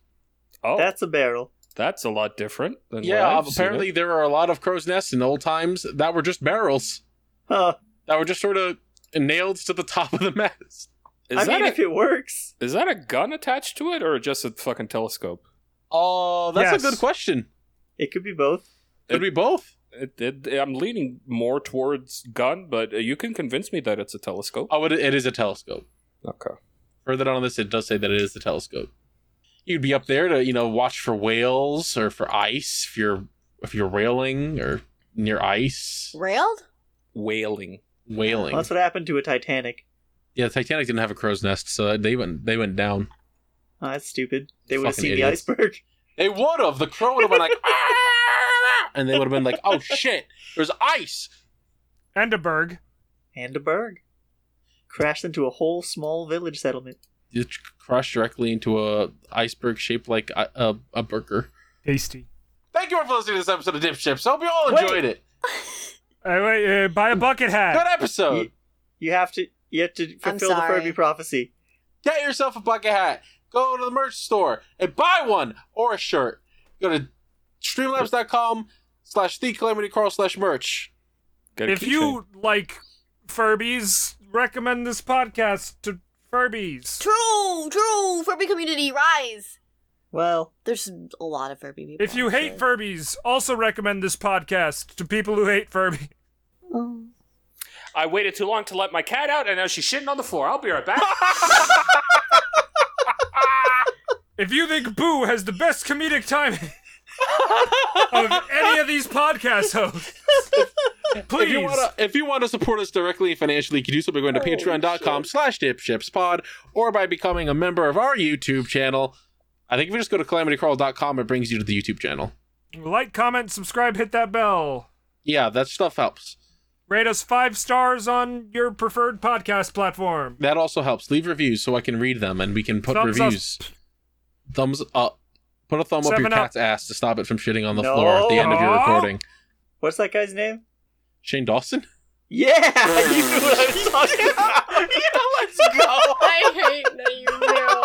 [SPEAKER 5] oh,
[SPEAKER 4] That's
[SPEAKER 5] that's,
[SPEAKER 4] a barrel.
[SPEAKER 5] a lot different than
[SPEAKER 1] Yeah,
[SPEAKER 5] what I've seen
[SPEAKER 1] apparently
[SPEAKER 5] it.
[SPEAKER 1] there are a lot of crow's nests in old times that were just barrels
[SPEAKER 4] Huh.
[SPEAKER 1] that were just sort of nailed to the top of the [LAUGHS] mast.
[SPEAKER 5] Is
[SPEAKER 4] I
[SPEAKER 5] that
[SPEAKER 4] mean,
[SPEAKER 5] a,
[SPEAKER 4] if it works,
[SPEAKER 5] is that a gun attached to it or just a fucking telescope?
[SPEAKER 1] Oh, that's
[SPEAKER 3] Yes.
[SPEAKER 1] a good question.
[SPEAKER 4] it could be both.
[SPEAKER 1] It'd be both.
[SPEAKER 5] It, it, I'm leaning more towards gun, but uh, you can convince me that it's a telescope.
[SPEAKER 1] Oh, it, it is a telescope.
[SPEAKER 5] Okay.
[SPEAKER 1] Further down on this, it does say that it is the telescope. You'd be up there to you know watch for whales or for ice if you're if you're whaling or near ice
[SPEAKER 2] Railed?
[SPEAKER 5] Whaling.
[SPEAKER 1] whaling.
[SPEAKER 4] That's what happened to a Titanic.
[SPEAKER 1] Yeah, the Titanic didn't have a crow's nest, so they went they went down.
[SPEAKER 4] Oh, that's stupid. They would have
[SPEAKER 1] Fucking
[SPEAKER 4] seen
[SPEAKER 1] idiots.
[SPEAKER 4] the iceberg. [LAUGHS]
[SPEAKER 1] They would have. The crow would have [LAUGHS] been like, "Ah!" and they would have been like, [LAUGHS] "Oh shit, there's ice."
[SPEAKER 3] And a berg.
[SPEAKER 4] And a berg. Crashed into a whole small village settlement.
[SPEAKER 1] You tr- crash directly into a iceberg shaped like a, a, a burger.
[SPEAKER 3] Tasty.
[SPEAKER 1] Thank you all for listening to this episode of Dip Ships. Hope you all enjoyed it.
[SPEAKER 3] Uh, wait, uh, buy a bucket
[SPEAKER 1] Good
[SPEAKER 3] hat.
[SPEAKER 1] episode.
[SPEAKER 4] You have to you have to fulfill the
[SPEAKER 2] sorry.
[SPEAKER 4] Furby prophecy.
[SPEAKER 1] Get yourself a bucket hat. Go to the merch store and buy one or a shirt. Go to streamlabs.com slash the calamity carl slash merch.
[SPEAKER 5] Get a
[SPEAKER 3] If
[SPEAKER 5] keychain.
[SPEAKER 3] you like Furbies, recommend this podcast to Furbies.
[SPEAKER 2] True, true. Furby community rise.
[SPEAKER 4] Well,
[SPEAKER 2] There's a lot of Furby people.
[SPEAKER 3] If you hate
[SPEAKER 2] actually.
[SPEAKER 3] Furbies, also recommend this podcast to people who hate Furby.
[SPEAKER 5] I waited too long to let my cat out, and now she's shitting on the floor. I'll be right back.
[SPEAKER 3] If you think Boo has the best comedic [LAUGHS] timing of any of these podcast hosts, please.
[SPEAKER 1] If you wanna if you wanna support us directly financially, you can do so by going to patreon.com slash dipshipspod or by becoming a member of our YouTube channel. I think if you just go to calamitycarl.com, it brings you to the YouTube channel.
[SPEAKER 3] like, comment, subscribe, hit that bell.
[SPEAKER 1] Yeah, that stuff helps.
[SPEAKER 3] Rate us five stars on your preferred podcast platform.
[SPEAKER 1] That also helps. Leave reviews so I can read them and we can put
[SPEAKER 3] Thumbs up.
[SPEAKER 1] reviews. Thumbs up. Put a thumb up your
[SPEAKER 3] Seven up.
[SPEAKER 1] cat's ass to stop it from shitting on the
[SPEAKER 4] No.
[SPEAKER 1] floor at the end of your
[SPEAKER 3] Aw.
[SPEAKER 1] recording.
[SPEAKER 4] what's that guy's name?
[SPEAKER 1] Shane Dawson?
[SPEAKER 4] Yeah, [LAUGHS] you knew what
[SPEAKER 1] [LAUGHS]
[SPEAKER 4] I was talking about.
[SPEAKER 8] I hate that you knew.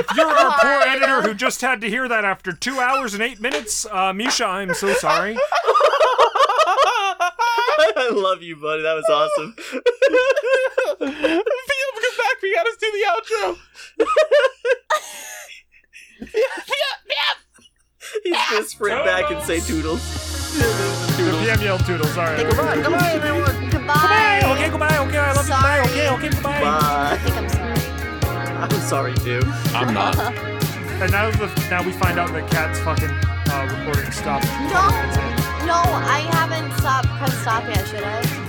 [SPEAKER 3] If you're our
[SPEAKER 1] Oh,
[SPEAKER 3] poor editor who just had to hear that after two hours and eight minutes, uh, Misha, I'm so sorry.
[SPEAKER 4] [LAUGHS] I love you, buddy. That was
[SPEAKER 1] [LAUGHS]
[SPEAKER 4] awesome.
[SPEAKER 1] Theo, come back. We gotta do the outro.
[SPEAKER 4] [LAUGHS]
[SPEAKER 1] [LAUGHS]
[SPEAKER 4] He's gonna sprint back and say toodles.
[SPEAKER 3] The PM yelled toodles. All right.
[SPEAKER 1] Goodbye, goodbye, everyone.
[SPEAKER 2] Goodbye.
[SPEAKER 3] Okay, goodbye. Okay, I love you. Goodbye. Okay, okay, goodbye.
[SPEAKER 2] I
[SPEAKER 4] Bye. [LAUGHS]
[SPEAKER 2] think I'm sorry.
[SPEAKER 4] I'm sorry, dude.
[SPEAKER 1] I'm not.
[SPEAKER 3] And now, the, now we find out that Cat's fucking uh, recording stopped.
[SPEAKER 2] No, I haven't stopped. Press stop yet. Should I?